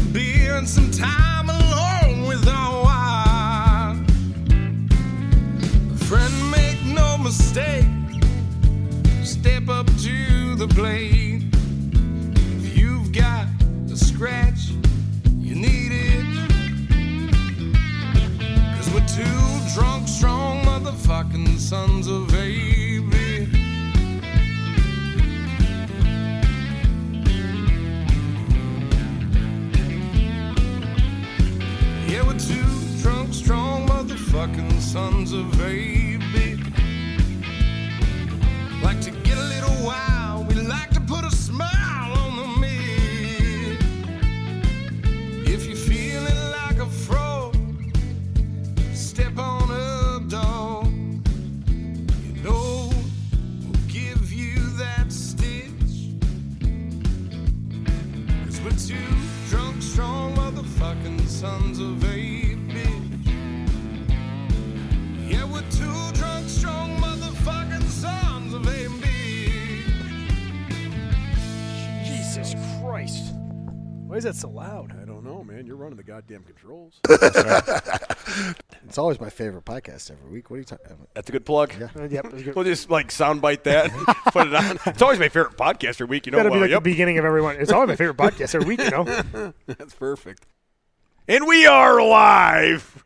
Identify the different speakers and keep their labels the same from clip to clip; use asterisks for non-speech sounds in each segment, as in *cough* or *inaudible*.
Speaker 1: spend some time alone with our wine. Friend, make no mistake, step up to the plate. If you've got a scratch, you need it. Cause we're two drunk, strong motherfucking sons of baby. Yeah, we're two drunk, strong motherfucking sons of baby. Like to get a little wild, we like to put a smile on the meal. If you're feeling like a frog, step on up, dog. You know we'll give you that stitch. Cause we're two drunk, strong motherfucking sons of a bitch. Yeah, we're two drunk, strong motherfucking sons of a bitch.
Speaker 2: Jesus Christ. Why is that so loud?
Speaker 3: I don't know, man. You're running the goddamn controls.
Speaker 4: It's always my favorite podcast every week. What are you talking about?
Speaker 2: That's a good plug.
Speaker 4: Yeah.
Speaker 5: Uh, Yep. it's good.
Speaker 2: *laughs*
Speaker 4: *laughs*
Speaker 2: We'll just like soundbite that, *laughs* put it on. It's always my favorite podcast every week, you know.
Speaker 5: That'll be
Speaker 2: well,
Speaker 5: like
Speaker 2: yep.
Speaker 5: the beginning of everyone. It's always my favorite podcast every week, you know.
Speaker 4: *laughs*
Speaker 3: That's perfect.
Speaker 2: And we are live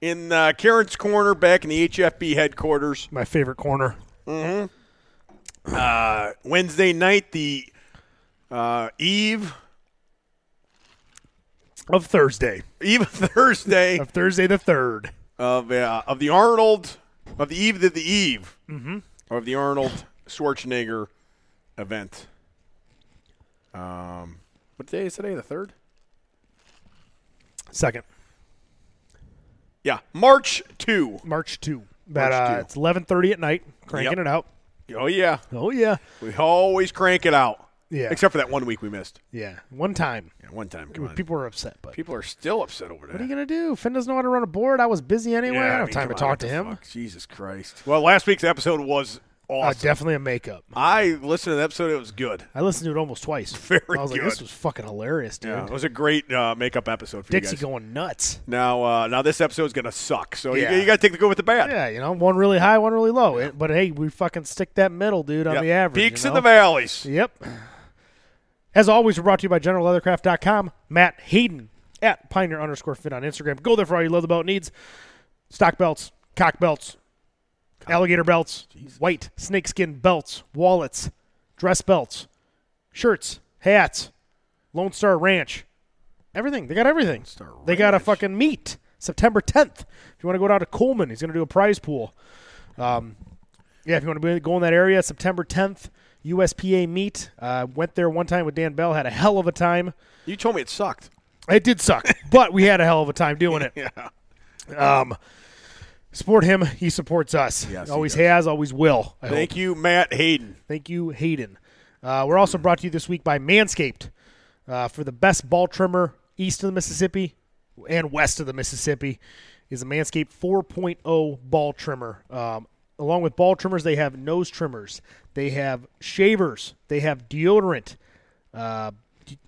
Speaker 2: in uh, Karen's Corner back in the HFB headquarters.
Speaker 5: My favorite corner.
Speaker 2: Uh, Wednesday night, the uh, eve,
Speaker 5: Of Thursday.
Speaker 2: eve of *laughs* Thursday
Speaker 5: Of Thursday the 3rd.
Speaker 2: of uh, of the Arnold, of the eve of the eve, mm-hmm. of the Arnold Schwarzenegger event. Um, what day is today? The third.
Speaker 5: Second.
Speaker 2: Yeah, March two.
Speaker 5: March 2. That,
Speaker 2: March
Speaker 5: uh,
Speaker 2: 2.
Speaker 5: It's 11.30 at night. Cranking
Speaker 2: Yep.
Speaker 5: it out.
Speaker 2: Oh yeah,
Speaker 5: Oh, yeah.
Speaker 2: we always crank it out.
Speaker 5: Yeah.
Speaker 2: Except for that one week we missed.
Speaker 5: Yeah. One time.
Speaker 2: Yeah, one time. Come on. People,
Speaker 5: People were upset, but.
Speaker 2: are still upset over that.
Speaker 5: What are you gonna do? Finn doesn't know how to run a board. I was busy anyway. I don't
Speaker 2: I
Speaker 5: have
Speaker 2: mean,
Speaker 5: time to
Speaker 2: come on,
Speaker 5: talk
Speaker 2: what
Speaker 5: to
Speaker 2: the
Speaker 5: him.
Speaker 2: fuck? Jesus Christ. Well, last week's episode was
Speaker 5: Uh,
Speaker 2: awesome.
Speaker 5: definitely a makeup.
Speaker 2: I listened to the episode. It was good.
Speaker 5: I listened to it almost twice.
Speaker 2: Very
Speaker 5: I was like, this
Speaker 2: good.
Speaker 5: was fucking hilarious, dude.
Speaker 2: Yeah, it was a great uh, makeup episode for
Speaker 5: Dixie
Speaker 2: you guys.
Speaker 5: going nuts.
Speaker 2: Now, uh, now this episode's gonna suck. So
Speaker 5: Yeah.
Speaker 2: you, you gotta take the good with the bad.
Speaker 5: Yeah, you know, one really high, one really low. It- but hey, we fucking stick that middle, dude, on
Speaker 2: Yep.
Speaker 5: the average.
Speaker 2: Peaks
Speaker 5: you
Speaker 2: and the
Speaker 5: know?
Speaker 2: valleys.
Speaker 5: Yep. As always, we're brought to you by GeneralLeathercraft.com. Matt Hayden at Pioneer underscore Fit on Instagram. Go there for all your leather belt needs. Stock belts, cock belts, alligator belts, white snakeskin belts, wallets, dress belts, shirts, hats, Lone Star Ranch, everything. They got everything. They got a fucking meet September 10th. If you want to go down to Coleman, he's going to do a prize pool. Um, yeah, if you want to go in that area, September 10th, USPA meet. Uh, went there one time with Dan Bell, had a hell of a time.
Speaker 2: You told me it sucked.
Speaker 5: It did
Speaker 2: *laughs*
Speaker 5: suck, but we had a hell of a time doing it.
Speaker 2: Yeah.
Speaker 5: Um, support him. He supports us.
Speaker 2: Yes, he
Speaker 5: always
Speaker 2: does.
Speaker 5: has, always will. I hope.
Speaker 2: Thank you, Matt Hayden.
Speaker 5: Thank you, Hayden. Uh, we're also brought to you this week by Manscaped uh, for the best ball trimmer east of the Mississippi and west of the Mississippi is the Manscaped 4.0 ball trimmer. Um, along with ball trimmers, they have nose trimmers, they have shavers, they have deodorant, uh, d-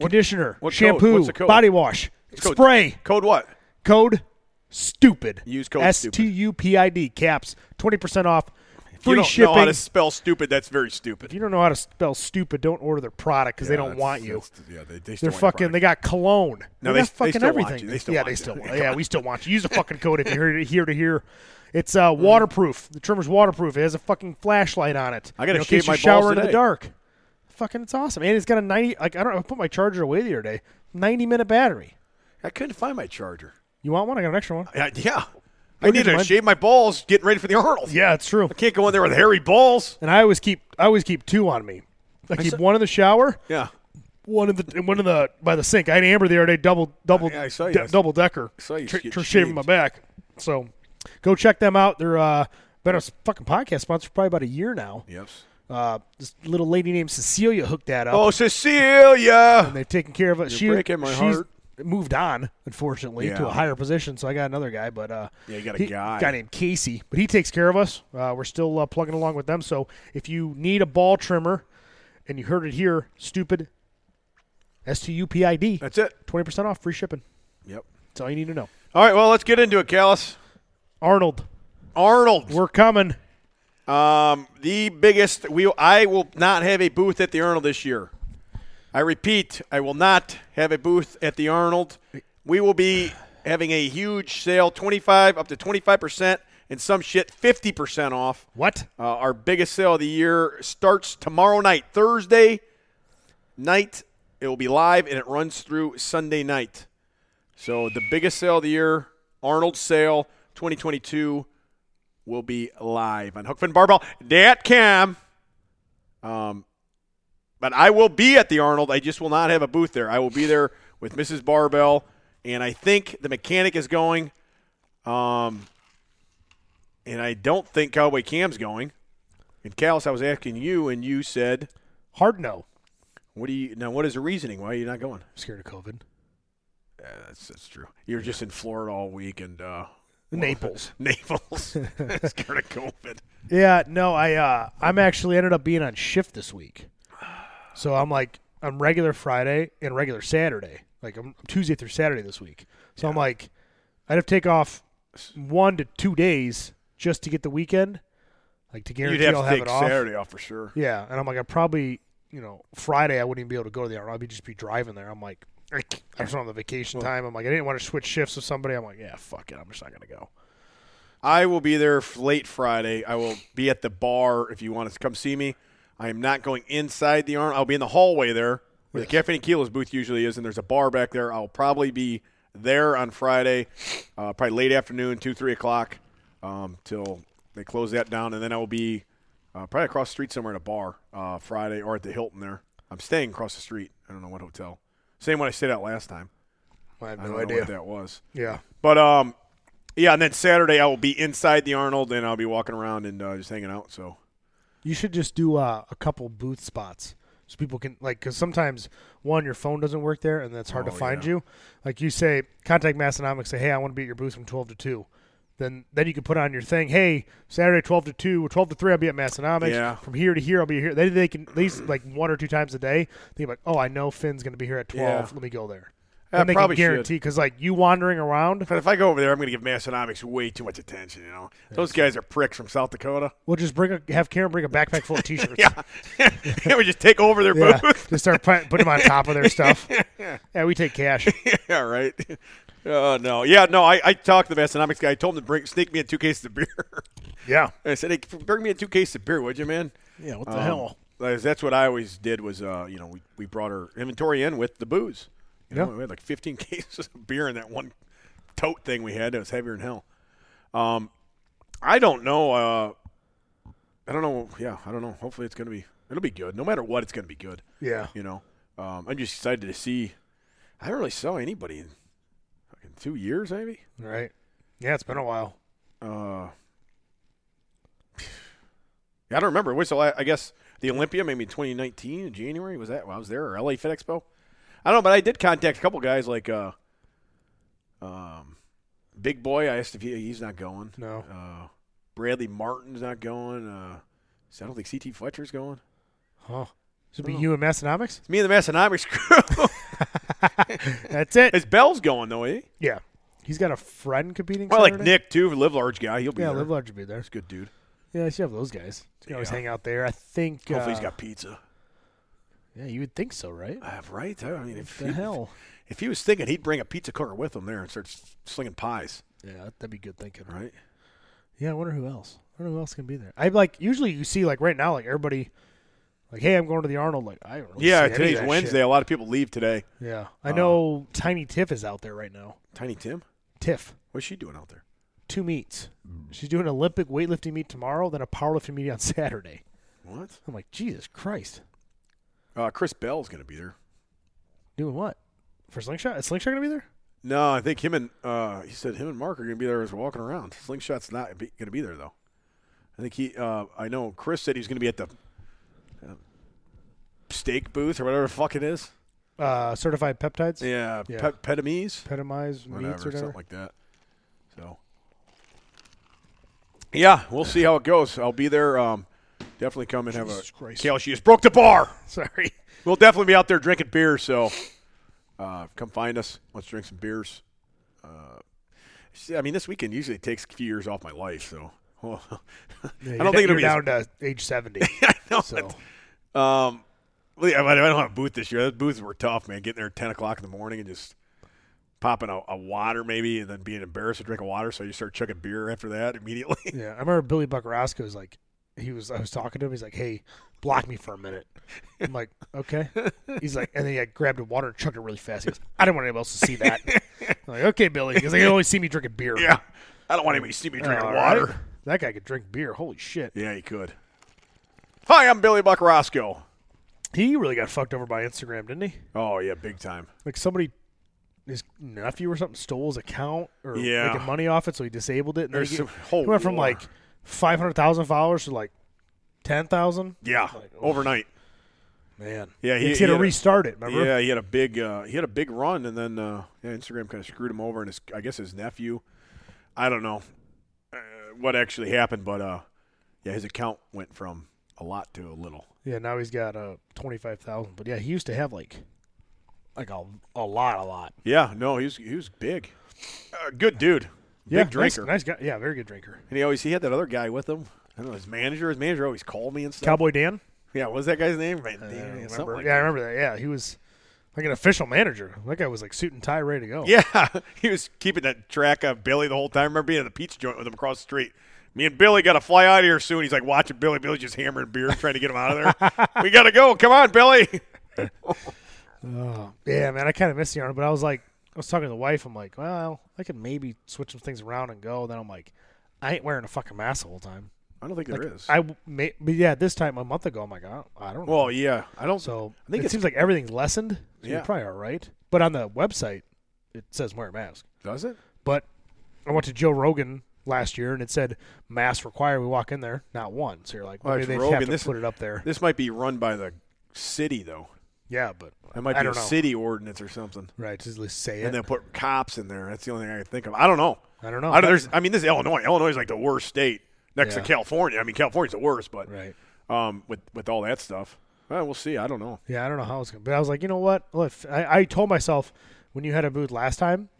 Speaker 5: conditioner,
Speaker 2: what code?
Speaker 5: shampoo,
Speaker 2: What's the code?
Speaker 5: body wash,
Speaker 2: code?
Speaker 5: spray.
Speaker 2: Code what?
Speaker 5: Code stupid.
Speaker 2: Use code
Speaker 5: S
Speaker 2: stupid.
Speaker 5: T U P I D caps. Twenty percent off.
Speaker 2: you
Speaker 5: Free
Speaker 2: don't
Speaker 5: shipping.
Speaker 2: know how to spell stupid. That's very stupid.
Speaker 5: if you don't know how to spell stupid, don't order their product because they don't want you.
Speaker 2: Yeah, they, they still
Speaker 5: They're fucking. They got cologne.
Speaker 2: No,
Speaker 5: they
Speaker 2: they
Speaker 5: got
Speaker 2: s- they
Speaker 5: fucking
Speaker 2: still want
Speaker 5: everything.
Speaker 2: you. They still
Speaker 5: yeah,
Speaker 2: want
Speaker 5: they
Speaker 2: you.
Speaker 5: still. yeah, we still want you.
Speaker 2: *laughs*
Speaker 5: Use the fucking code if you're here to here. It's uh,
Speaker 2: Mm.
Speaker 5: waterproof. The trimmer's waterproof. It has a fucking flashlight on it.
Speaker 2: I gotta
Speaker 5: you know, in
Speaker 2: shave
Speaker 5: case you
Speaker 2: my balls
Speaker 5: shower in the
Speaker 2: today.
Speaker 5: dark. Fucking, it's awesome. And it's got a ninety. Like I don't. know, I put my charger away the other day. Ninety minute battery.
Speaker 2: I couldn't find my charger.
Speaker 5: You want one? I got an extra one.
Speaker 2: Yeah, yeah. I need
Speaker 5: get
Speaker 2: to
Speaker 5: mine.
Speaker 2: shave my balls, getting ready for the Arnold.
Speaker 5: Yeah, it's true.
Speaker 2: I can't go in there with hairy balls.
Speaker 5: and I always keep I always keep two on me. I keep one in the shower,
Speaker 2: Yeah,
Speaker 5: one in the and one in the by the sink. I had Amber the other day double double
Speaker 2: Yeah, I saw you. I s-
Speaker 5: double decker.
Speaker 2: saw you
Speaker 5: tr-
Speaker 2: get
Speaker 5: tr- shaving
Speaker 2: shaved.
Speaker 5: my back. So go check them out. They're uh, been a s- fucking podcast sponsor for probably about a year now.
Speaker 2: Yep.
Speaker 5: Uh, this little lady named Cecilia hooked that up.
Speaker 2: Oh, Cecilia.
Speaker 5: They've taken care of it. She
Speaker 2: breaking my
Speaker 5: she's
Speaker 2: heart.
Speaker 5: moved on, unfortunately, to
Speaker 2: Yeah.
Speaker 5: a higher position. So I got another guy, but uh,
Speaker 2: Yeah, you got a
Speaker 5: he-
Speaker 2: guy.
Speaker 5: named Casey, but he takes care of us. Uh, we're still uh, plugging along with them. So if you need a ball trimmer, and you heard it here, stupid, S T U P I D.
Speaker 2: That's it.
Speaker 5: 20% off, free shipping.
Speaker 2: Yep.
Speaker 5: That's all you need to know.
Speaker 2: All right. Well, let's get into it, Callis.
Speaker 5: Arnold,
Speaker 2: Arnold.
Speaker 5: we're coming.
Speaker 2: Um, the biggest. We I will not have a booth at the Arnold this year. I repeat, I will not have a booth at the Arnold. We will be having a huge sale, twenty five up to twenty five percent, and some shit fifty percent off.
Speaker 5: What?
Speaker 2: Uh, our biggest sale of the year starts tomorrow night, Thursday night. It will be live and it runs through Sunday night. So the biggest sale of the year, Arnold Sale 2022, will be live on hookfinbarbell.com. Um, but I will be at the Arnold. I just will not have a booth there. I will be there with Mrs. Barbell, and I think the mechanic is going. Um, and I don't think Cowboy Cam's going. And Callis, I was asking you, and you said,
Speaker 5: Hard no.
Speaker 2: "What do you now? What is the reasoning? Why are you not going?"
Speaker 5: scared of COVID.
Speaker 2: that's, that's true. You were just in Florida all week
Speaker 5: *laughs*
Speaker 2: and uh,
Speaker 5: Naples.
Speaker 2: Naples, *laughs* scared of COVID.
Speaker 5: Yeah, no, I uh I'm actually ended up being on shift this week. So I'm like I'm regular Friday and regular Saturday. Like I'm Tuesday through Saturday this week. So I'm like I'd have to take off one to two days just to get the weekend. Like to guarantee
Speaker 2: You'd have
Speaker 5: I'll
Speaker 2: to
Speaker 5: have
Speaker 2: take
Speaker 5: it off.
Speaker 2: Saturday off for sure.
Speaker 5: Yeah, and I'm like I probably you know, Friday I wouldn't even be able to go to the hour. I'd be just be driving there. I'm like *clears throat* I c- I just don't have the vacation time. I'm like I didn't want to switch shifts with somebody. I'm like, yeah, fuck it. I'm just not gonna go.
Speaker 2: I will be there f- late Friday. I will be at the bar if you want to come see me. I am not going inside the arm. I'll be in the hallway there where the Cafe and Kila's booth usually is, and there's a bar back there. I'll probably be there on Friday, uh, probably late afternoon, 2, 3 o'clock, um, till they close that down. And then I will be uh, probably across the street somewhere at a bar uh, Friday or at the Hilton there. I'm staying across the street. I don't know what hotel. Same one I stayed at last time.
Speaker 5: I have
Speaker 2: I don't know what that was.
Speaker 5: Yeah.
Speaker 2: But um, yeah, and then Saturday I will be inside the Arnold and I'll be walking around and uh, just hanging out. So
Speaker 5: You should just do uh, a couple booth spots so people can like because sometimes one your phone doesn't work there and that's hard
Speaker 2: Oh,
Speaker 5: to find you. Like you say, contact Massonomics, say, hey, I want to be at your booth from twelve to two. Then then you can put on your thing. Hey, Saturday twelve to two or twelve to three, I'll be at Massonomics.
Speaker 2: Yeah.
Speaker 5: From here to here, I'll be here. They they can at least like one or two times a day. Think like, oh, I know Finn's going to be here at twelve.
Speaker 2: Yeah.
Speaker 5: Let me go there.
Speaker 2: Yeah,
Speaker 5: And they
Speaker 2: probably
Speaker 5: can guarantee because like you wandering
Speaker 2: *laughs*
Speaker 5: around,
Speaker 2: but if I go over there, I'm going to give Massonomics way too much attention. You know, those guys are pricks from South Dakota. *laughs*
Speaker 5: we'll just bring a have Karen bring a backpack full of t-shirts.
Speaker 2: Yeah, *laughs* they would just take over their *laughs*
Speaker 5: Yeah,
Speaker 2: booth.
Speaker 5: just start pu- putting them on top of their
Speaker 2: *laughs*
Speaker 5: stuff. Yeah, we take cash.
Speaker 2: yeah, right. Oh no, yeah, no. I, I talked to the Massonomics guy. I told him to bring sneak me in two cases of beer. *laughs*
Speaker 5: Yeah.
Speaker 2: I said, hey, bring me in two cases of beer, would you, man?
Speaker 5: Yeah, what
Speaker 2: Um, like, That's what I always did was, uh, you know, we, we brought our inventory in with the booze. You know,
Speaker 5: Yeah.
Speaker 2: we had like 15 *laughs* cases of beer in that one tote thing we had. It was heavier than hell. Um, I don't know. Uh, I don't know. Yeah, I don't know. Hopefully it's going to be, it'll be good. No matter what, it's going to be good.
Speaker 5: Yeah.
Speaker 2: You know, um, I'm just excited to see. I haven't really saw anybody in fucking two years, maybe.
Speaker 5: Right. Yeah, it's been a while.
Speaker 2: Uh, yeah, I don't remember. Wait, so I, I guess the Olympia, maybe 2019 in January was that? when I was there or LA Fit Expo? I don't know, but I did contact a couple guys like uh, um, Big Boy. I asked if he, he's not going.
Speaker 5: No.
Speaker 2: Uh, Bradley Martin's not going. Uh, so I don't think CT Fletcher's going.
Speaker 5: Huh. This would
Speaker 2: Oh.
Speaker 5: be you and Massonomics?
Speaker 2: It's me and the Massonomics *laughs* crew.
Speaker 5: That's it.
Speaker 2: *laughs* Is Bell's going though? Eh?
Speaker 5: Yeah. He's got a friend competing.
Speaker 2: Well, like
Speaker 5: Saturday?
Speaker 2: Nick too, live large guy. He'll be
Speaker 5: Yeah,
Speaker 2: there.
Speaker 5: Live Large would be there.
Speaker 2: He's a good dude.
Speaker 5: Yeah, you should have those guys. You can always
Speaker 2: Yeah.
Speaker 5: hang out there. I think.
Speaker 2: Hopefully he's
Speaker 5: uh,
Speaker 2: got pizza.
Speaker 5: Yeah, you would think so,
Speaker 2: *laughs*
Speaker 5: right?
Speaker 2: Uh, right? I mean, if
Speaker 5: The
Speaker 2: he-
Speaker 5: hell.
Speaker 2: If he was thinking, he'd bring a pizza cooker with him there and start s- slinging pies,
Speaker 5: Yeah, that'd be good thinking.
Speaker 2: right?
Speaker 5: Yeah, I wonder who else. I wonder who else can be there. I like usually you see like right now like everybody, like hey I'm going to the Arnold like I don't really see
Speaker 2: yeah,
Speaker 5: any of
Speaker 2: today's
Speaker 5: that shit.
Speaker 2: Wednesday. A lot of people leave today.
Speaker 5: Yeah, I know Tiny Tiff is out there right now.
Speaker 2: Tiny Tim,
Speaker 5: Tiff,
Speaker 2: what's she doing out there?
Speaker 5: two meets. She's doing an Olympic weightlifting meet tomorrow, then a powerlifting meet on *laughs* Saturday.
Speaker 2: What?
Speaker 5: I'm like, Jesus Christ,
Speaker 2: Uh, Chris Bell's going to be there.
Speaker 5: doing what for slingshot? Is slingshot gonna be there?
Speaker 2: No, I think him and uh, he said him and Mark are going to be there as walking around. Slingshot's not going to be there though. I think he. Uh, I know Chris said he's going to be at the uh, steak booth or whatever the fuck it is.
Speaker 5: Uh, certified peptides,
Speaker 2: Yeah,
Speaker 5: Yeah.
Speaker 2: Pet Petamise.
Speaker 5: Petamize
Speaker 2: whatever,
Speaker 5: meets or whatever.
Speaker 2: something like that. So, yeah, we'll see how it goes. I'll be there. Um, definitely come and have a.
Speaker 5: Jesus Christ.
Speaker 2: Kale, she just broke the bar.
Speaker 5: *laughs* Sorry,
Speaker 2: We'll definitely be out there drinking beer, so uh, come find us. Let's drink some beers. Uh, see, I mean, this weekend usually takes a few years off my life, so *laughs* *laughs* I don't think
Speaker 5: *laughs*
Speaker 2: it'll
Speaker 5: you're
Speaker 2: be.
Speaker 5: down to age seventy.
Speaker 2: *laughs* I know,
Speaker 5: so
Speaker 2: but, um, well, yeah, but I don't have a booth this year. Those booths were tough, man. Getting there at ten o'clock in the morning and just popping a, a water maybe, and then being embarrassed to drink a water, so you start chugging beer after that immediately.
Speaker 5: yeah, I remember Billy Buckarosco was like, he was. I was talking to him. He's like, "Hey, block me for a minute." I'm like, "Okay." He's like, and then he like, grabbed a water and chugged it really fast. He goes, "I don't want anyone else to see
Speaker 2: *laughs*
Speaker 5: that." I'm like, okay, Billy, because they always see me drinking beer.
Speaker 2: yeah, I don't want anybody to see me drinking
Speaker 5: All
Speaker 2: water.
Speaker 5: right. That guy could drink beer. Holy shit.
Speaker 2: Yeah, you could. Hi, I'm Billy Buck Roscoe.
Speaker 5: He really got fucked over by Instagram, didn't he?
Speaker 2: Oh yeah, big time.
Speaker 5: Like somebody, his nephew or something, stole his account or
Speaker 2: Yeah.
Speaker 5: making money off it, so he disabled it. And then
Speaker 2: There's
Speaker 5: he,
Speaker 2: some
Speaker 5: get-
Speaker 2: whole
Speaker 5: he went from
Speaker 2: war.
Speaker 5: like five hundred thousand followers to like ten thousand.
Speaker 2: Yeah, overnight.
Speaker 5: Man,
Speaker 2: Yeah, he-
Speaker 5: he,
Speaker 2: he
Speaker 5: had to
Speaker 2: had a-
Speaker 5: restart it. Remember?
Speaker 2: Yeah, he had a big uh, he had a big run, and then uh, yeah, Instagram kind of screwed him over, and his I guess his nephew, I don't know uh, what actually happened, but uh, yeah, his account went from a lot to a little.
Speaker 5: Yeah, now he's got uh twenty five thousand. But yeah, he used to have like like a, a lot, a lot.
Speaker 2: Yeah, no, he was he was big, uh, good dude,
Speaker 5: Yeah,
Speaker 2: big drinker,
Speaker 5: Nice, nice guy. Yeah, very good drinker.
Speaker 2: and he always he had that other guy with him. I don't know his manager. His manager always called me and stuff.
Speaker 5: Cowboy Dan.
Speaker 2: yeah, what was that guy's name? Man,
Speaker 5: I
Speaker 2: Dan,
Speaker 5: remember.
Speaker 2: something like
Speaker 5: yeah, I
Speaker 2: that.
Speaker 5: remember Uh, that. Yeah, he was like an official manager. That guy was like suit and tie, ready to go.
Speaker 2: *laughs* Yeah, he was keeping that track of Billy the whole time. I remember being at the pizza joint with him across the street. Me and Billy got to fly out of here soon. He's like watching Billy. Billy's just hammering beer, trying to get him out of
Speaker 5: *laughs*
Speaker 2: there. we got to go. Come on, Billy.
Speaker 5: Yeah, man, I kind of miss the army, but I was like, I was talking to the wife. I'm like, well, I could maybe switch some things around and go. Then I'm like, I ain't wearing a fucking mask the whole time.
Speaker 2: I don't think there is.
Speaker 5: I w- may, but yeah, this time a month ago, I'm like, I don't, I don't know.
Speaker 2: well, yeah, I don't.
Speaker 5: so
Speaker 2: I think
Speaker 5: it
Speaker 2: it's-
Speaker 5: seems like everything's lessened. So you're
Speaker 2: Yeah.
Speaker 5: probably all right. But on the website, it says wear a mask.
Speaker 2: does it?
Speaker 5: But I went to Joe Rogan last year, and it said mask required. We walk in there, not one. So you're like,
Speaker 2: Well,
Speaker 5: maybe
Speaker 2: it's
Speaker 5: they
Speaker 2: Rogan.
Speaker 5: have to
Speaker 2: This-
Speaker 5: put it up there.
Speaker 2: This might be run by the city though.
Speaker 5: yeah, but
Speaker 2: That might
Speaker 5: I
Speaker 2: be a
Speaker 5: don't know.
Speaker 2: city ordinance or something.
Speaker 5: Right, just let's say
Speaker 2: And
Speaker 5: it.
Speaker 2: they'll put cops in there. That's the only thing I can think of. I don't know.
Speaker 5: I don't know.
Speaker 2: I, there's, I mean, this is Illinois. Illinois is like the worst state next
Speaker 5: Yeah.
Speaker 2: to California. I mean, California's the worst, but
Speaker 5: Right.
Speaker 2: um, with with all that stuff, well, we'll see. I don't know.
Speaker 5: Yeah, I don't know how it's going. to But I was like, you know what? Look, I, I told myself when you had a booth last time,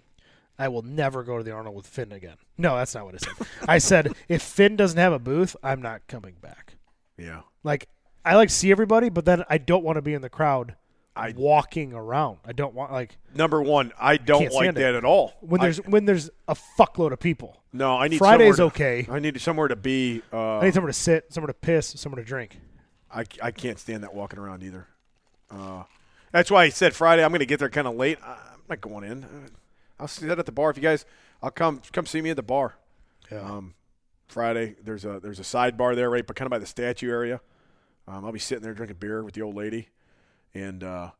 Speaker 5: I will never go to the Arnold with Finn again. No, that's not what I said. I said *laughs* if Finn doesn't have a booth, I'm not coming back.
Speaker 2: Yeah.
Speaker 5: Like I like to see everybody, but then I don't want to be in the crowd
Speaker 2: I-
Speaker 5: walking around. I don't want like
Speaker 2: Number one, I don't
Speaker 5: Can't
Speaker 2: like
Speaker 5: stand it.
Speaker 2: that at all.
Speaker 5: when
Speaker 2: I-
Speaker 5: there's when there's a fuckload of people.
Speaker 2: no, I need
Speaker 5: Friday's
Speaker 2: somewhere
Speaker 5: okay.
Speaker 2: To, I need somewhere to be. Uh,
Speaker 5: I need somewhere to sit, somewhere to piss, somewhere to drink.
Speaker 2: I I can't stand that walking around either. Uh, that's why I said Friday. I'm going to get there kind of late. I, I'm not going in. Uh, I'll see that at the bar. If you guys, I'll come come see me at the bar.
Speaker 5: Yeah.
Speaker 2: Um, Friday there's a there's a sidebar there right, but kind of by the statue area. Um, I'll be sitting there drinking beer with the old lady, and uh,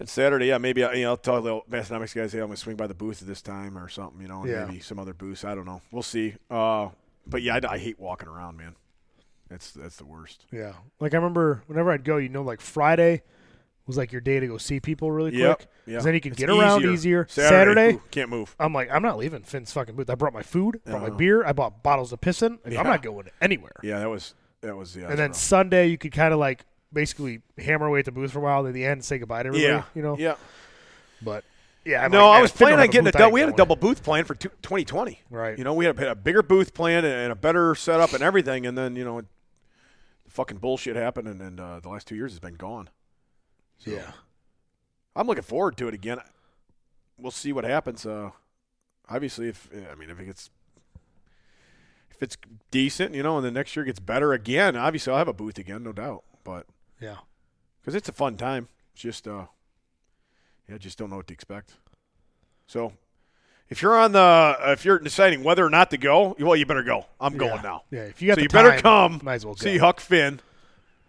Speaker 2: and Saturday, yeah, maybe I, you know, I'll tell the Massonomics guys, hey, I'm gonna swing by the booth at this time or something, you know, and
Speaker 5: Yeah.
Speaker 2: maybe some other booths. I don't know. We'll see. Uh, but yeah, I, I hate walking around, man. That's that's the worst.
Speaker 5: Yeah. Like I remember whenever I'd go, you know, like Friday was like your day to go see people really
Speaker 2: Yep,
Speaker 5: quick. 'cause
Speaker 2: Yeah.
Speaker 5: Then you can
Speaker 2: It's
Speaker 5: get around easier.
Speaker 2: Saturday,
Speaker 5: Saturday,
Speaker 2: ooh, can't move.
Speaker 5: I'm like, I'm not leaving Finn's fucking booth. I brought my food, I brought my beer, I bought bottles of pissin. and I'm
Speaker 2: Uh-huh. Yeah.
Speaker 5: not going anywhere.
Speaker 2: Yeah, that was that was yeah.
Speaker 5: and then
Speaker 2: that's
Speaker 5: Sunday, you could kind of like basically hammer away at the booth for a while, and at the end, say goodbye to
Speaker 2: rough.
Speaker 5: everybody.
Speaker 2: yeah,
Speaker 5: You know.
Speaker 2: yeah.
Speaker 5: But yeah. I'm
Speaker 2: No,
Speaker 5: like,
Speaker 2: I
Speaker 5: man,
Speaker 2: was
Speaker 5: if Finn
Speaker 2: planning
Speaker 5: don't
Speaker 2: on
Speaker 5: have
Speaker 2: getting a
Speaker 5: booth, I
Speaker 2: double.
Speaker 5: ain't
Speaker 2: We had a
Speaker 5: going.
Speaker 2: double booth plan for two- 2020.
Speaker 5: Right.
Speaker 2: You know, we had a, had a bigger booth plan and, and a better setup and everything, and then you know, the fucking bullshit happened, and, and uh, the last two years has been gone.
Speaker 5: Yeah.
Speaker 2: I'm looking forward to it again. We'll see what happens. Uh, obviously, if I mean if it gets if it's decent, you know, and the next year gets better again, obviously I'll have a booth again, no doubt. But
Speaker 5: Yeah.
Speaker 2: because it's a fun time. It's just, uh, yeah, just don't know what to expect. So, if you're on the, uh, if you're deciding whether or not to go, well, you better go. I'm
Speaker 5: Yeah.
Speaker 2: going now.
Speaker 5: Yeah. If you got
Speaker 2: so
Speaker 5: the
Speaker 2: you better
Speaker 5: time,
Speaker 2: come.
Speaker 5: Might as well go.
Speaker 2: see Huck Finn.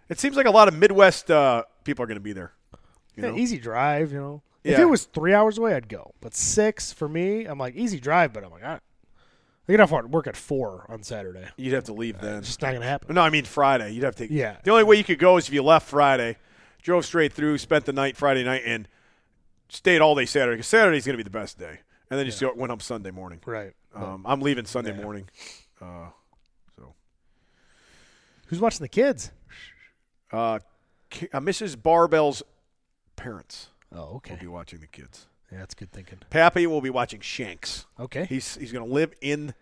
Speaker 2: It seems like a lot of Midwest uh, people are going to be there. You
Speaker 5: Yeah,
Speaker 2: know?
Speaker 5: easy drive, you know. If
Speaker 2: Yeah.
Speaker 5: it was three hours away, I'd go. But six for me, I'm like easy drive. But I'm like, I, I get off work at four on Saturday.
Speaker 2: You'd have to leave then.
Speaker 5: It's Uh, just not gonna happen.
Speaker 2: No, I mean Friday. You'd have to.
Speaker 5: Yeah.
Speaker 2: The only way you could go is if you left Friday, drove straight through, spent the night Friday night, and stayed all day Saturday. Because Saturday's going to be the best day, and then just go, went home Sunday morning.
Speaker 5: Right.
Speaker 2: Um, I'm leaving Sunday morning.
Speaker 5: Who's watching the kids?
Speaker 2: Uh, K- uh, Mrs. Barbell's parents
Speaker 6: Oh, okay.
Speaker 2: will be watching the kids.
Speaker 6: Yeah, that's good thinking.
Speaker 2: Pappy will be watching Shanks.
Speaker 5: Eh.
Speaker 6: Okay.
Speaker 2: He's he's going to live in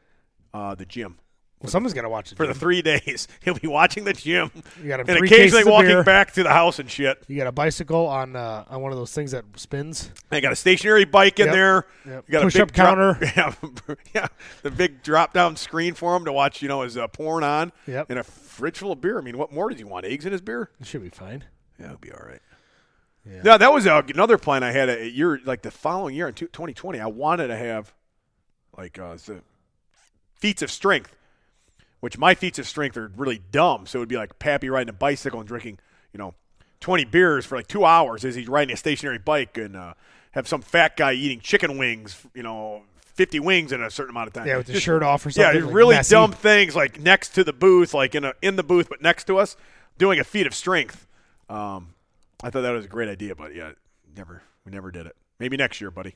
Speaker 2: uh, the gym
Speaker 5: Well, someone's got to watch it.
Speaker 2: for the three *laughs* days. He'll be watching the gym
Speaker 5: You
Speaker 2: *laughs*
Speaker 5: got him
Speaker 2: and
Speaker 5: three cases
Speaker 2: occasionally
Speaker 5: of
Speaker 2: walking
Speaker 5: beer.
Speaker 2: back to the house and shit.
Speaker 5: You got a bicycle on uh, on one of those things that spins.
Speaker 2: They got a stationary bike in
Speaker 5: Yep.
Speaker 2: there.
Speaker 5: Yep.
Speaker 2: You got a
Speaker 5: Push-up
Speaker 2: big drop-
Speaker 5: counter.
Speaker 2: *laughs* yeah, yeah, the big drop down screen for him to watch. You know, his uh, porn on.
Speaker 5: Yep.
Speaker 2: And a fridge full of beer. I mean, what more did you want? Eggs in his beer?
Speaker 6: It should be fine.
Speaker 2: Yeah, it'll be all right.
Speaker 6: Yeah.
Speaker 2: No, that was uh, another plan I had. A year like the following year in two- 2020, I wanted to have like uh, the feats of strength, which my feats of strength are really dumb. So it would be like Pappy riding a bicycle and drinking, you know, 20 beers for like two hours as he's riding a stationary bike, and uh, have some fat guy eating chicken wings, you know, 50 wings in a certain amount of time.
Speaker 5: Yeah, with
Speaker 2: *laughs*
Speaker 5: his
Speaker 2: Just-
Speaker 5: shirt off or
Speaker 2: yeah,
Speaker 5: something.
Speaker 2: just
Speaker 5: like
Speaker 2: really
Speaker 5: messy.
Speaker 2: dumb things like next to the booth, like in a, in the booth, but next to us, doing a feat of strength. Um, I thought that was a great idea, but yeah, never we never did it. Maybe next year, buddy.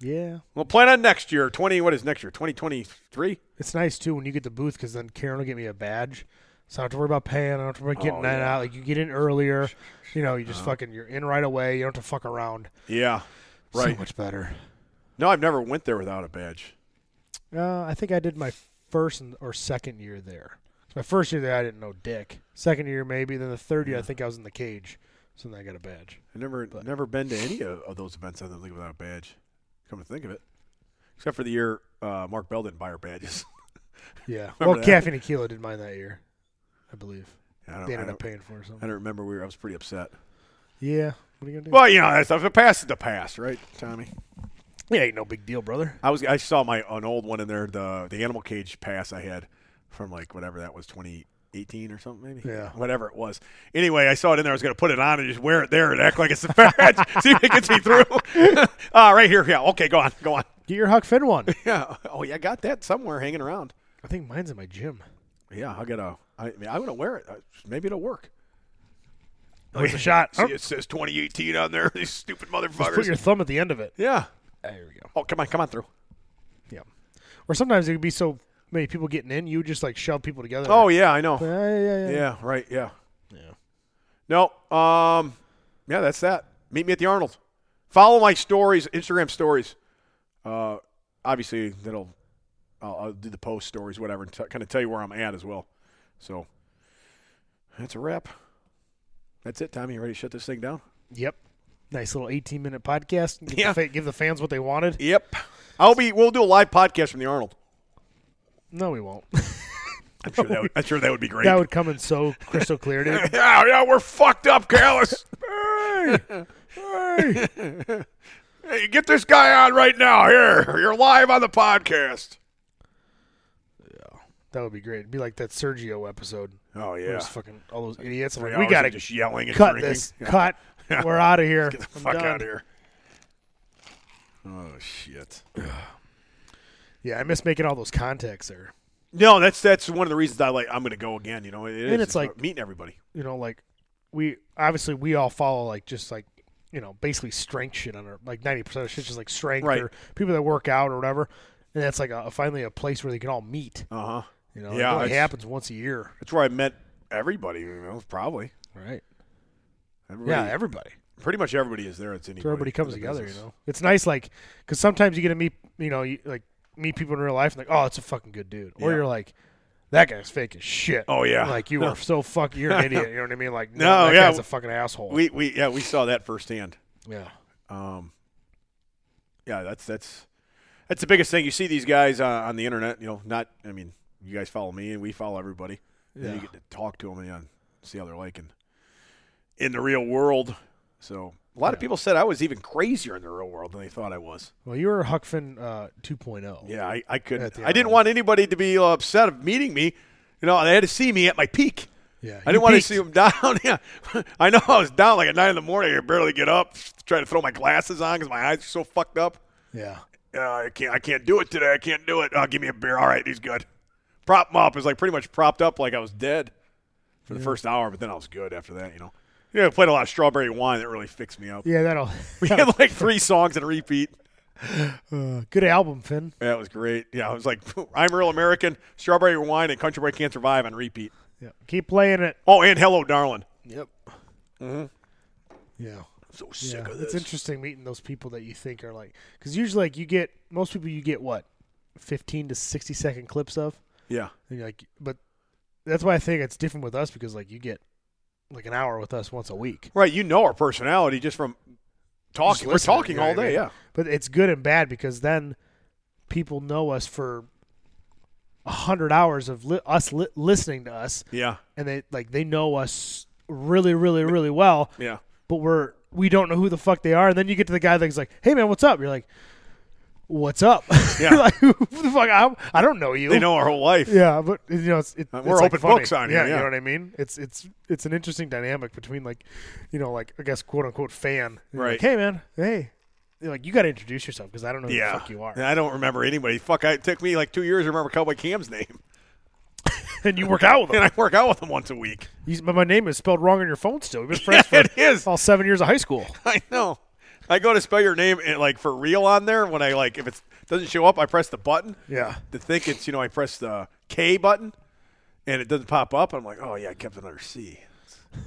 Speaker 5: Yeah,
Speaker 2: We'll plan on next year. Twenty. What is next year? Twenty twenty three.
Speaker 5: it's nice too when you get the booth because then Karen will get me a badge, so I don't have to worry about paying. I don't have to worry about getting that out. Like you get in earlier, you know, you just fucking you're in right away. You don't have to fuck around.
Speaker 2: Yeah. Right.
Speaker 5: so much better.
Speaker 2: no, I've never went there without a badge.
Speaker 5: Uh, I think I did my first and, or second year there. My first year there, I didn't know dick. Second year, maybe. Then the third year, I think I was in the cage. So then I got a *laughs* badge.
Speaker 2: I've never never been to any of, of those events I don't think without a badge. Come to think of it, except for the year uh, Mark Bell didn't buy our badges. *laughs*
Speaker 5: Yeah.
Speaker 2: Remember
Speaker 5: well,
Speaker 2: that.
Speaker 5: Caffeine and Tequila did mine that year, I believe.
Speaker 2: I don't,
Speaker 5: They
Speaker 2: I
Speaker 5: ended
Speaker 2: don't,
Speaker 5: up paying for it or
Speaker 2: I *laughs*
Speaker 5: something.
Speaker 2: don't remember. We were, I was pretty upset.
Speaker 5: Yeah. What are you gonna do?
Speaker 2: Well, you know, that's, if it passes, the pass, right, Tommy?
Speaker 5: yeah, ain't no big deal, brother.
Speaker 2: I was I saw my an old one in there the the animal cage pass I had from like whatever that was 2018 or something maybe
Speaker 5: Yeah.
Speaker 2: whatever it was anyway I saw it in there I was gonna put it on and just wear it there and act like it's a *laughs* badge see if it can see through *laughs* uh, right here yeah okay go on go on
Speaker 5: Get your Huck Finn one. *laughs*
Speaker 2: yeah oh yeah I got that somewhere hanging around
Speaker 5: I think mine's in my gym.
Speaker 2: yeah I gotta I, I mean, I'm gonna wear it Uh, maybe it'll work
Speaker 5: There's a shot.
Speaker 2: see it says 2018 on there *laughs* these stupid
Speaker 5: Just put
Speaker 2: motherfuckers
Speaker 5: your thumb at the end of it.
Speaker 2: yeah
Speaker 5: There we go.
Speaker 2: oh come on come on through
Speaker 5: Yeah. Or sometimes it would be so many people getting in, you would just like shove people together.
Speaker 2: oh yeah I know
Speaker 5: Yeah, yeah, yeah.
Speaker 2: Yeah, right. Yeah. Yeah. No. Um. Yeah, that's that. Meet me at the Arnold. Follow my stories, Instagram stories. Uh, obviously that'll I'll, I'll do the post stories, whatever, and t- kind of tell you where I'm at as well. So that's a wrap. That's it, Tommy. You ready to shut this thing down?
Speaker 5: Yep. Nice little 18 minute podcast. Give,
Speaker 2: Yeah.
Speaker 5: the fa- give the fans what they wanted.
Speaker 2: Yep. I'll be. We'll do a live podcast from the Arnold.
Speaker 5: No, we won't. *laughs*
Speaker 2: I'm sure that would, I'm sure that would be great.
Speaker 5: Oh, that would come in so crystal clear,
Speaker 2: *laughs*
Speaker 5: dude.
Speaker 2: yeah, yeah, we're fucked up, Callis. Hey, get this guy on right now. Here, you're live on the podcast.
Speaker 5: That would be great. It'd be like that Sergio episode.
Speaker 2: Oh
Speaker 5: Where
Speaker 2: yeah,
Speaker 5: it's fucking all those idiots. I'm like,
Speaker 2: Three
Speaker 5: we
Speaker 2: hours
Speaker 5: gotta
Speaker 2: of just yelling and
Speaker 5: cut
Speaker 2: drinking.
Speaker 5: this.
Speaker 2: *laughs* Yeah.
Speaker 5: Cut. We're out of here.
Speaker 2: Get the
Speaker 5: I'm
Speaker 2: fuck
Speaker 5: done.
Speaker 2: out of here. Oh shit.
Speaker 5: Yeah, I miss making all those contacts there.
Speaker 2: No, that's that's one of the reasons I like. I'm gonna go again. You know, it is
Speaker 5: And it's like-
Speaker 2: meeting everybody.
Speaker 5: you know, like we obviously we all follow like just like you know basically strength shit on our like ninety percent of shit's just like strength
Speaker 2: Right.
Speaker 5: or people that work out or whatever, and that's like a, finally a place where they can all meet.
Speaker 2: Uh huh.
Speaker 5: You know,
Speaker 2: Yeah,
Speaker 5: it only
Speaker 2: it's-
Speaker 5: happens once a year.
Speaker 2: That's where I met everybody. You know, probably.
Speaker 5: Right.
Speaker 2: Everybody,
Speaker 5: Yeah, everybody.
Speaker 2: pretty much everybody is there. It's anybody.
Speaker 5: So everybody
Speaker 2: in
Speaker 5: comes
Speaker 2: the
Speaker 5: together.
Speaker 2: business.
Speaker 5: You know, it's nice like because sometimes you get to meet you know you, like meet people in real life and like oh that's a fucking good dude or
Speaker 2: Yeah.
Speaker 5: you're like. That guy's fake as shit.
Speaker 2: Oh, yeah.
Speaker 5: like
Speaker 2: *laughs*
Speaker 5: you are so fuck. You're an idiot. You know what I mean? Like no,
Speaker 2: No,
Speaker 5: that
Speaker 2: yeah.
Speaker 5: guy's a fucking asshole.
Speaker 2: We we yeah we saw that firsthand.
Speaker 5: yeah,
Speaker 2: Um, yeah, that's that's that's the biggest thing. You see these guys uh, on the internet. You know, not I mean, you guys follow me and we follow everybody. Yeah. you
Speaker 5: Yeah.
Speaker 2: get to talk to them and you know, see how they're liking in the real world. So a lot of people said I was even crazier in the real world than they thought I was.
Speaker 5: Well, you were Huck Finn uh, 2.0.
Speaker 2: Yeah, I, I
Speaker 5: At
Speaker 2: couldn't.
Speaker 5: the
Speaker 2: I didn't
Speaker 5: outlet.
Speaker 2: want anybody to be upset of meeting me. You know, they had to see me at my peak.
Speaker 5: Yeah,
Speaker 2: I
Speaker 5: you
Speaker 2: didn't want to
Speaker 5: peaked.
Speaker 2: see him down. *laughs* yeah, I know I was down like at nine in the morning. I could barely get up, try to throw my glasses on because my eyes are so fucked up.
Speaker 5: Yeah.
Speaker 2: uh, I can't I can't do it today. I can't do it. Oh, give me a beer. All right, he's good. Prop him up is like pretty much propped up like I was dead for the first hour, but then I was good after that. You know, yeah, I played a lot of strawberry wine that really fixed me up. *laughs*
Speaker 5: Yeah, that'll. *laughs*
Speaker 2: We had like three songs in a repeat.
Speaker 5: Uh, good album, Finn.
Speaker 2: That was great. Yeah, I was like, *laughs* I'm real American, strawberry wine, and country boy can't survive on repeat.
Speaker 5: Yeah. Keep playing it.
Speaker 2: Oh, and hello, darling.
Speaker 5: Yep. Yeah.
Speaker 2: So sick
Speaker 5: Yeah,
Speaker 2: of
Speaker 5: It's
Speaker 2: this.
Speaker 5: interesting meeting those people that you think are like, because usually like you get most people you get what, fifteen to sixty second clips of,
Speaker 2: yeah.
Speaker 5: and you're like, but that's why I think it's different with us because like you get like an hour with us once a week.
Speaker 2: Right. You know our personality just from talking.
Speaker 5: Just
Speaker 2: We're
Speaker 5: listening,
Speaker 2: talking
Speaker 5: you know
Speaker 2: all
Speaker 5: what I
Speaker 2: day.
Speaker 5: mean?
Speaker 2: Yeah.
Speaker 5: But it's good and bad because then people know us for a hundred hours of li- us li- listening to us,
Speaker 2: Yeah.
Speaker 5: and they like they know us really, really, really well.
Speaker 2: Yeah.
Speaker 5: but we're we don't know who the fuck they are. And then you get to the guy that's like, "Hey man, what's up?" You're like, "What's up?" *laughs*
Speaker 2: Yeah.
Speaker 5: like, who the fuck? I, I don't know you.
Speaker 2: They know our whole life.
Speaker 5: Yeah, but you know, it's, it,
Speaker 2: Uh,
Speaker 5: it's
Speaker 2: we're
Speaker 5: like
Speaker 2: open
Speaker 5: funny.
Speaker 2: books on
Speaker 5: yeah,
Speaker 2: here,
Speaker 5: you
Speaker 2: yeah.
Speaker 5: know what I mean. It's it's it's an interesting dynamic between like, you know, like I guess quote unquote fan. You're
Speaker 2: Right.
Speaker 5: Like, hey man, hey. You're like you got to introduce yourself because I don't know who
Speaker 2: Yeah.
Speaker 5: the fuck you are.
Speaker 2: And I don't remember anybody. Fuck. I, it took me like two years to remember Cowboy Cam's name,
Speaker 5: *laughs* and you work out with them.
Speaker 2: *laughs* and I work out with him once a week. *laughs*
Speaker 5: You- but my name is spelled wrong on your phone still. We've been friends
Speaker 2: it
Speaker 5: for
Speaker 2: is.
Speaker 5: all seven years of high school.
Speaker 2: I know. I go to spell your name and like for real on there when I like if it doesn't show up, I press the button.
Speaker 5: Yeah.
Speaker 2: To think it's you know I press the K button, and it doesn't pop up. I'm like, oh yeah, I kept another C. *laughs*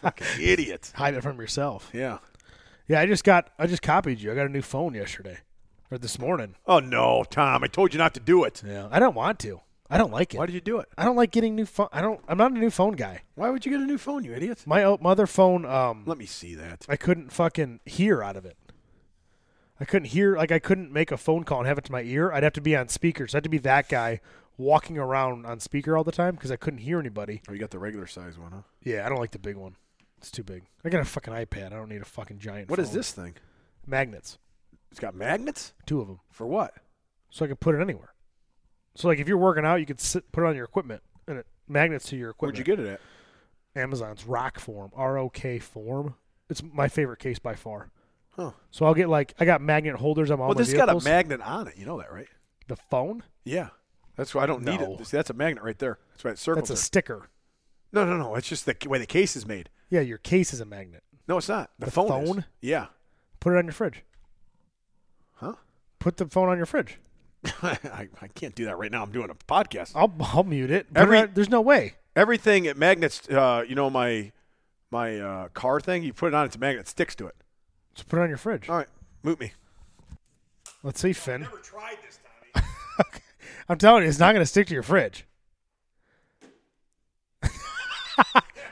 Speaker 2: Fucking idiot.
Speaker 5: Hide it from yourself.
Speaker 2: Yeah.
Speaker 5: Yeah, I just got I just copied you. I got a new phone yesterday or this morning.
Speaker 2: Oh no, Tom! I told you not to do it.
Speaker 5: Yeah. I don't want to. I don't like it.
Speaker 2: Why did you do it?
Speaker 5: I don't like getting new phone. I don't. I'm not a new phone guy.
Speaker 2: Why would you get a new phone, you idiot?
Speaker 5: My o- mother phone. Um,
Speaker 2: Let me see that.
Speaker 5: I couldn't fucking hear out of it. I couldn't hear. Like I couldn't make a phone call and have it to my ear. I'd have to be on speakers. I'd have to be that guy walking around on speaker all the time because I couldn't hear anybody.
Speaker 7: Oh, you got the regular size one, huh?
Speaker 5: Yeah, I don't like the big one. It's too big. I got a fucking iPad. I don't need a fucking giant.
Speaker 7: What is
Speaker 5: phone.
Speaker 7: this thing?
Speaker 5: Magnets.
Speaker 7: It's got magnets
Speaker 5: Two of them.
Speaker 7: for what?
Speaker 5: so I can put it anywhere. So like if you're working out, you could sit, put it on your equipment and it magnets to your equipment.
Speaker 7: Where'd you get it at?
Speaker 5: Amazon's Rock Form, R O K Form. It's my favorite case by far.
Speaker 7: Huh.
Speaker 5: So I'll get like I got magnet holders on all
Speaker 2: Well,
Speaker 5: my
Speaker 2: this got a
Speaker 5: vehicles.
Speaker 2: magnet on it. You know that, right?
Speaker 5: the phone.
Speaker 2: Yeah. That's why I don't need
Speaker 5: No.
Speaker 2: it. See, that's a magnet right there. That's why it circles.
Speaker 5: That's a sticker.
Speaker 2: there. No, no, no. It's just the way the case is made.
Speaker 5: Yeah, your case is a magnet.
Speaker 2: No, it's not. The,
Speaker 5: The
Speaker 2: phone.
Speaker 5: phone?
Speaker 2: Is. Yeah.
Speaker 5: Put it on your fridge.
Speaker 2: Huh? *laughs*
Speaker 5: Put the phone on your fridge.
Speaker 2: I, I can't do that right now. I'm doing a podcast.
Speaker 5: I'll I'll mute it. Put it
Speaker 2: Every-
Speaker 5: on- there's no way.
Speaker 2: Everything it magnets. Uh, you know my my uh, car thing. You put it on, it's a magnet. It sticks to it.
Speaker 5: Just put it on your fridge.
Speaker 2: All right, moot me.
Speaker 5: Let's see, Finn.
Speaker 2: tried this, *laughs* Tommy.
Speaker 5: *laughs* I'm telling you, it's not going to stick to your fridge. *laughs*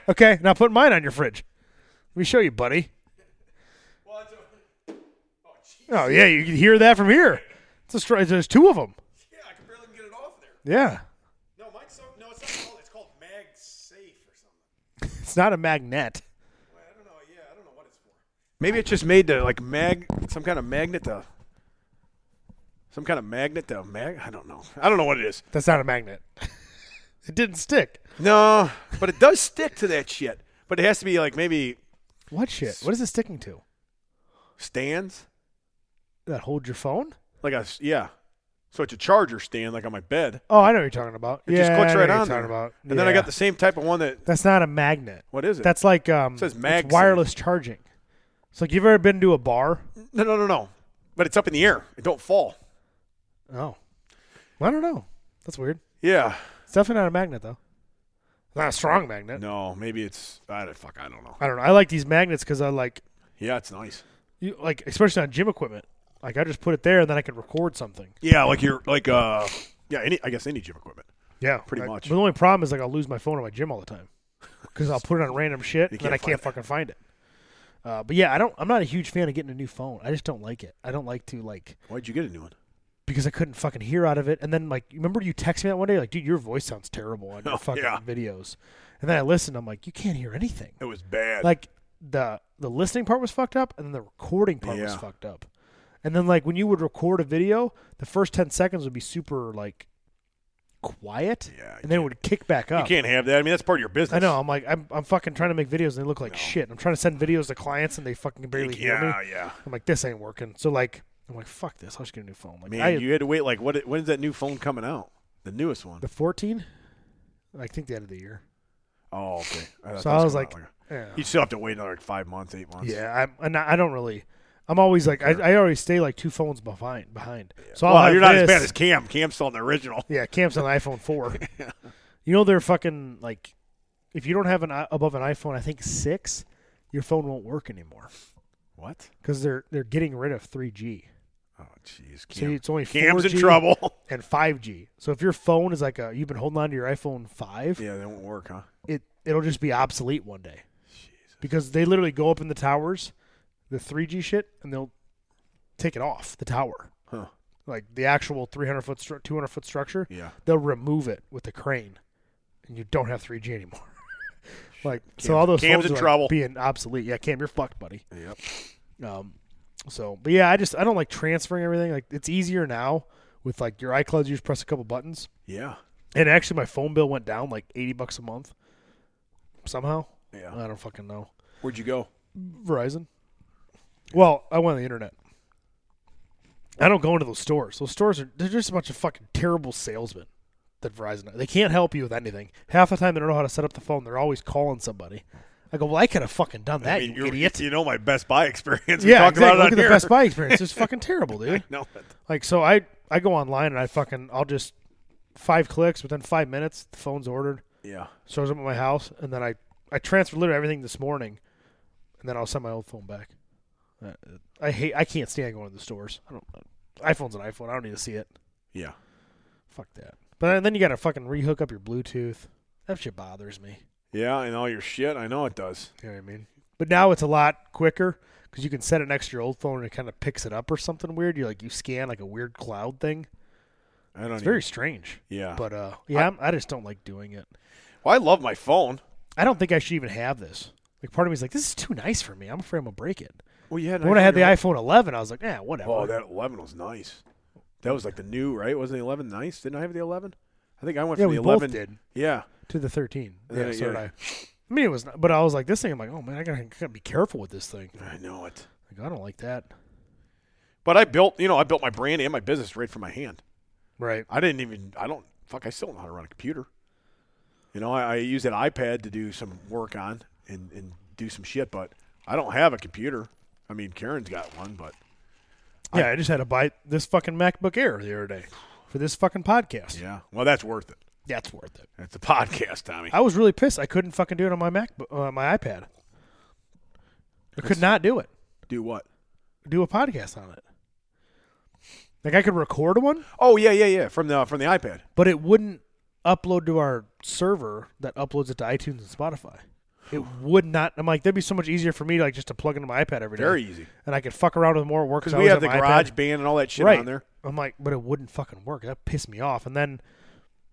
Speaker 5: okay, now put mine on your fridge. Let me show you, buddy. Oh yeah, you can hear that from here. It's a str- there's two of them.
Speaker 2: *laughs* yeah, I can barely get it off there.
Speaker 5: Yeah,
Speaker 2: No, mine's so, no, it's not called. It's called Mag Safe or something.
Speaker 5: it's not a magnet.
Speaker 2: I don't know. Yeah, I don't know what it's for. Maybe it's just made to like mag some kind of magnet to some kind of magnet to mag. I don't know. I don't know what it is.
Speaker 5: That's not a magnet. *laughs* it didn't stick.
Speaker 2: No, but it does stick to that shit. But it has to be like maybe
Speaker 5: What shit? What is it sticking to?
Speaker 2: stands,
Speaker 5: That hold your phone?
Speaker 2: like a s- yeah. So it's a charger stand, like on my bed.
Speaker 5: Oh, I know what you're talking about.
Speaker 2: It
Speaker 5: yeah,
Speaker 2: just clicks
Speaker 5: I know
Speaker 2: right
Speaker 5: what you're
Speaker 2: on
Speaker 5: talking
Speaker 2: there.
Speaker 5: about.
Speaker 2: And then I
Speaker 5: Yeah.
Speaker 2: got the same type of one that.
Speaker 5: That's not a magnet.
Speaker 2: What is it?
Speaker 5: That's like um,
Speaker 2: says
Speaker 5: it's
Speaker 2: MagSafe.
Speaker 5: wireless charging. It's like you've ever been to a bar?
Speaker 2: no, no, no, no. But it's up in the air. It don't fall.
Speaker 5: Oh, I don't know. That's weird.
Speaker 2: Yeah.
Speaker 5: It's definitely not a magnet though. Not a strong magnet.
Speaker 2: No, maybe it's. I don't, fuck. I don't know.
Speaker 5: I don't know. I like these magnets because I like
Speaker 2: Yeah, it's nice.
Speaker 5: you like especially on gym equipment. Like I just put it there and then I can record something.
Speaker 2: Yeah, like you're like uh. Yeah, any I guess any gym equipment.
Speaker 5: Yeah,
Speaker 2: Pretty
Speaker 5: I-
Speaker 2: much.
Speaker 5: But the only problem is like I'll lose my phone in my gym all the
Speaker 2: *laughs*
Speaker 5: time because I'll put it on random shit and then
Speaker 2: can't
Speaker 5: I can't fucking find it. Uh, but yeah, I don't. I'm not a huge fan of getting a new phone. I just don't like it. I don't like to like
Speaker 2: Why'd you get a new one?
Speaker 5: because I couldn't fucking hear out of it. And then like, you remember you texted me that one day, like, dude, your voice sounds terrible on your
Speaker 2: *laughs* Oh,
Speaker 5: fucking
Speaker 2: yeah.
Speaker 5: videos. And then I listened, I'm like, you can't hear anything.
Speaker 2: It was bad.
Speaker 5: Like the the listening part was fucked up, and then the recording part was
Speaker 2: Yeah.
Speaker 5: fucked up. And then like when you would record a video, the first ten seconds would be super like quiet,
Speaker 2: Yeah, you
Speaker 5: and then it
Speaker 2: can't-
Speaker 5: would kick back
Speaker 2: you
Speaker 5: up.
Speaker 2: can't have that. I mean, that's part of your business.
Speaker 5: I know. I'm like, I'm, I'm fucking trying to make videos and they look like shit. I'm trying to send videos to clients and they fucking can barely hear me.
Speaker 2: Yeah, yeah.
Speaker 5: I'm like, this ain't working. So like, I'm like, fuck this. I'll just get a new phone. Like,
Speaker 2: Man,
Speaker 5: I,
Speaker 2: you had to wait. Like, what? When is that new phone coming out? The newest one.
Speaker 5: The 14? I think the end of the year.
Speaker 2: Oh, okay. I thought
Speaker 5: So
Speaker 2: that
Speaker 5: I was
Speaker 2: coming
Speaker 5: like,
Speaker 2: out
Speaker 5: yeah.
Speaker 2: you still have to wait another like five months, eight months.
Speaker 5: Yeah, I'm, I'm not, I don't really. I'm always like, I, I always stay like two phones behind. behind. So I'll
Speaker 2: Well,
Speaker 5: have
Speaker 2: you're not as
Speaker 5: this-
Speaker 2: bad as Cam. Cam's still on the original.
Speaker 5: *laughs* Yeah, Cam's on the iPhone
Speaker 2: *laughs*
Speaker 5: 4. uh, You know, they're fucking like, if you don't have an i- above an iPhone, I think 6, your phone won't work anymore
Speaker 2: What?
Speaker 5: because they're they're getting rid of 3G.
Speaker 2: Oh, jeez.
Speaker 5: So
Speaker 2: Cam,
Speaker 5: it's only 4G
Speaker 8: Cam's in trouble.
Speaker 2: *laughs*
Speaker 5: and 5G. So if your phone is like a you've been holding on to your iPhone 5,
Speaker 2: yeah, that won't work, huh?
Speaker 5: it it'll just be obsolete one day. Because they literally go up in the towers, the 3G shit, and they'll take it off the tower.
Speaker 2: Huh.
Speaker 5: Like the actual 300 foot, stru- 200 foot structure,
Speaker 2: Yeah.
Speaker 5: they'll remove it with a crane, and you don't have 3G anymore. *laughs* like so, all those
Speaker 8: Cam's
Speaker 5: phones
Speaker 8: in
Speaker 5: are, like,
Speaker 8: trouble.
Speaker 5: being obsolete. Yeah, Cam, you're fucked, buddy.
Speaker 2: Yep.
Speaker 5: Um, so, but yeah, I just I don't like transferring everything. Like it's easier now with like your iCloud. You just press a couple buttons,
Speaker 2: Yeah.
Speaker 5: and actually, my phone bill went down like eighty bucks a month. Somehow,
Speaker 2: Yeah.
Speaker 5: I don't fucking know.
Speaker 2: Where'd you go?
Speaker 5: Verizon. Well, I went on the internet. I don't go into those stores. Those stores are they're just a bunch of fucking terrible salesmen. That Verizon, they can't help you with anything. Half the time, they don't know how to set up the phone. They're always calling somebody. I go, well, I could have fucking done that,
Speaker 8: I mean,
Speaker 5: you
Speaker 8: you're-
Speaker 5: idiot.
Speaker 8: You know my Best
Speaker 2: *laughs*
Speaker 8: Buy experience. We
Speaker 5: yeah,
Speaker 8: talked
Speaker 5: exactly.
Speaker 8: about
Speaker 5: Look
Speaker 8: it
Speaker 5: at
Speaker 8: on
Speaker 5: the
Speaker 8: here.
Speaker 5: Best Buy
Speaker 8: *laughs*
Speaker 5: experience. It's fucking terrible, dude.
Speaker 8: No, but
Speaker 5: Like so I I go online and I fucking I'll just five clicks within five minutes the phone's ordered
Speaker 2: Yeah.
Speaker 5: shows up at my house and then I I transferred literally everything this morning and then I'll send my old phone back. I, I hate I can't stand going to the stores. Uh, I don't iPhone's an iPhone. I don't need to see it.
Speaker 2: Yeah.
Speaker 5: Fuck that. But then you got to fucking rehook up your Bluetooth. That shit bothers me.
Speaker 2: Yeah, and all your shit. I know it does.
Speaker 5: You know what I mean? But now it's a lot quicker because you can set it next to your old phone and it kind of picks it up or something weird. You like you scan like a weird cloud thing.
Speaker 2: I don't.
Speaker 5: It's very strange.
Speaker 2: even- yeah.
Speaker 5: But uh, yeah, I, am I just don't like doing it.
Speaker 8: well, I love my phone.
Speaker 5: I don't think I should even have this. Like part of me is like, this is too nice for me. I'm afraid I'm gonna break it.
Speaker 2: well, you had
Speaker 5: But when I had the iPhone 11, I was like, yeah, whatever.
Speaker 2: Oh, that 11 was nice. That was like the new, right? Wasn't the 11 nice? Didn't I have the 11? I think I went
Speaker 5: yeah,
Speaker 2: for
Speaker 5: we
Speaker 2: the 11.
Speaker 5: both did
Speaker 2: Yeah.
Speaker 5: to the 13. Yeah,
Speaker 2: And then it-
Speaker 5: so did
Speaker 2: yeah.
Speaker 5: I. I mean, it was, not, but I was like, this thing. I'm like, oh man, I gotta, gotta be careful with this thing.
Speaker 2: I know it.
Speaker 5: Like, I don't like that.
Speaker 8: But I built, you know, I built my brand and my business right from my hand.
Speaker 5: Right.
Speaker 8: I didn't even, I don't, fuck, I still don't know how to run a computer. You know, I, I use that iPad to do some work on and, and do some shit, but I don't have a computer. I mean, Karen's got one, but
Speaker 5: Yeah, I, just had to buy this fucking MacBook Air the other day for this fucking podcast.
Speaker 8: yeah. Well, that's worth it.
Speaker 5: That's worth it.
Speaker 8: It's a *laughs* podcast, Tommy.
Speaker 5: I was really pissed. I couldn't fucking do it on my Mac, uh, my iPad. I could not do it.
Speaker 2: Do what?
Speaker 5: do a podcast on it. Like I could record one,
Speaker 8: Oh yeah, yeah, yeah. From the from the iPad.
Speaker 5: but it wouldn't upload to our server that uploads it to iTunes and Spotify. It would not. I'm like, that'd be so much easier for me, like just to plug into my iPad every day,
Speaker 8: Very easy.
Speaker 5: and I could fuck around with more work.
Speaker 8: Because
Speaker 5: I
Speaker 8: we
Speaker 5: always
Speaker 8: have the
Speaker 5: my iPad.
Speaker 8: garage band and all that shit
Speaker 5: right
Speaker 8: on there.
Speaker 5: I'm like, but it wouldn't fucking work. That pissed me off. And then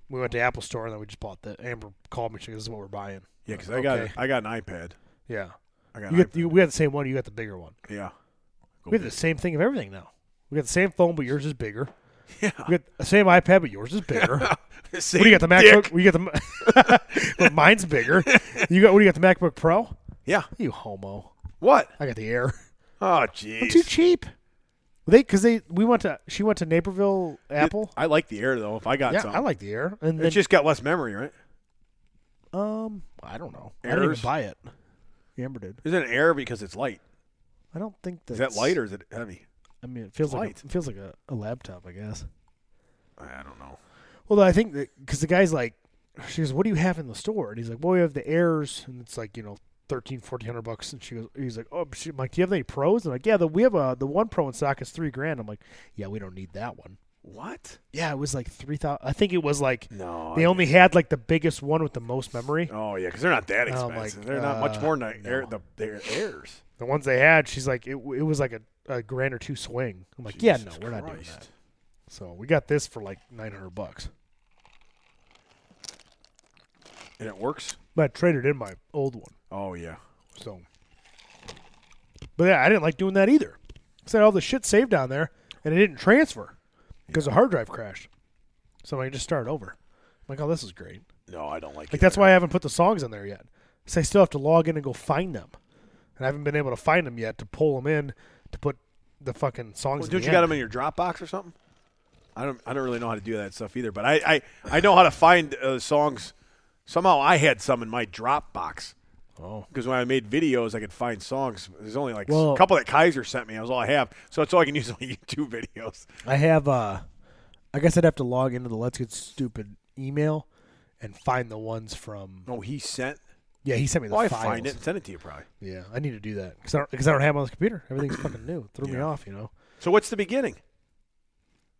Speaker 5: we went to Apple Store, and then we just bought the. Amber called me. She goes, "This is what we're buying."
Speaker 2: Yeah, because I got
Speaker 5: Okay.
Speaker 2: I got an iPad.
Speaker 5: Yeah,
Speaker 2: I got
Speaker 5: you
Speaker 2: an
Speaker 5: got you, we got the same one. You got the bigger one.
Speaker 2: iPad. Yeah.
Speaker 8: *laughs*
Speaker 2: Go
Speaker 5: We have the same thing of everything now. We got the same phone, but yours
Speaker 8: *laughs*
Speaker 5: is bigger.
Speaker 2: Yeah.
Speaker 5: We got the same iPad, but yours is bigger.
Speaker 8: Same
Speaker 5: What do you got? The
Speaker 8: dick.
Speaker 5: MacBook? We got the. *laughs* but mine's bigger. You got? What do you got? The MacBook Pro?
Speaker 8: Yeah.
Speaker 5: You homo!
Speaker 8: What?
Speaker 5: I got the Air.
Speaker 8: Oh
Speaker 5: I'm too
Speaker 8: jeez.
Speaker 5: cheap. They because they we went to she went to Naperville Apple.
Speaker 8: I like the air though. If I got
Speaker 5: yeah,
Speaker 8: some,
Speaker 5: I like the Air. And
Speaker 8: it
Speaker 5: then
Speaker 8: just got less memory, right?
Speaker 5: um, I don't know. I didn't
Speaker 8: Airs?
Speaker 5: even buy it. Amber did.
Speaker 8: Is it an air because it's light?
Speaker 5: I don't think that's,
Speaker 8: Is that light or is it heavy?
Speaker 5: I mean, it feels like
Speaker 8: light?
Speaker 5: a, it feels like a, a laptop, I guess.
Speaker 8: I don't know.
Speaker 5: Well, I think that because the guy's like, she goes, "What do you have in the store?" And he's like, "Well, we have the Airs," and it's like you know, thirteen, fourteen hundred bucks. And she goes, "He's like, oh, she, I'm like, do you have any pros?" And I'm like, yeah, the we have a the one pro in stock is three grand. I'm like, yeah, we don't need that one.
Speaker 8: What?
Speaker 5: Yeah, it was like three thousand. I think it was like
Speaker 8: No.
Speaker 5: they
Speaker 8: I-
Speaker 5: only had like the biggest one with the most memory.
Speaker 8: Oh yeah, because they're not that
Speaker 5: Oh,
Speaker 8: expensive.
Speaker 5: my
Speaker 8: they're not much
Speaker 5: God,
Speaker 8: more than the air,
Speaker 5: no.
Speaker 8: the their airs.
Speaker 5: The ones they had, she's like, it it was like a, a grand or two swing. I'm like, yeah, no,
Speaker 8: Jesus
Speaker 5: we're not doing
Speaker 8: Christ.
Speaker 5: that. So we got this for like nine hundred bucks.
Speaker 8: And it works.
Speaker 5: But I traded in my old one.
Speaker 2: Oh yeah.
Speaker 5: So, but yeah, I didn't like doing that either. 'Cause I had all the shit saved down there, and it didn't transfer because the hard drive crashed. So I just started over. I'm like, oh, this is great.
Speaker 8: No, I don't like.
Speaker 5: Like
Speaker 8: it.
Speaker 5: that's why I haven't put the songs in there yet. So I still have to log in and go find them, and I haven't been able to find them yet to pull them in to put the fucking songs.
Speaker 8: Well,
Speaker 5: in
Speaker 8: don't
Speaker 5: the
Speaker 8: you got
Speaker 5: end.
Speaker 8: them in your Dropbox or something? I don't. I don't really know how to do that stuff either. But I, I, I know how to find uh, songs. Somehow I had some in my Dropbox
Speaker 5: Oh,
Speaker 8: because when I made videos, I could find songs. There's only like
Speaker 5: Well-
Speaker 8: a couple that Kaiser sent me. That was all I have. So that's all I can *laughs* use on YouTube videos.
Speaker 5: I have. uh I guess I'd have to log into the Let's Get Stupid email and find the ones from
Speaker 8: Oh, he sent.
Speaker 5: Yeah, he sent me the
Speaker 2: Well, I
Speaker 5: files.
Speaker 2: find it and send it to you probably.
Speaker 9: Yeah, I need to do that.
Speaker 5: because I, don't- 'cause I don't have it on this computer. *coughs* Everything's fucking new. It threw me
Speaker 2: Yeah.
Speaker 5: off, you know.
Speaker 2: So what's the beginning?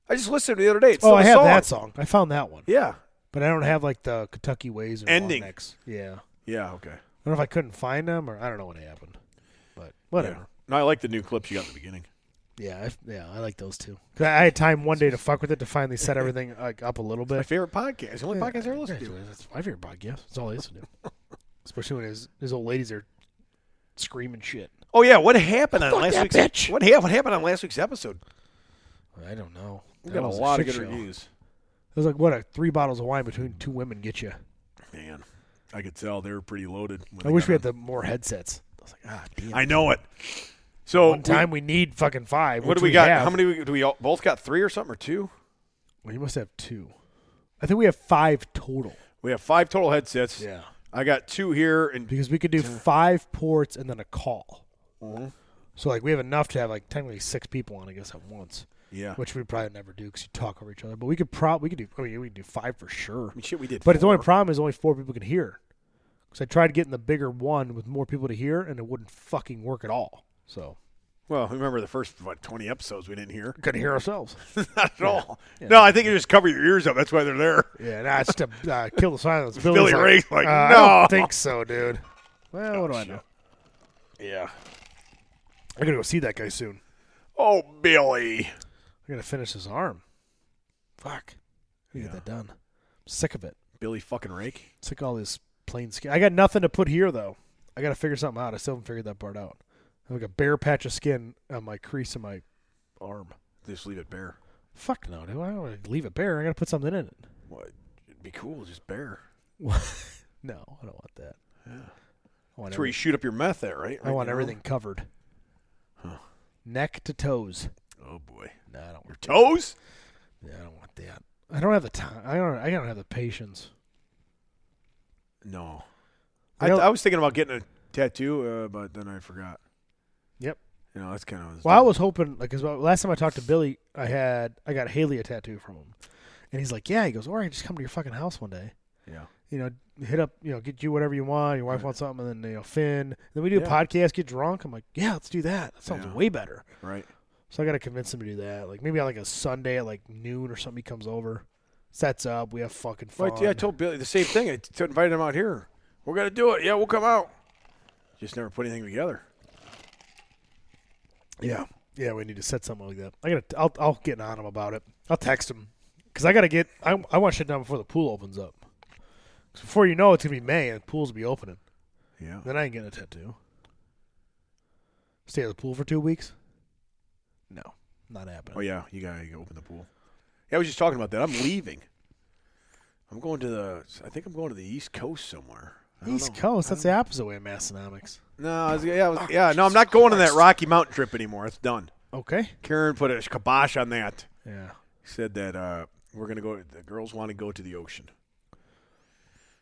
Speaker 2: I just listened to it the other day. It's
Speaker 5: oh,
Speaker 2: still
Speaker 5: I
Speaker 2: a
Speaker 5: have
Speaker 2: song.
Speaker 5: that song. I found that one,
Speaker 2: Yeah.
Speaker 5: but I don't have like the Kentucky Ways or
Speaker 2: Ending.
Speaker 5: Next. Yeah, I
Speaker 2: Yeah. Okay.
Speaker 5: don't know if I couldn't find them or I don't know what happened, but whatever.
Speaker 2: No, I like the new clips you got in the beginning.
Speaker 9: Yeah, I, yeah, I like those too.
Speaker 5: 'Cause I had time one day to fuck with it to finally *laughs* set everything like up a little
Speaker 2: My
Speaker 5: bit.
Speaker 2: favorite podcast. The only
Speaker 5: Yeah,
Speaker 2: podcast I ever listen
Speaker 5: yeah,
Speaker 2: to.
Speaker 5: That's my favorite podcast. That's all I listen to, *laughs* especially when his his old ladies are screaming shit.
Speaker 2: Oh yeah, what happened on
Speaker 5: Fuck
Speaker 2: last
Speaker 5: that
Speaker 2: week's?
Speaker 5: bitch.
Speaker 2: What, yeah, what happened on last week's episode?
Speaker 9: I don't know.
Speaker 2: We
Speaker 9: That
Speaker 2: got a
Speaker 9: was
Speaker 2: lot of
Speaker 9: shit
Speaker 2: good
Speaker 9: show.
Speaker 2: reviews.
Speaker 5: It was like what a three bottles of wine between two women get you.
Speaker 2: Man, I could tell they were pretty loaded. when
Speaker 5: I
Speaker 2: they
Speaker 5: wish
Speaker 2: got
Speaker 5: we had
Speaker 2: on.
Speaker 5: the more headsets. I was like, ah, damn.
Speaker 2: I know it. So
Speaker 5: One time we need fucking five.
Speaker 2: we- what
Speaker 5: which
Speaker 2: do we, got?
Speaker 5: have.
Speaker 2: How many we- do we all, both got? Three or something or two?
Speaker 5: Well, you must have two. I think we have five total.
Speaker 2: We have five total headsets.
Speaker 5: Yeah.
Speaker 2: I got two here, and
Speaker 5: Because we could do five ports and then a call.
Speaker 2: Mm-hmm.
Speaker 5: So, like, we have enough to have, like, technically six people on, I guess, at once,
Speaker 2: yeah,
Speaker 5: which we probably never do because you talk over each other. But we could probably, we could do, I mean, we could do five for sure.
Speaker 2: I mean, shit, we did.
Speaker 5: But the
Speaker 2: four.
Speaker 5: only problem is only four people can hear. Because I tried getting the bigger one with more people to hear, and it wouldn't fucking work at all. So,
Speaker 2: well, remember the first what, twenty episodes we didn't hear *laughs*
Speaker 5: couldn't hear ourselves.
Speaker 2: not at all. No, I think you just cover your ears up. That's why they're there.
Speaker 5: Yeah, and I just uh, kill the silence.
Speaker 2: *laughs* Billy Ray's like,
Speaker 5: uh, I
Speaker 2: "No."
Speaker 5: don't think so, dude. Well, what do I know?
Speaker 2: Yeah.
Speaker 5: I'm gonna go see that guy soon.
Speaker 2: Oh, Billy.
Speaker 5: I'm gonna finish his arm. Fuck, I gotta get that done. I'm sick of it.
Speaker 2: Billy fucking Rake.
Speaker 5: Sick of all this plain skin. I got nothing to put here though. I gotta figure something out. I still haven't figured that part out. I have like a bare patch of skin on my crease in my arm.
Speaker 2: Just leave it bare.
Speaker 5: Fuck no, dude. I don't want to leave it bare. I gotta put something in it.
Speaker 2: What? It'd be cool, just bare.
Speaker 5: no, I don't want that. I want,
Speaker 2: That's where you
Speaker 5: every-
Speaker 2: shoot up your meth at, right?
Speaker 5: I want
Speaker 2: Right now?
Speaker 5: everything covered, neck to toes.
Speaker 2: Oh boy.
Speaker 5: No, I don't want that.
Speaker 2: Toes?
Speaker 5: Yeah, I don't want that. I don't have the time. I don't. I don't have the patience.
Speaker 2: No.
Speaker 5: I
Speaker 2: I,
Speaker 5: don't-
Speaker 2: I was thinking about getting a tattoo, uh, but then I forgot.
Speaker 5: Yep.
Speaker 2: You know, that's kind of.
Speaker 5: Well, I was hoping like 'cause uh, last time I talked to Billy, I had I got Haley a tattoo from him, and he's like, "Yeah," he goes, "Or I can just come to your fucking house one day,
Speaker 2: Yeah.
Speaker 5: you know, hit up, you know, get you whatever you want. Your wife wants something, and then you know, Finn. Then we do a
Speaker 2: Yeah.
Speaker 5: podcast, get drunk. I'm like, "Yeah, let's do that. That sounds
Speaker 2: Yeah.
Speaker 5: way better."
Speaker 2: Right.
Speaker 5: So I got to convince him to do that. Like maybe on like a Sunday at like noon or something, he comes over, sets up, we have fucking fun.
Speaker 2: But yeah, I told Billy the same thing. I t- invited him out here. We're gonna do it. Yeah, we'll come out. Just never put anything together.
Speaker 5: Yeah, yeah, we need to set something like that. I gotta, I'll, I'll get on him about it. I'll text him because I gotta get. I, I want shit done before the pool opens up. 'Cause before you know, it, it's gonna be May and pools will be opening.
Speaker 2: Yeah.
Speaker 5: Then I ain't getting a tattoo. Stay at the pool for two weeks. No, not happening.
Speaker 2: Oh yeah, you gotta, you gotta open the pool. Yeah, I was just talking about that. I'm leaving. I'm going to the. I think I'm going to the East Coast somewhere. I don't
Speaker 5: East
Speaker 2: know.
Speaker 5: Coast. That's the opposite way of Massonomics.
Speaker 2: No, I was, yeah, I was, yeah. No, I'm not going on that Rocky Mountain trip anymore. It's done.
Speaker 5: Okay.
Speaker 2: Karen put a kibosh on that.
Speaker 5: Yeah.
Speaker 2: Said that uh, we're gonna go. The girls want to go to the ocean.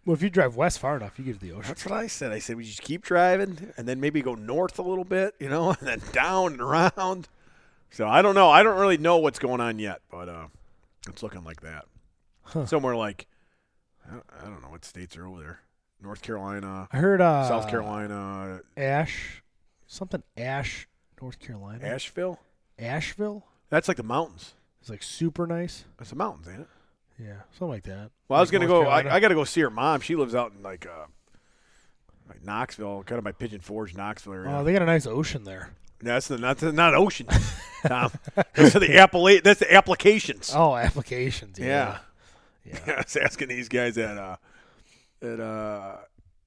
Speaker 5: Well, if you drive west far enough, you get to the ocean.
Speaker 2: That's what I said. I said we just keep driving and then maybe go north a little bit, you know, *laughs* and then down and around. So I don't know. I don't really know what's going on yet, but uh, it's looking like that. Somewhere like I don't, I don't know what states are over there. North Carolina,
Speaker 5: I heard uh,
Speaker 2: South Carolina,
Speaker 5: Ash, something Ash, North Carolina,
Speaker 2: Asheville.
Speaker 5: Asheville.
Speaker 2: That's like the mountains.
Speaker 5: It's like super nice.
Speaker 2: That's the mountains, ain't it?
Speaker 5: Yeah, something like that.
Speaker 2: Well, I was
Speaker 5: Like
Speaker 2: gonna
Speaker 5: North
Speaker 2: go. I,
Speaker 5: Carolina.
Speaker 2: I got to go see her mom. She lives out in like uh, like Knoxville, kind of by Pigeon Forge, Knoxville area.
Speaker 5: Oh, they got a nice ocean there.
Speaker 2: No, That's the, not the,
Speaker 5: *laughs*
Speaker 2: not ocean, Tom. Those are the appla- That's the applications.
Speaker 5: Oh, applications.
Speaker 2: yeah.
Speaker 5: Yeah.
Speaker 2: *laughs* I was asking these guys that uh, that uh,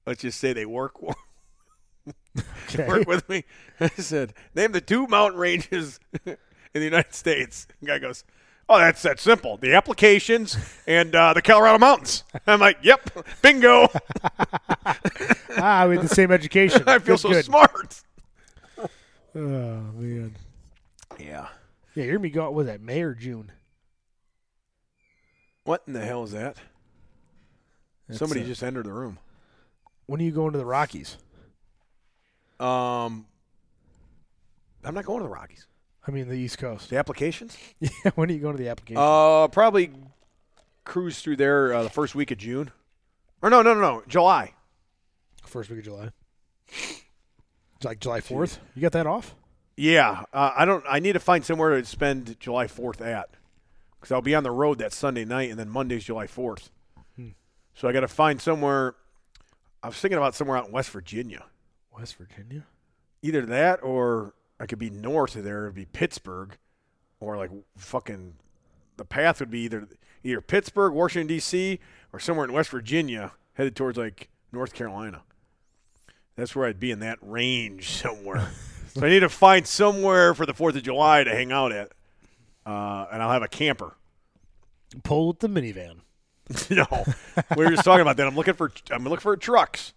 Speaker 2: let's just say they work *laughs*
Speaker 5: Okay.
Speaker 2: work with me. I said, name the two mountain ranges *laughs* in the United States. The guy goes, oh, that's that simple. The applications and uh, the Colorado Mountains. I'm like, yep, bingo. *laughs*
Speaker 5: *laughs* ah, we had the same education.
Speaker 2: I feel
Speaker 5: Good,
Speaker 2: so
Speaker 5: good.
Speaker 2: smart.
Speaker 5: Oh man.
Speaker 2: Yeah.
Speaker 5: Yeah, you're gonna be going. Was that May or June?
Speaker 2: What in the hell is that?
Speaker 5: That's,
Speaker 2: Somebody
Speaker 5: uh,
Speaker 2: just entered the room.
Speaker 5: When are you going to the Rockies?
Speaker 2: Um, I'm not going to the Rockies.
Speaker 5: I mean, the East Coast. *laughs*
Speaker 2: The applications?
Speaker 5: Yeah. When are you going to the application?
Speaker 2: Uh, probably cruise through there uh, the first week of June. Or no, no, no, no, July.
Speaker 5: first week of July. Like July fourth. You got that off?
Speaker 2: Yeah, uh, I don't. I need to find somewhere to spend July Fourth at, because I'll be on the road that Sunday night, and then Monday's July Fourth. So I got to find somewhere. I was thinking about somewhere out in West Virginia,
Speaker 5: West Virginia.
Speaker 2: either that or I could be north of there. It'd be Pittsburgh, or like fucking. The path would be either either Pittsburgh, Washington D.C., or somewhere in West Virginia, headed towards like North Carolina. That's where I'd be in that range somewhere. so I need to find somewhere for the Fourth of July to hang out at, uh, and I'll have a camper. *laughs*
Speaker 5: Pull with the minivan.
Speaker 2: no, we were just talking about that. I'm looking for I'm looking for trucks.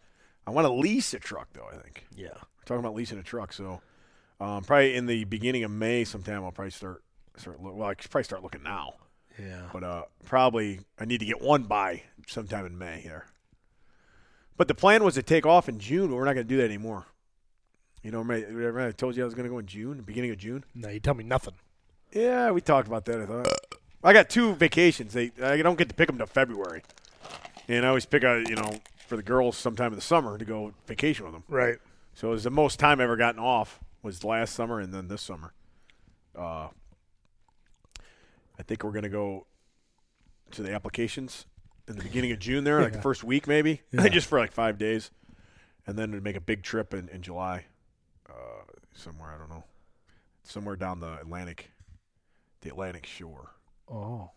Speaker 2: I want to lease a truck though. I think
Speaker 5: Yeah.
Speaker 2: talking about leasing a truck. So um, probably in the beginning of May sometime I'll probably start start look, well I should probably start looking now.
Speaker 5: Yeah.
Speaker 2: But uh, probably I need to get one by sometime in May here. But the plan was to take off in June, but we're not going to do that anymore. You know, remember remember I told you I was going to go in June, beginning of June.
Speaker 5: No, you tell me nothing.
Speaker 2: Yeah, we talked about that. I thought I got two vacations. They I don't get to pick them till February, and I always pick a you know for the girls sometime in the summer to go vacation with them.
Speaker 5: Right.
Speaker 2: So it was the most time I ever gotten off was last summer and then this summer. Uh, I think we're gonna go to the applications in the beginning of June there, like the first week maybe, *laughs* just for like five days, and then we'd make a big trip in in July, uh, somewhere I don't know, somewhere down the Atlantic, the Atlantic shore.
Speaker 5: Oh,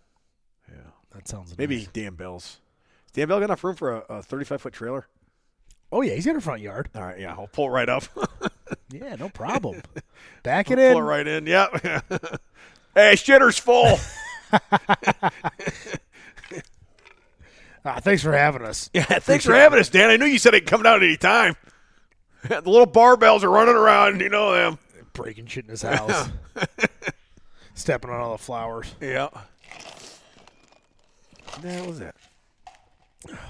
Speaker 2: Yeah,
Speaker 5: that sounds
Speaker 2: maybe
Speaker 5: nice.
Speaker 2: Dan Bell's. Is Dan Bell got enough room for a, a 35 foot trailer?
Speaker 5: Oh yeah, he's got a front yard.
Speaker 2: All right, yeah, I'll pull it right up. *laughs*
Speaker 5: Yeah, no *laughs* problem. Back it
Speaker 2: Pull it
Speaker 5: in.
Speaker 2: right in. Yep. *laughs* hey, shitter's full.
Speaker 5: Ah, thanks for having us.
Speaker 2: *laughs* yeah, thanks for having us, Dan. I knew you said it'd come down at any time. *laughs* the little barbells are running around. You know them.
Speaker 5: Breaking shit in his house. *laughs* Stepping on all the flowers.
Speaker 2: Yeah. What the hell was that?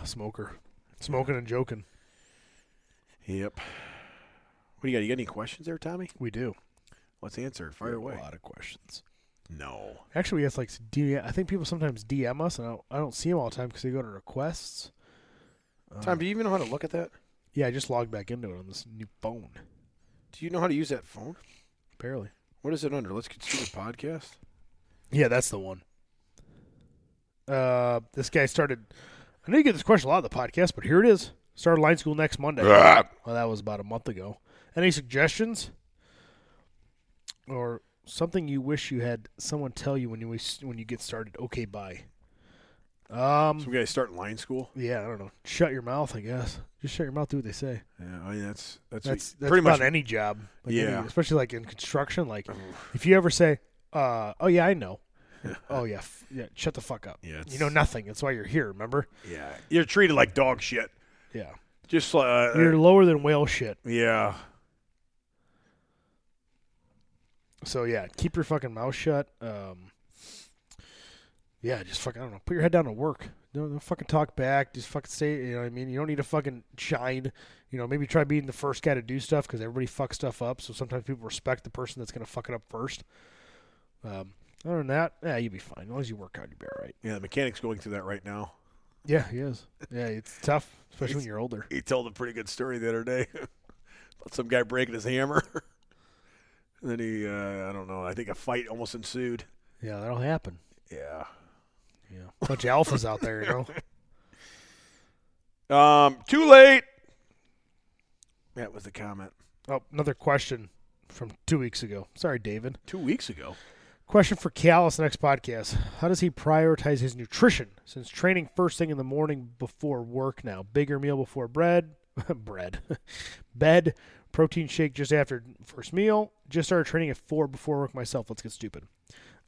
Speaker 5: Smoker. Smoking and joking.
Speaker 2: Yep. What do you got? You got any questions there, Tommy?
Speaker 5: We do.
Speaker 2: Let's answer. Fire away.
Speaker 10: A lot of questions.
Speaker 2: No.
Speaker 5: Actually, it's like D. I think people sometimes DM us, and I don't, I don't see them all the time because they go to requests.
Speaker 2: Tom, do you even know how to look at that?
Speaker 5: Yeah, I just logged back into it on this new phone.
Speaker 2: Do you know how to use that phone?
Speaker 5: Apparently.
Speaker 2: What is it under? Let's consider *laughs* podcast.
Speaker 5: Yeah, that's the one. Uh, this guy started. I know you get this question a lot on the podcast, but here it is. Started line school next Monday. well, that was about a month ago. Any suggestions or something you wish you had someone tell you when you wish- when you get started? Okay, bye. Um.
Speaker 2: So we got to start in line school.
Speaker 5: Yeah, I don't know. Shut your mouth, I guess. Just shut your mouth. Do what they say.
Speaker 2: Yeah, I mean that's that's,
Speaker 5: That's, that's
Speaker 2: pretty
Speaker 5: about
Speaker 2: much.
Speaker 5: any job. Like any-
Speaker 2: Yeah.
Speaker 5: especially like in construction. Like if you ever say, uh, "Oh yeah, I know,"
Speaker 2: *laughs*
Speaker 5: oh yeah, f- yeah, shut the fuck up.
Speaker 2: Yeah, it's-
Speaker 5: you know nothing. That's why you're here. Remember?
Speaker 2: yeah, you're treated like dog shit.
Speaker 5: Yeah,
Speaker 2: Just uh,
Speaker 5: you're lower than whale shit.
Speaker 2: yeah.
Speaker 5: So yeah, keep your fucking mouth shut. Um, yeah, just fucking I don't know. Put your head down to work. Don't, don't fucking talk back. Just fucking say you know what I mean. You don't need to fucking shine. You know, maybe try being the first guy to do stuff because everybody fucks stuff up. So sometimes people respect the person that's gonna fuck it up first. Um, other than that, yeah, you'll be fine as long as you work hard. You'll be all right.
Speaker 2: Yeah, the mechanic's going through that right now.
Speaker 5: Yeah, he is. Yeah, it's tough, especially when you're older.
Speaker 2: He told a pretty good story the other day *laughs* about some guy breaking his hammer. *laughs* and then he, uh, I don't know, I think a fight almost ensued.
Speaker 5: Yeah, that'll happen.
Speaker 2: Yeah.
Speaker 5: Yeah, bunch of alphas out there, you *laughs* know.
Speaker 2: Um, too late. That was the comment
Speaker 5: Oh, another question from two weeks ago. Sorry, David.
Speaker 2: two weeks ago.
Speaker 5: Question for Callis next podcast. How does he prioritize his nutrition since training first thing in the morning before work now? Bigger meal before bread, *laughs* bread, bed, protein shake just after first meal. Just started training at four before work myself. Let's get stupid.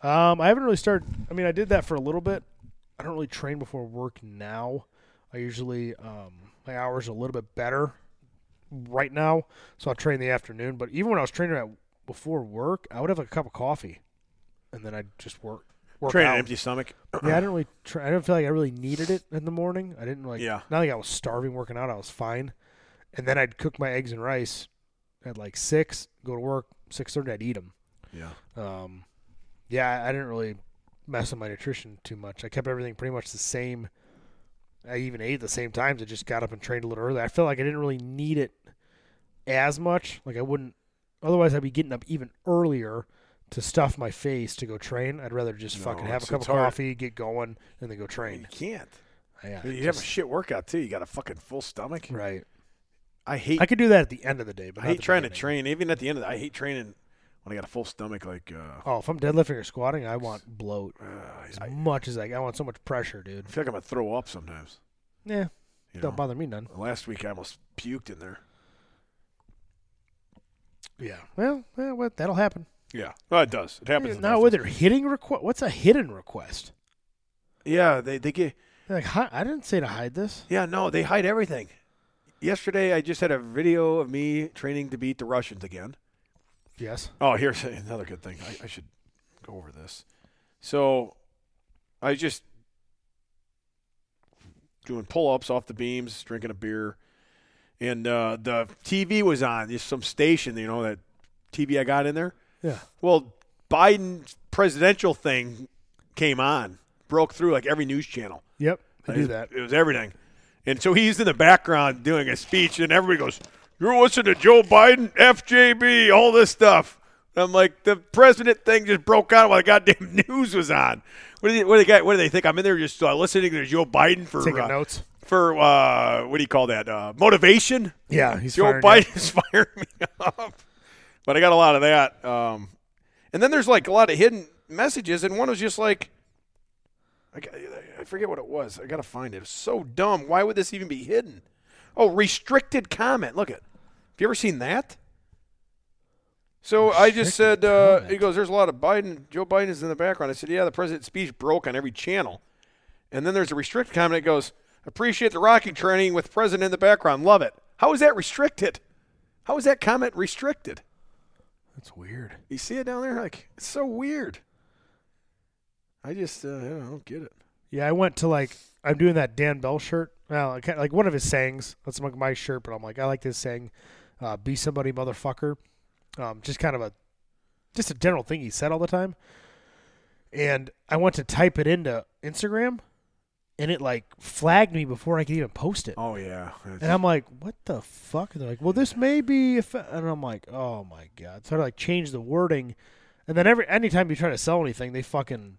Speaker 5: Um, I haven't really started. I mean, I did that for a little bit. I don't really train before work now. I usually um, my hours are a little bit better right now, so I'll train in the afternoon. But even when I was training at before work, I would have a cup of coffee, and then I'd just work. Work
Speaker 2: Training
Speaker 5: out.
Speaker 2: an empty
Speaker 5: *clears throat*
Speaker 2: stomach.
Speaker 5: Yeah, I didn't really. Try, I didn't feel like I really needed it in the morning. I didn't like.
Speaker 2: Yeah.
Speaker 5: Not like I was starving working out. I was fine, and then I'd cook my eggs and rice at like six. Go to work six thirty. I'd eat them.
Speaker 2: Yeah.
Speaker 5: Um, yeah, I- I didn't really mess with my nutrition too much. I kept everything pretty much the same I even ate at the same times. I just got up and trained a little early. I felt like I didn't really need it as much. Like I wouldn't. Otherwise, I'd be getting up even earlier to stuff my face to go train. I'd rather just fucking have a
Speaker 2: it's-
Speaker 5: cup
Speaker 2: it's
Speaker 5: of
Speaker 2: hard.
Speaker 5: coffee, get going, and then go
Speaker 2: You
Speaker 5: train.
Speaker 2: can't.
Speaker 5: Yeah,
Speaker 2: You
Speaker 5: just-
Speaker 2: have a shit workout too. You got a fucking full stomach.
Speaker 5: right.
Speaker 2: I hate.
Speaker 5: I could do that at the end of the day, but
Speaker 2: I
Speaker 5: not
Speaker 2: hate
Speaker 5: the
Speaker 2: trying to
Speaker 5: beginning.
Speaker 2: train. Even at the end of the, I hate training when I got a full stomach. Like, uh, *sighs*
Speaker 5: Oh, if I'm deadlifting or squatting, I want bloat
Speaker 2: uh,
Speaker 5: as
Speaker 2: I
Speaker 5: much as I. I want so much pressure, dude.
Speaker 2: feel like I'm gonna throw up sometimes.
Speaker 5: Yeah,
Speaker 2: You know?
Speaker 5: don't bother me none.
Speaker 2: Last week I almost puked in there.
Speaker 5: Yeah. Well, yeah, what that'll happen.
Speaker 2: Yeah, well, it does. It happens.
Speaker 5: Yeah,
Speaker 2: in
Speaker 5: Now,
Speaker 2: wrestling.
Speaker 5: with their hitting request, what's a hidden request?
Speaker 2: Yeah, they they get.
Speaker 5: They're like, hi- I didn't say to hide this.
Speaker 2: Yeah, no, they hide everything. Yesterday I just had a video of me training to beat the Russians again.
Speaker 5: Yes.
Speaker 2: Oh, here's *laughs* another good thing. I, I should go over this. So I just doing pull ups off the beams, drinking a beer, and uh, the TV was on. Just some station, you know, that TV I got in there.
Speaker 5: Yeah.
Speaker 2: Well, Biden's presidential thing came on, broke through like every news channel.
Speaker 5: Yep. They do
Speaker 2: It-
Speaker 5: that.
Speaker 2: It was everything. And so he's in the background doing a speech, and everybody goes, You're listening to Joe Biden, FJB, all this stuff. And I'm like, The president thing just broke out while the goddamn *laughs* news was on. What do they, what do they, got- what do they think? I'm in there just uh, listening to Joe Biden
Speaker 5: *laughs*
Speaker 2: for.
Speaker 5: Taking
Speaker 2: uh,
Speaker 5: notes.
Speaker 2: For, uh, what do you call that? Uh, motivation?
Speaker 5: Yeah. He's
Speaker 2: Joe
Speaker 5: fired
Speaker 2: Biden is *laughs* firing me up. But I got a lot of that. Um, and then there's like a lot of hidden messages, and one was just like, I, g- I forget what it was. I gotta find it. It's so dumb. Why would this even be hidden? Oh, restricted comment. Look at. Have you ever seen that? So I just said,
Speaker 5: Restricted
Speaker 2: uh,
Speaker 5: comment.
Speaker 2: he goes, "There's a lot of Biden. Joe Biden is in the background." I said, "Yeah, the president's speech broke on every channel." And then there's a restricted comment. It goes, "Appreciate the Rocky training with president in the background. Love it." How is that restricted? How is that comment restricted?
Speaker 5: That's weird.
Speaker 2: You see it down there? Like it's so weird. I just uh, I don't know, I don't get it.
Speaker 5: Yeah, I went to like I'm doing that Dan Bell shirt. Well, I kinda- like one of his sayings. That's like my shirt, but I'm like I like this saying, uh, "Be somebody, motherfucker." Um, just kind of a just a general thing he said all the time. And I went to type it into Instagram, and it like flagged me before I could even post it.
Speaker 2: Oh yeah.
Speaker 5: And I'm like, what the fuck? And they're like, well, this may be, if, and I'm like, oh my god. So I like change the wording, and then every anytime you try to sell anything, they fucking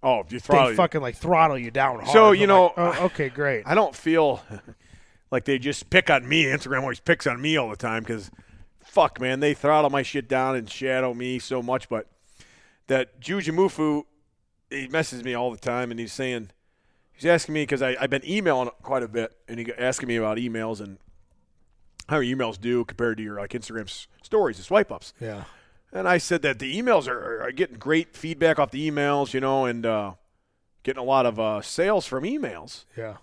Speaker 2: oh, you
Speaker 5: they fucking like thrhrottle you down hard.
Speaker 2: So,
Speaker 5: I'm
Speaker 2: you know,
Speaker 5: like, oh, okay, great.
Speaker 2: I don't feel *laughs* like they just pick on me. Instagram always picks on me all the time because, fuck, man, they throttle my shit down and shadow me so much. But that Jujamufu, he messes me all the time, and he's saying, he's asking me because I've been emailing quite a bit, and he asking me about emails and how your emails do compared to your like Instagram s- stories and swipe ups.
Speaker 5: yeah,
Speaker 2: And I said that the emails are, are getting great feedback off the emails, you know, and uh, getting a lot of uh, sales from emails
Speaker 5: yeah.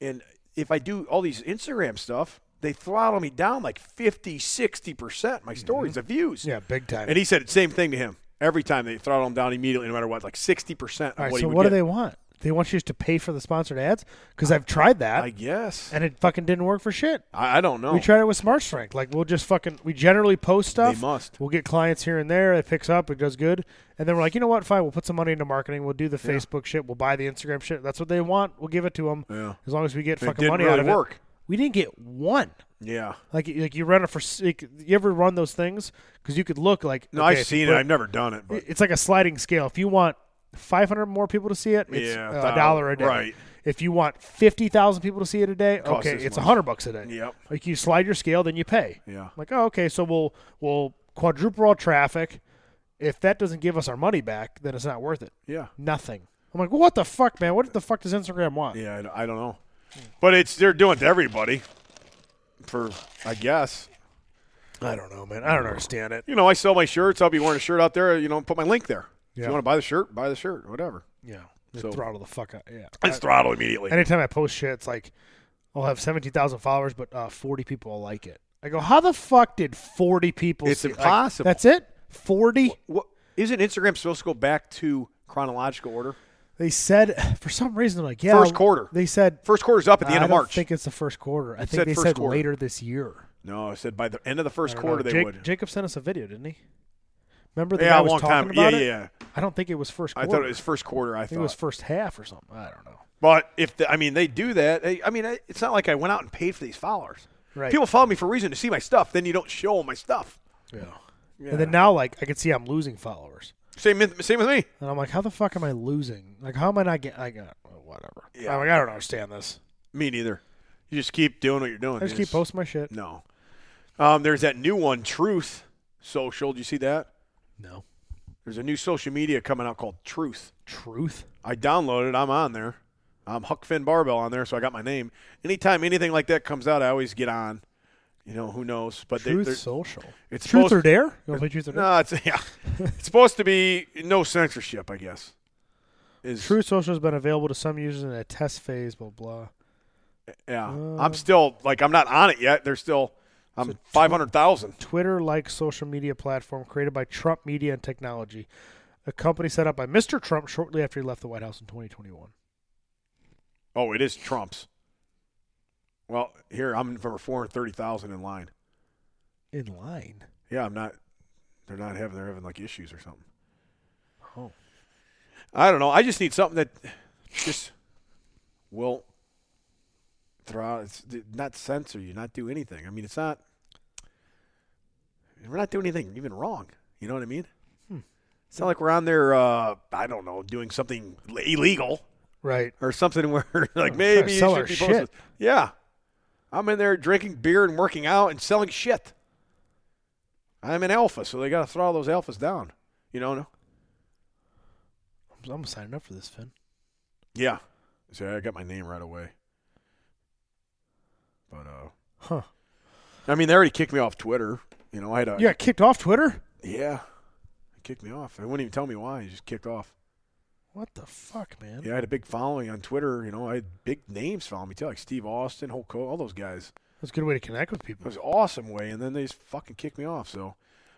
Speaker 2: and if I do all these Instagram stuff, they throttle me down like 50, 60% my stories, the views.
Speaker 5: Mm-hmm. Yeah, big time.
Speaker 2: And he said the same thing to him. Every time they throttle him down immediately, no matter what, like 60% of
Speaker 5: All right,
Speaker 2: what he
Speaker 5: so
Speaker 2: would
Speaker 5: what
Speaker 2: get.
Speaker 5: do they want? They want you just to pay for the sponsored ads? Because I've tried that,
Speaker 2: I guess.
Speaker 5: and it fucking didn't work for shit.
Speaker 2: I, I don't know.
Speaker 5: We tried it with Smart Strength. Like we'll just fucking we generally post stuff.
Speaker 2: They must.
Speaker 5: We'll get clients here and there. It picks up. It does good. And then we're like, you know what? Fine. We'll put some money into marketing. We'll do the Facebook shit. We'll buy the Instagram shit. That's what they want. We'll give it to them.
Speaker 2: Yeah.
Speaker 5: As long as we get
Speaker 2: It
Speaker 5: fucking
Speaker 2: didn't
Speaker 5: money out
Speaker 2: really
Speaker 5: of
Speaker 2: work.
Speaker 5: it. We didn't get one.
Speaker 2: Yeah.
Speaker 5: Like like you run it for like, you ever run those things because you could look like
Speaker 2: No,
Speaker 5: okay,
Speaker 2: I've
Speaker 5: if you
Speaker 2: seen it.
Speaker 5: put-
Speaker 2: I've never done it. But
Speaker 5: it's like a sliding scale. If you want 500 more people to see it, it's
Speaker 2: Yeah,
Speaker 5: uh, a dollar a day.
Speaker 2: right.
Speaker 5: If you want 50,000 people to see it a day,
Speaker 2: Costs
Speaker 5: okay,
Speaker 2: this
Speaker 5: it's
Speaker 2: much.
Speaker 5: 100 bucks a day.
Speaker 2: Yep.
Speaker 5: Like you slide your scale, then you pay.
Speaker 2: Yeah.
Speaker 5: Like, oh, okay, so we'll we'll quadruple our traffic. If that doesn't give us our money back, then it's not worth it.
Speaker 2: yeah.
Speaker 5: Nothing. I'm like, well, what the fuck, man? What the fuck does Instagram want?
Speaker 2: Yeah. I d- I, don't know. But it's they're doing it to everybody for, I guess.
Speaker 5: I don't know, man. I don't understand it.
Speaker 2: You know, I sell my shirts. I'll be wearing a shirt out there. You know, put my link there. If
Speaker 5: Yeah.
Speaker 2: you want to buy the shirt, buy the shirt, whatever.
Speaker 5: Yeah. They
Speaker 2: So-
Speaker 5: throttle the fuck out. Yeah.
Speaker 2: It's throttle immediately.
Speaker 5: anytime I post shit, it's like I'll have seventeen thousand followers, but uh, forty people will like it. I go, how the fuck did forty people?
Speaker 2: It's
Speaker 5: see it?" Like,
Speaker 2: impossible.
Speaker 5: that's it. Forty.
Speaker 2: What isn't Instagram supposed to go back to chronological order?
Speaker 5: They said *sighs* for some reason, like yeah,
Speaker 2: First quarter.
Speaker 5: They said
Speaker 2: First quarter's up at the
Speaker 5: I
Speaker 2: end of
Speaker 5: don't
Speaker 2: March.
Speaker 5: think it's the first quarter. I think
Speaker 2: said
Speaker 5: they
Speaker 2: first
Speaker 5: said
Speaker 2: quarter.
Speaker 5: later this year.
Speaker 2: no, I said by the end of the first
Speaker 5: I don't
Speaker 2: quarter
Speaker 5: know.
Speaker 2: they
Speaker 5: Jake-
Speaker 2: would.
Speaker 5: Jacob sent us a video, didn't he? Remember the guy
Speaker 2: yeah, a
Speaker 5: was
Speaker 2: long
Speaker 5: talking
Speaker 2: time. Yeah,
Speaker 5: about
Speaker 2: yeah,
Speaker 5: it?
Speaker 2: yeah.
Speaker 5: I don't think it was first
Speaker 2: I
Speaker 5: quarter.
Speaker 2: thought it was first quarter.
Speaker 5: I
Speaker 2: I
Speaker 5: think it
Speaker 2: thought,
Speaker 5: was first half or something. I don't know.
Speaker 2: But if the, I mean they do that, I I mean I- it's not like I went out and paid for these followers.
Speaker 5: Right.
Speaker 2: People follow me for a reason to see my stuff. Then you don't show 'em my stuff.
Speaker 5: And then now, like, I can see I'm losing followers.
Speaker 2: Same with- same with me.
Speaker 5: And I'm like, how the fuck am I losing? Like, how am I not getting? I got whatever. I'm like, I don't understand this.
Speaker 2: Me neither. You just keep doing what you're doing.
Speaker 5: I just keep posting my shit.
Speaker 2: No. Um, there's that new one, Truth Social. Do you see that?
Speaker 5: No.
Speaker 2: There's a new social media coming out called Truth.
Speaker 5: Truth.
Speaker 2: I downloaded. it. I'm on there. I'm Huck Finn Barbell on there, so I got my name. Anytime anything like that comes out, I always get on. You know who knows, but
Speaker 5: Truth
Speaker 2: they, they're-
Speaker 5: social.
Speaker 2: it's
Speaker 5: Truth or
Speaker 2: supposed-
Speaker 5: dare? You want to play truth or dare?
Speaker 2: No, it's *laughs* yeah. it's supposed to be no censorship, I guess. Is
Speaker 5: Truth social has been available to some users in a test phase. Blah blah.
Speaker 2: yeah.
Speaker 5: uh,
Speaker 2: I'm still like I'm not on it yet. They're still I'm five hundred thousand.
Speaker 5: Twitter-like social media platform created by Trump Media and Technology, a company set up by Mr. Trump shortly after he left the White House in 2021.
Speaker 2: Oh, it is Trump's. Well, here I'm number four hundred thirty thousand in line.
Speaker 5: In line.
Speaker 2: Yeah, I'm not. They're not having. They're having like issues or something.
Speaker 5: Oh.
Speaker 2: I don't know. I just need something that just will throw out. It's not censor you, not do anything. I mean, it's not. We're not doing anything even wrong. You know what I mean? It's not like we're on there. Uh, I don't know, doing something illegal
Speaker 5: Right.
Speaker 2: or something *laughs* where like
Speaker 5: trying to
Speaker 2: maybe you
Speaker 5: Oh, sell
Speaker 2: should
Speaker 5: our
Speaker 2: be
Speaker 5: shit.
Speaker 2: posted. Yeah, I'm in there drinking beer and working out and selling shit. I'm an alpha, so they got to throw all those alphas down. You know? No?
Speaker 5: I'm, I'm signing up for this, Finn.
Speaker 2: Yeah. See, I got my name right away. But uh,
Speaker 5: Huh.
Speaker 2: I mean, they already kicked me off Twitter. You know, I had a
Speaker 5: You got kicked off Twitter?
Speaker 2: yeah. They kicked me off. They wouldn't even tell me why. They just kicked off.
Speaker 5: What the fuck, man?
Speaker 2: Yeah, I had a big following on Twitter. You know, I had big names following me too, like Steve Austin, Hulk Hogan, all those guys.
Speaker 5: That's a good way to connect with
Speaker 2: It
Speaker 5: people.
Speaker 2: was an awesome way, and then they just fucking kicked me off. So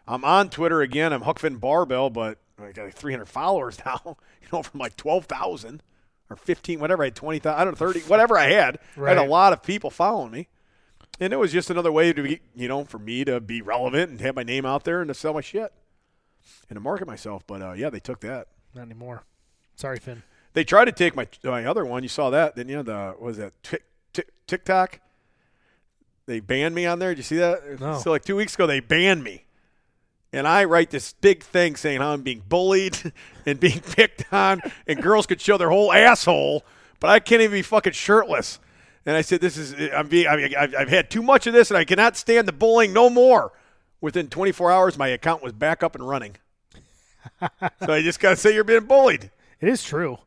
Speaker 2: I'm on Twitter again. I'm Huck Finn Barbell, but I got like 300 followers *laughs* now. You know, from like 12,000 or 15, whatever. I had 20,000, I don't know, 30, whatever I had. I
Speaker 5: Right.
Speaker 2: had a lot of people following me, and it was just another way to be, you know, for me to be relevant and have my name out there and to sell my shit and to market myself. But uh, yeah, they took that.
Speaker 5: Not anymore. Sorry, Finn.
Speaker 2: They tried to take my my other one. You saw that, didn't you? The what was that Tik Tik TikTok? They banned me on there. Did you see that?
Speaker 5: No.
Speaker 2: So like two weeks ago, they banned me, and I write this big thing saying how I'm being bullied *laughs* and being picked on, and girls could show their whole asshole, but I can't even be fucking shirtless. And I said, "This is I'm being I mean, I've, I've had too much of this, and I cannot stand the bullying no more." Within 24 hours, my account was back up and running. *laughs* so I just gotta say you're being bullied.
Speaker 5: It is true.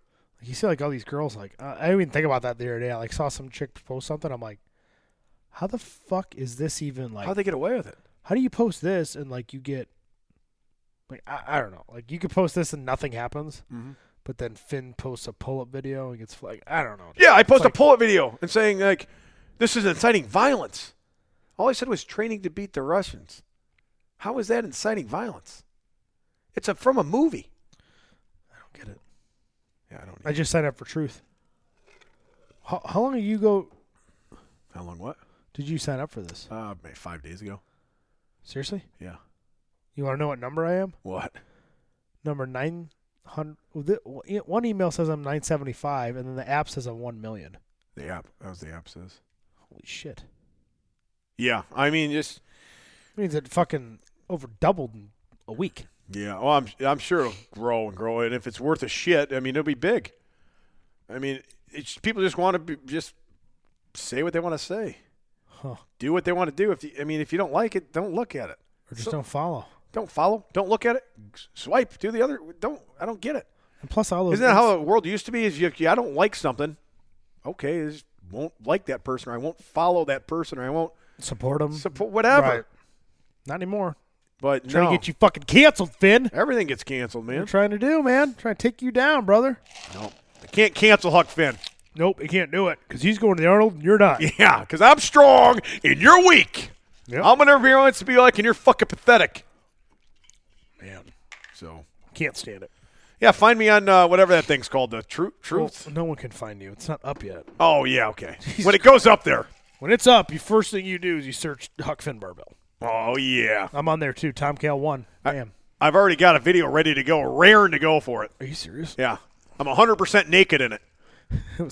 Speaker 5: Like, you see, like all these girls. Like uh, I didn't even think about that the other day. I like saw some chick post something. I'm like, how the fuck is this even like?
Speaker 2: How'd they get away with it?
Speaker 5: how do you post this and like you get like I, I don't know like you could post this and nothing happens
Speaker 2: Mm-hmm.
Speaker 5: but then finn posts a pull-up video and gets like i don't know dude.
Speaker 2: Yeah, I
Speaker 5: It's
Speaker 2: post a
Speaker 5: like,
Speaker 2: pull-up video and saying like, "This is inciting violence." All I said was training to beat the Russians. How is that inciting violence? It's a, from a movie.
Speaker 5: i don't get it
Speaker 2: Yeah, I don't.
Speaker 5: i just signed up for truth how, how long did you go
Speaker 2: How long? What?
Speaker 5: did you sign up for this
Speaker 2: Uh, maybe five days ago.
Speaker 5: seriously
Speaker 2: Yeah.
Speaker 5: you want to know what number i am
Speaker 2: What?
Speaker 5: number 900 well, thi- one email says i'm 975 and then the app says i'm 1 million
Speaker 2: The app. That was the app says.
Speaker 5: holy shit
Speaker 2: Yeah, I mean, just
Speaker 5: it means it fucking over doubled in a week
Speaker 2: yeah. Well, I'm I'm sure it'll grow and grow, and if it's worth a shit, I mean, it'll be big. I mean, it's, people just want to be, just say what they want to say,
Speaker 5: huh
Speaker 2: do what they want to do. If you, I mean, if you don't like it, don't look at it.
Speaker 5: or just
Speaker 2: So-
Speaker 5: don't follow
Speaker 2: Don't follow. Don't look at it. S- Swipe. Do the other. Don't. I don't get it.
Speaker 5: and plus all those
Speaker 2: Isn't that
Speaker 5: ins-
Speaker 2: how the world used to be? Is you, yeah, I don't like something. Okay, I just won't like that person, or I won't follow that person, or I won't
Speaker 5: support them.
Speaker 2: support whatever.
Speaker 5: Right. Not anymore.
Speaker 2: But
Speaker 5: Trying
Speaker 2: no,
Speaker 5: to get you fucking canceled, Finn.
Speaker 2: everything gets canceled,
Speaker 5: What are
Speaker 2: man.
Speaker 5: trying to do, man? Trying to take you down, brother.
Speaker 2: No, I can't cancel Huck Finn. *laughs*
Speaker 5: Nope, he can't do it because he's going to the Arnold and you're not.
Speaker 2: Yeah, because I'm strong and you're weak.
Speaker 5: Yep.
Speaker 2: I'm gonna be honest to be like, and you're fucking pathetic.
Speaker 5: Man,
Speaker 2: So
Speaker 5: can't stand it.
Speaker 2: yeah, find me on uh, whatever that thing's called, the tru- truth.
Speaker 5: Well, no one can find you. It's not up yet.
Speaker 2: Oh
Speaker 5: *laughs*
Speaker 2: yeah, okay. When it goes up there.
Speaker 5: When it's up, you first thing you do is you search Huck Finn Barbell.
Speaker 2: Oh yeah.
Speaker 5: I'm on there too. Tom Cal one. Damn.
Speaker 2: I've already got a video ready to go, raring to go for it.
Speaker 5: Are you serious?
Speaker 2: Yeah. I'm 100% naked in it. *laughs*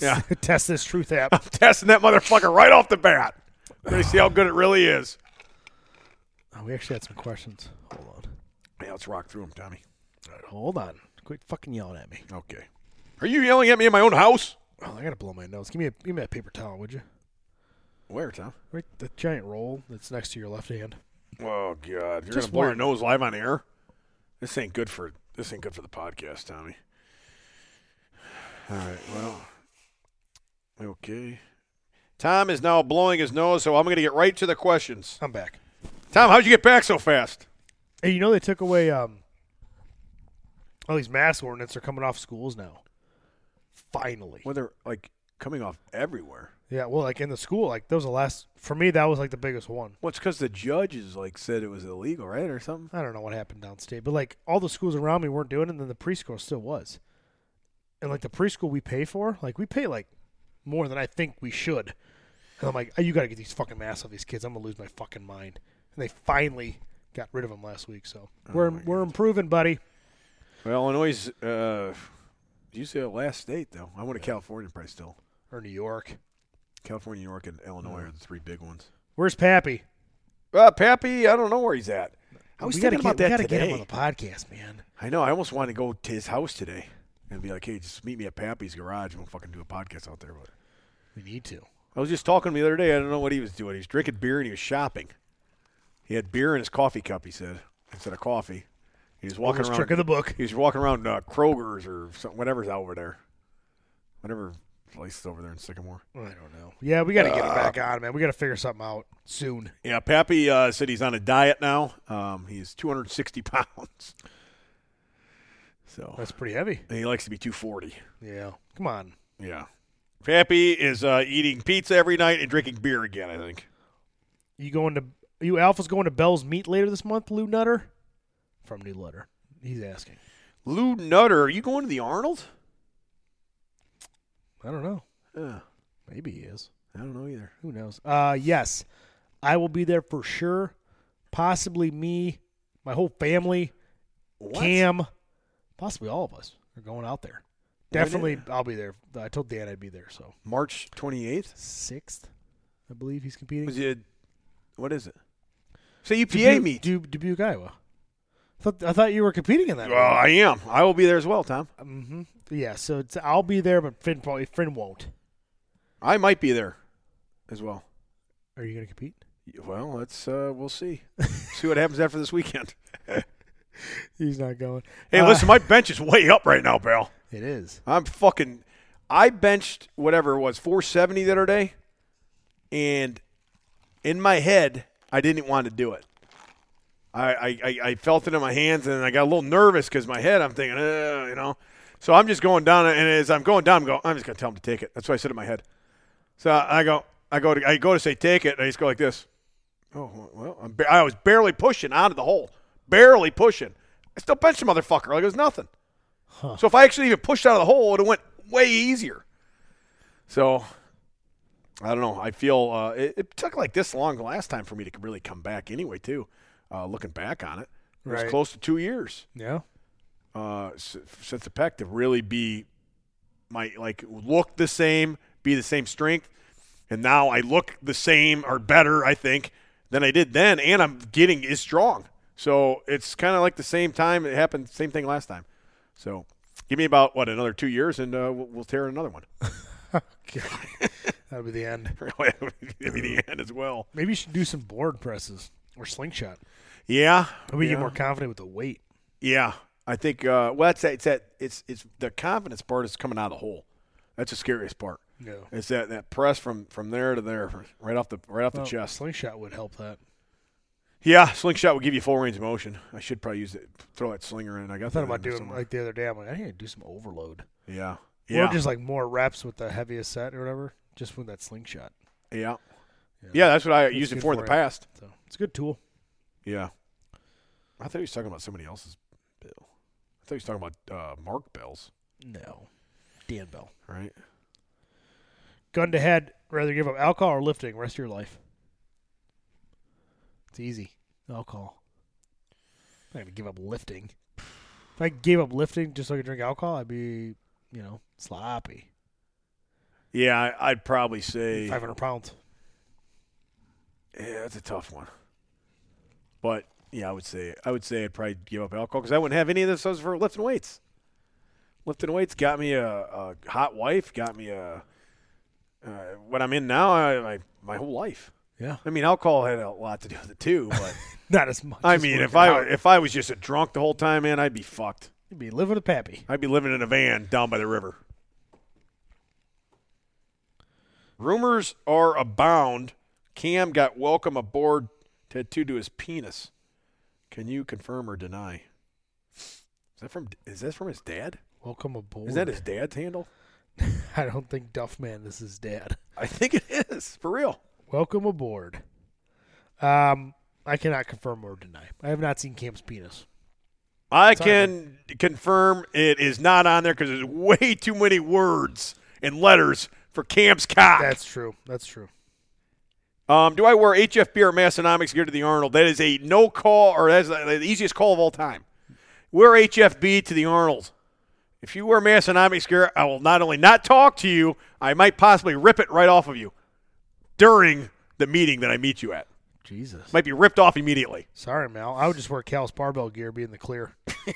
Speaker 5: *laughs*
Speaker 2: Yeah.
Speaker 5: Test this truth *laughs* app.
Speaker 2: Testing that motherfucker right off the bat. We're gonna see how good it really is.
Speaker 5: Oh, we actually had some questions. Hold on.
Speaker 2: Yeah, let's rock through him, Tommy.
Speaker 5: Hold on. Quit fucking yelling at me.
Speaker 2: Okay. Are you yelling at me in my own house?
Speaker 5: Oh, I gotta blow my nose. Give me a give me a paper towel, would you?
Speaker 2: Where, Tom?
Speaker 5: Right, the giant roll that's next to your left hand.
Speaker 2: Oh God, you're
Speaker 5: Just
Speaker 2: gonna blow your
Speaker 5: one.
Speaker 2: nose live on air. This ain't good for this ain't good for the podcast, Tommy. All right, well, okay.
Speaker 8: Tom is now blowing his nose, so I'm going to get right to the questions.
Speaker 5: I'm back.
Speaker 2: Tom, how'd you get back so fast?
Speaker 5: Hey, you know they took away um all these mask ordinance are coming off schools now. Finally.
Speaker 2: Well, they're like coming off everywhere.
Speaker 5: Yeah, well, like in the school, like that was the last for me. That was like the biggest one.
Speaker 2: Well, it's because the judges like said it was illegal, right, or something.
Speaker 5: I don't know what happened downstate, but like all the schools around me weren't doing it, and then the preschool still was. And like the preschool we pay for, like we pay like more than I think we should. And I'm like, oh, you got to get these fucking masks off these kids. I'm gonna lose my fucking mind. And they finally got rid of them last week, so we're we're improving, buddy.
Speaker 2: Well, Illinois, uh, you say the last state though. I went to California, probably still.
Speaker 5: Or New York.
Speaker 2: California, New York, and Illinois are the three big ones.
Speaker 5: Where's Pappy?
Speaker 2: Uh, Pappy, I don't know where he's at. I was
Speaker 5: we gotta
Speaker 2: thinking about
Speaker 5: get, we
Speaker 2: that
Speaker 5: gotta
Speaker 2: today.
Speaker 5: get him on the podcast, man.
Speaker 2: I know. I almost wanted to go to his house today and be like, "Hey, just meet me at Pappy's garage. We'll fucking do a podcast out there." But
Speaker 5: We need to.
Speaker 2: I was just talking to him the other day. I don't know what he was doing. He was drinking beer and he was shopping. He had beer in his coffee cup. He said instead of coffee, he was walking
Speaker 5: Worst
Speaker 2: around.
Speaker 5: trick of the book.
Speaker 2: He was walking around uh, Kroger's or something, whatever's out over there, whatever place is over there in Sycamore.
Speaker 5: I don't know. Yeah, we gotta get him back on, man. We gotta figure something out soon.
Speaker 2: Yeah, Pappy uh, said he's on a diet now. Um, he's 260 *laughs* pounds, so
Speaker 5: That's pretty heavy.
Speaker 2: and he likes to be 240.
Speaker 5: Yeah. Come on.
Speaker 2: Yeah. Pappy is uh, eating pizza every night and drinking beer again, I think.
Speaker 5: You going to you Alpha's going to Bell's Meat later this month, Lou Nutter? From New Letter. He's asking.
Speaker 2: Lou Nutter, are you going to the Arnold?
Speaker 5: I don't know.
Speaker 2: Yeah.
Speaker 5: Maybe he is.
Speaker 2: Uh, I don't know either.
Speaker 5: Who knows? Uh yes. I will be there for sure. Possibly me, my whole family,
Speaker 2: What?
Speaker 5: Cam, possibly all of us are going out there. Definitely I'll be there. I told Dan I'd be there, so
Speaker 2: March 28th?
Speaker 5: sixth, I believe he's competing.
Speaker 2: Was it, what is it? Say UPA
Speaker 5: Dubu-
Speaker 2: meet.
Speaker 5: Du- Dubuque, Iowa. I thought, I thought you were competing in that.
Speaker 2: Well, I am. I will be there as well, Tom.
Speaker 5: hmm Yeah, so it's, I'll be there, but Finn probably Finn won't.
Speaker 2: I might be there as well.
Speaker 5: Are you going to compete?
Speaker 2: Well, let's uh, we'll *laughs* see. see what happens after this weekend.
Speaker 5: He's not going.
Speaker 2: Hey,
Speaker 5: Uh,
Speaker 2: listen, my bench is way up right now, pal.
Speaker 5: It is.
Speaker 2: I'm fucking. I benched whatever it was 470 the other day, and in my head, I didn't want to do it. I I, I, I felt it in my hands, and I got a little nervous because my head, I'm thinking, uh, you know. So I'm just going down, and as I'm going down, I'm going. I'm just gonna tell him to take it. That's what I said in my head. So I go, I go to, I go to say take it, and I just go like this. Oh well, I'm ba- I was barely pushing out of the hole, barely pushing. I still benched the motherfucker like it was nothing. So if I actually even pushed out of the hole, it would have went way easier. So I don't know. I feel uh, it, it took like this long the last time for me to really come back anyway, too. Uh, looking back on it, it was
Speaker 5: Right.
Speaker 2: close to two years
Speaker 5: *laughs* Yeah.
Speaker 2: uh, s- since the pec to really be my like look the same, be the same strength, and now I look the same or better, I think, than I did then, and I'm getting is strong. So it's kind of like the same time it happened, same thing last time. So give me about what another two years, and uh, we'll, we'll tear another one. *laughs*
Speaker 5: That'll be the end.
Speaker 2: It'll be the end as well.
Speaker 5: Maybe you should do some board presses or slingshot.
Speaker 2: Yeah,
Speaker 5: Maybe
Speaker 2: yeah.
Speaker 5: get more confident with the weight.
Speaker 2: Yeah, I think. Uh, well, that's it's that it's it's the confidence part is coming out of the hole. That's the scariest part.
Speaker 5: Yeah.
Speaker 2: It's that, that press from from there to there, right off the right off the
Speaker 5: Well,
Speaker 2: chest.
Speaker 5: Oh, Slingshot would help that.
Speaker 2: Yeah, slingshot will give you full range of motion. I should probably use it. Throw that slinger in. I got
Speaker 5: I thought
Speaker 2: that
Speaker 5: about
Speaker 2: in there
Speaker 5: doing
Speaker 2: somewhere.
Speaker 5: like the other day. I'm like, I need to do some overload.
Speaker 2: yeah, yeah,
Speaker 5: Or just like more reps with the heaviest set or whatever. Just with that slingshot.
Speaker 2: yeah, yeah. That's what I used it
Speaker 5: good
Speaker 2: for in the
Speaker 5: for you.
Speaker 2: past.
Speaker 5: So it's a good tool.
Speaker 2: Yeah, I thought he was talking about somebody else's bill. I thought he was talking about uh, Mark Bell's.
Speaker 5: No. Dan Bell.
Speaker 2: Right.
Speaker 5: Gun to head, rather give up alcohol or lifting rest of your life? It's easy. Alcohol. I'm not gonna give up lifting. If I gave up lifting just so I could drink alcohol, I'd be, you know, sloppy.
Speaker 2: Yeah, I- I'd probably say
Speaker 5: 500 pounds.
Speaker 2: yeah, that's a tough one. But yeah, I would say I would say I'd probably give up alcohol because I wouldn't have any of this stuff for lifting weights. Lifting weights got me a, a hot wife, got me a uh, what I'm in now. I, I, my whole life.
Speaker 4: Yeah.
Speaker 2: I mean, alcohol had a lot to do with it too. But
Speaker 5: *laughs* Not as much.
Speaker 2: I
Speaker 5: as
Speaker 2: mean,
Speaker 5: working
Speaker 2: if I
Speaker 5: out.
Speaker 2: if I was just a drunk the whole time, man, I'd be fucked.
Speaker 5: You'd be living with Pappy.
Speaker 2: I'd be living in a van down by the river. Rumors are abound. Cam got welcome aboard tattooed to his penis. Can you confirm or deny? Is that from is that from his dad?
Speaker 5: Welcome aboard.
Speaker 2: Is that his dad's handle?
Speaker 5: *laughs* I don't think Duffman is his dad.
Speaker 2: I think it is. For real.
Speaker 5: Welcome aboard. Um, I cannot confirm or deny. I have not seen Cam's penis.
Speaker 2: I can confirm it is not on there because there's way too many words and letters for Cam's cock.
Speaker 5: That's true. That's true.
Speaker 2: Um, do I wear HFB or Massonomics gear to the Arnold? That is a no call, or that's the easiest call of all time. Wear HFB to the Arnold. If you wear Massonomics gear, I will not only not talk to you, I might possibly rip it right off of you during the meeting that I meet you at.
Speaker 4: Jesus.
Speaker 2: Might be ripped off immediately.
Speaker 5: Sorry, Mal. I would just wear Cal's barbell gear, be in the clear. *laughs*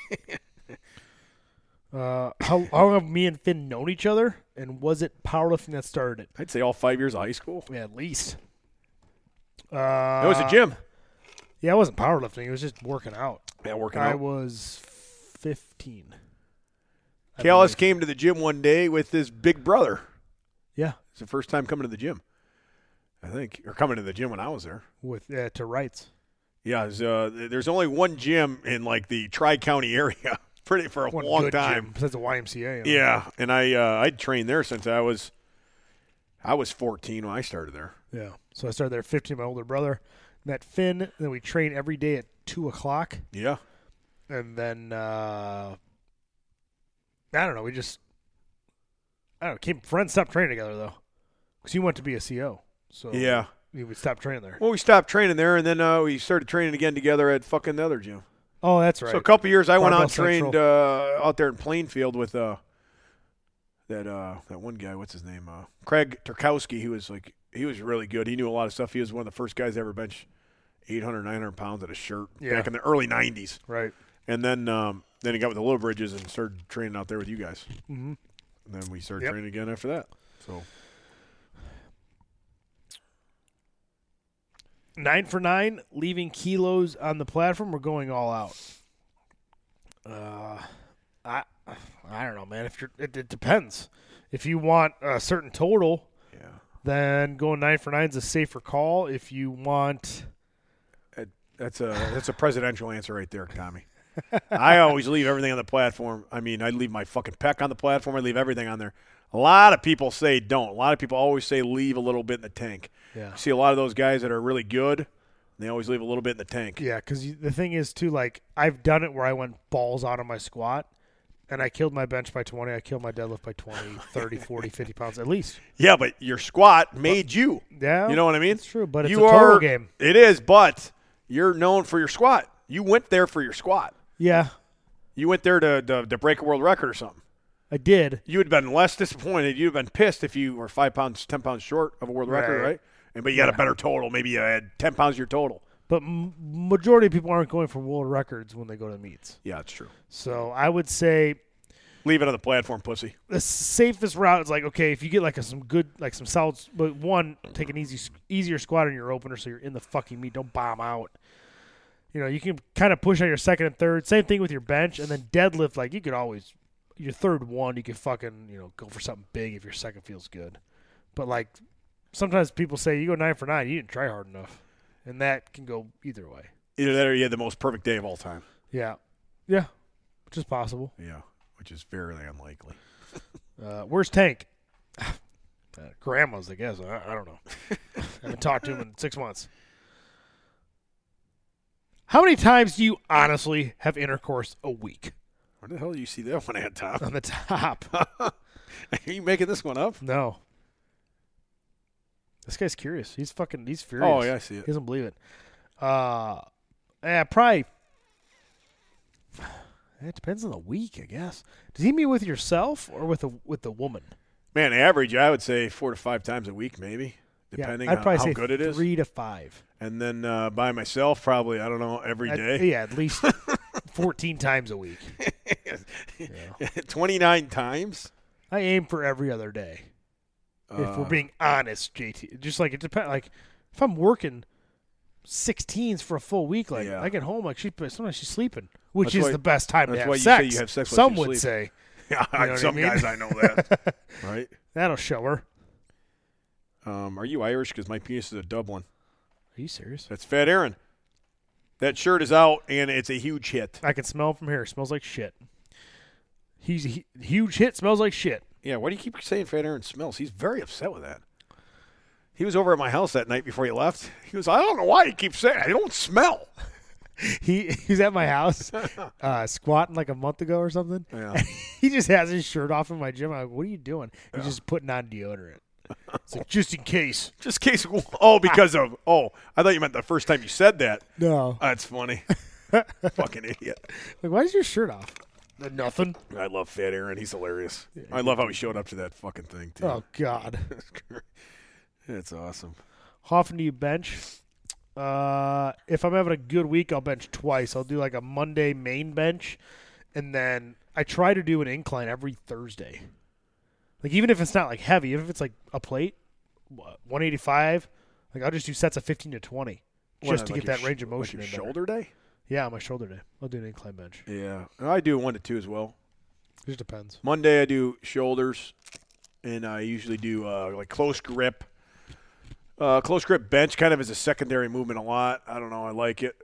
Speaker 5: uh, how, how long have me and Finn known each other? And was it powerlifting that started
Speaker 2: I'd say all five years of high school.
Speaker 5: it? Yeah, at least. Uh,
Speaker 2: It was a gym.
Speaker 5: Yeah, it wasn't powerlifting. It was just working out.
Speaker 2: Yeah, working
Speaker 5: I
Speaker 2: out.
Speaker 5: was 15. I
Speaker 2: Callis
Speaker 5: believe.
Speaker 2: came to the gym one day with his big brother.
Speaker 5: Yeah,
Speaker 2: It's the first time coming to the gym, I think, or coming to the gym when I was there.
Speaker 5: with uh, to rights.
Speaker 2: Yeah, it's, uh, th- there's only one gym in like the Tri County *laughs* area, pretty for a
Speaker 5: One
Speaker 2: long
Speaker 5: good
Speaker 2: time.
Speaker 5: gym, besides the YMCA. you know.
Speaker 2: Yeah, and I uh, I'd trained there since I was I was 14 when I started there.
Speaker 5: Yeah. So I started there at 15, my older brother. Met Finn. and Then we trained every day at 2 o'clock.
Speaker 2: Yeah,
Speaker 5: And then, uh, I don't know. We just, I don't know. Came, friends stopped training together, though. Because he went to be a CO. So
Speaker 2: yeah.
Speaker 5: we would stop training there.
Speaker 2: Well, we stopped training there, and then uh, we started training again together at fucking the other gym.
Speaker 5: Oh, that's right.
Speaker 2: So a couple years, I went
Speaker 5: Barbell
Speaker 2: out and trained uh, out there in Plainfield with uh, that uh, that one guy. What's his name? Uh, Craig Turkowski. He was like he was really good. He knew a lot of stuff. He was one of the first guys to ever bench 800, 900 pounds at a shirt
Speaker 5: Yeah.
Speaker 2: back in the early 90s.
Speaker 5: right.
Speaker 2: And then um, then he got with the Little Bridges and started training out there with you guys.
Speaker 5: Mhm.
Speaker 2: And then we started
Speaker 5: Yep.
Speaker 2: training again after that. So
Speaker 5: nine for nine, leaving kilos on the platform. We're going all out. Uh, I, I don't know, man. If you're, it, it depends. If you want a certain total,
Speaker 2: yeah,
Speaker 5: then going nine for nine is a safer call. If you want,
Speaker 2: That- that's a that's a presidential answer right there, Tommy. I always leave everything on the platform. I mean, I leave my fucking peck on the platform. I leave everything on there. A lot of people say don't. A lot of people always say leave a little bit in the tank.
Speaker 5: yeah,
Speaker 2: You see a lot of those guys that are really good. They always leave a little bit in the tank.
Speaker 5: yeah, because the thing is too, like I've done it where I went balls out on my squat. And I killed my bench by 20. I killed my deadlift by 20, 30, 40, 50 pounds at least.
Speaker 2: Yeah, but your squat made you.
Speaker 5: Yeah,
Speaker 2: You know what I mean?
Speaker 5: It's true, but it's
Speaker 2: you
Speaker 5: a total
Speaker 2: are,
Speaker 5: game.
Speaker 2: It is, but you're known for your squat. You went there for your squat.
Speaker 5: Yeah,
Speaker 2: You went there to, to, to break a world record or something.
Speaker 5: I did.
Speaker 2: You would have been less disappointed. You'd have been pissed if you were five pounds, ten pounds short of a world record,
Speaker 5: Right.
Speaker 2: right? And but you had a better total. Maybe you had ten pounds of your total.
Speaker 5: But m- majority of people aren't going for world records when they go to meets.
Speaker 2: Yeah, it's true.
Speaker 5: So I would say
Speaker 2: Leave it on the platform, pussy.
Speaker 5: the safest route is like okay, if you get like a, some good like some solid, but one take an easy easier squat on your opener so you're in the fucking meet. Don't bomb out. You know you can kind of push on your second and third. Same thing with your bench and then deadlift. Like you could always your third one you could fucking you know go for something big if your second feels good. But like sometimes people say you go nine for nine, you didn't try hard enough, and that can go either way.
Speaker 2: Either that or you had the most perfect day of all time.
Speaker 5: Yeah. Yeah. Which is possible.
Speaker 2: Yeah, which is fairly unlikely.
Speaker 5: Uh, where's Tank? *sighs* Uh, grandma's, I guess. I, I don't
Speaker 2: *laughs*
Speaker 5: know. haven't talked to him in six months. How many times do you honestly have intercourse a week?
Speaker 2: Where the hell do you see that one at, Tom? *laughs*
Speaker 5: On the top.
Speaker 2: are you making this one up?
Speaker 5: No. This guy's curious. He's fucking, he's furious.
Speaker 2: Oh yeah, I see
Speaker 5: He
Speaker 2: it.
Speaker 5: doesn't believe it. Uh, yeah, probably. *sighs* It depends on the week, I guess. Does he mean with yourself or with a with the woman?
Speaker 2: Man, average, I would say four to five times a week, maybe,
Speaker 5: Yeah,
Speaker 2: depending
Speaker 5: I'd
Speaker 2: on
Speaker 5: probably
Speaker 2: how
Speaker 5: say
Speaker 2: good it is.
Speaker 5: three to five.
Speaker 2: And then uh, by myself, probably, I don't know, every
Speaker 5: At-
Speaker 2: day.
Speaker 5: yeah, at
Speaker 2: *laughs*
Speaker 5: least fourteen times a week.
Speaker 2: 29 times? Uh,
Speaker 5: I aim for every other day. if we're being honest, JT, just like it depends. Like if I'm working sixteens for a full week, like
Speaker 2: Yeah.
Speaker 5: I get home, like she sometimes she's sleeping, which
Speaker 2: That's
Speaker 5: is
Speaker 2: why-
Speaker 5: the best time to
Speaker 2: that's
Speaker 5: have
Speaker 2: why you
Speaker 5: sex.
Speaker 2: say you have sex while
Speaker 5: Some
Speaker 2: she's
Speaker 5: would say
Speaker 2: *laughs* Yeah,
Speaker 5: know what I
Speaker 2: some
Speaker 5: mean?
Speaker 2: guys I
Speaker 5: *laughs*
Speaker 2: know that. right?
Speaker 5: that'll show her.
Speaker 2: Um, are you Irish? Because my penis is a Dublin.
Speaker 5: Are you serious?
Speaker 2: That's Fat Aaron. That shirt is out, and it's a huge hit.
Speaker 5: I can smell from here. It smells like shit. He's he, huge hit. Smells like shit.
Speaker 2: Yeah, why do you keep saying Fat Aaron smells? He's very upset with that. He was over at my house that night before he left. He was, I don't know why you keep saying I don't smell.
Speaker 5: He *laughs* he's at my
Speaker 2: *laughs*
Speaker 5: house, uh, squatting like a month ago or something.
Speaker 2: Yeah.
Speaker 5: And *laughs* he just has his shirt off in my gym. I'm like, what are you doing? He's just putting on deodorant. It's like just in case.
Speaker 2: *laughs* Just in case. Oh, because of. Oh, I thought you meant the first time you said that.
Speaker 5: No.
Speaker 2: That's funny. Fucking idiot.
Speaker 5: *laughs* Like, why is your shirt off?
Speaker 2: Uh,
Speaker 5: Nothing.
Speaker 2: I love Fat Aaron. He's hilarious. I love how he showed up to that fucking thing, too.
Speaker 5: Oh God. Oh.
Speaker 2: *laughs* That's awesome.
Speaker 5: Hoffman, do you bench? Uh, if I'm having a good week, I'll bench twice. I'll do like a Monday main bench, and then I try to do an incline every Thursday. Like even if it's not like heavy, even if it's like a plate, wha- 185, like I'll just do sets of 15 to 20, just to get that range of motion.
Speaker 2: Like
Speaker 5: in
Speaker 2: your
Speaker 5: better.
Speaker 2: shoulder day?
Speaker 5: Yeah, my shoulder day. I'll do an incline bench.
Speaker 2: Yeah. And I do one to two as well.
Speaker 5: It just depends.
Speaker 2: Monday I do shoulders, and I usually do uh, like close grip. Uh, close grip bench kind of is a secondary movement a lot. I don't know. I like it.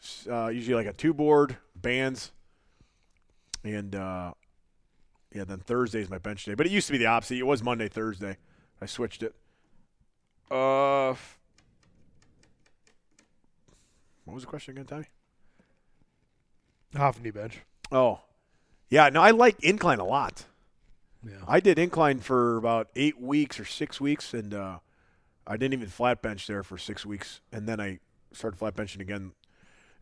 Speaker 2: S- Uh, usually like a two board bands, and uh, yeah. Then Thursday is my bench day, but it used to be the opposite. It was Monday Thursday. I switched it. Uh, f- what was the question again, Tommy?
Speaker 5: Hoffman, do you bench?
Speaker 2: Oh, yeah. No, I like incline a lot.
Speaker 5: Yeah.
Speaker 2: I did incline for about eight weeks or six weeks, and uh, I didn't even flat bench there for six weeks, and then I started flat benching again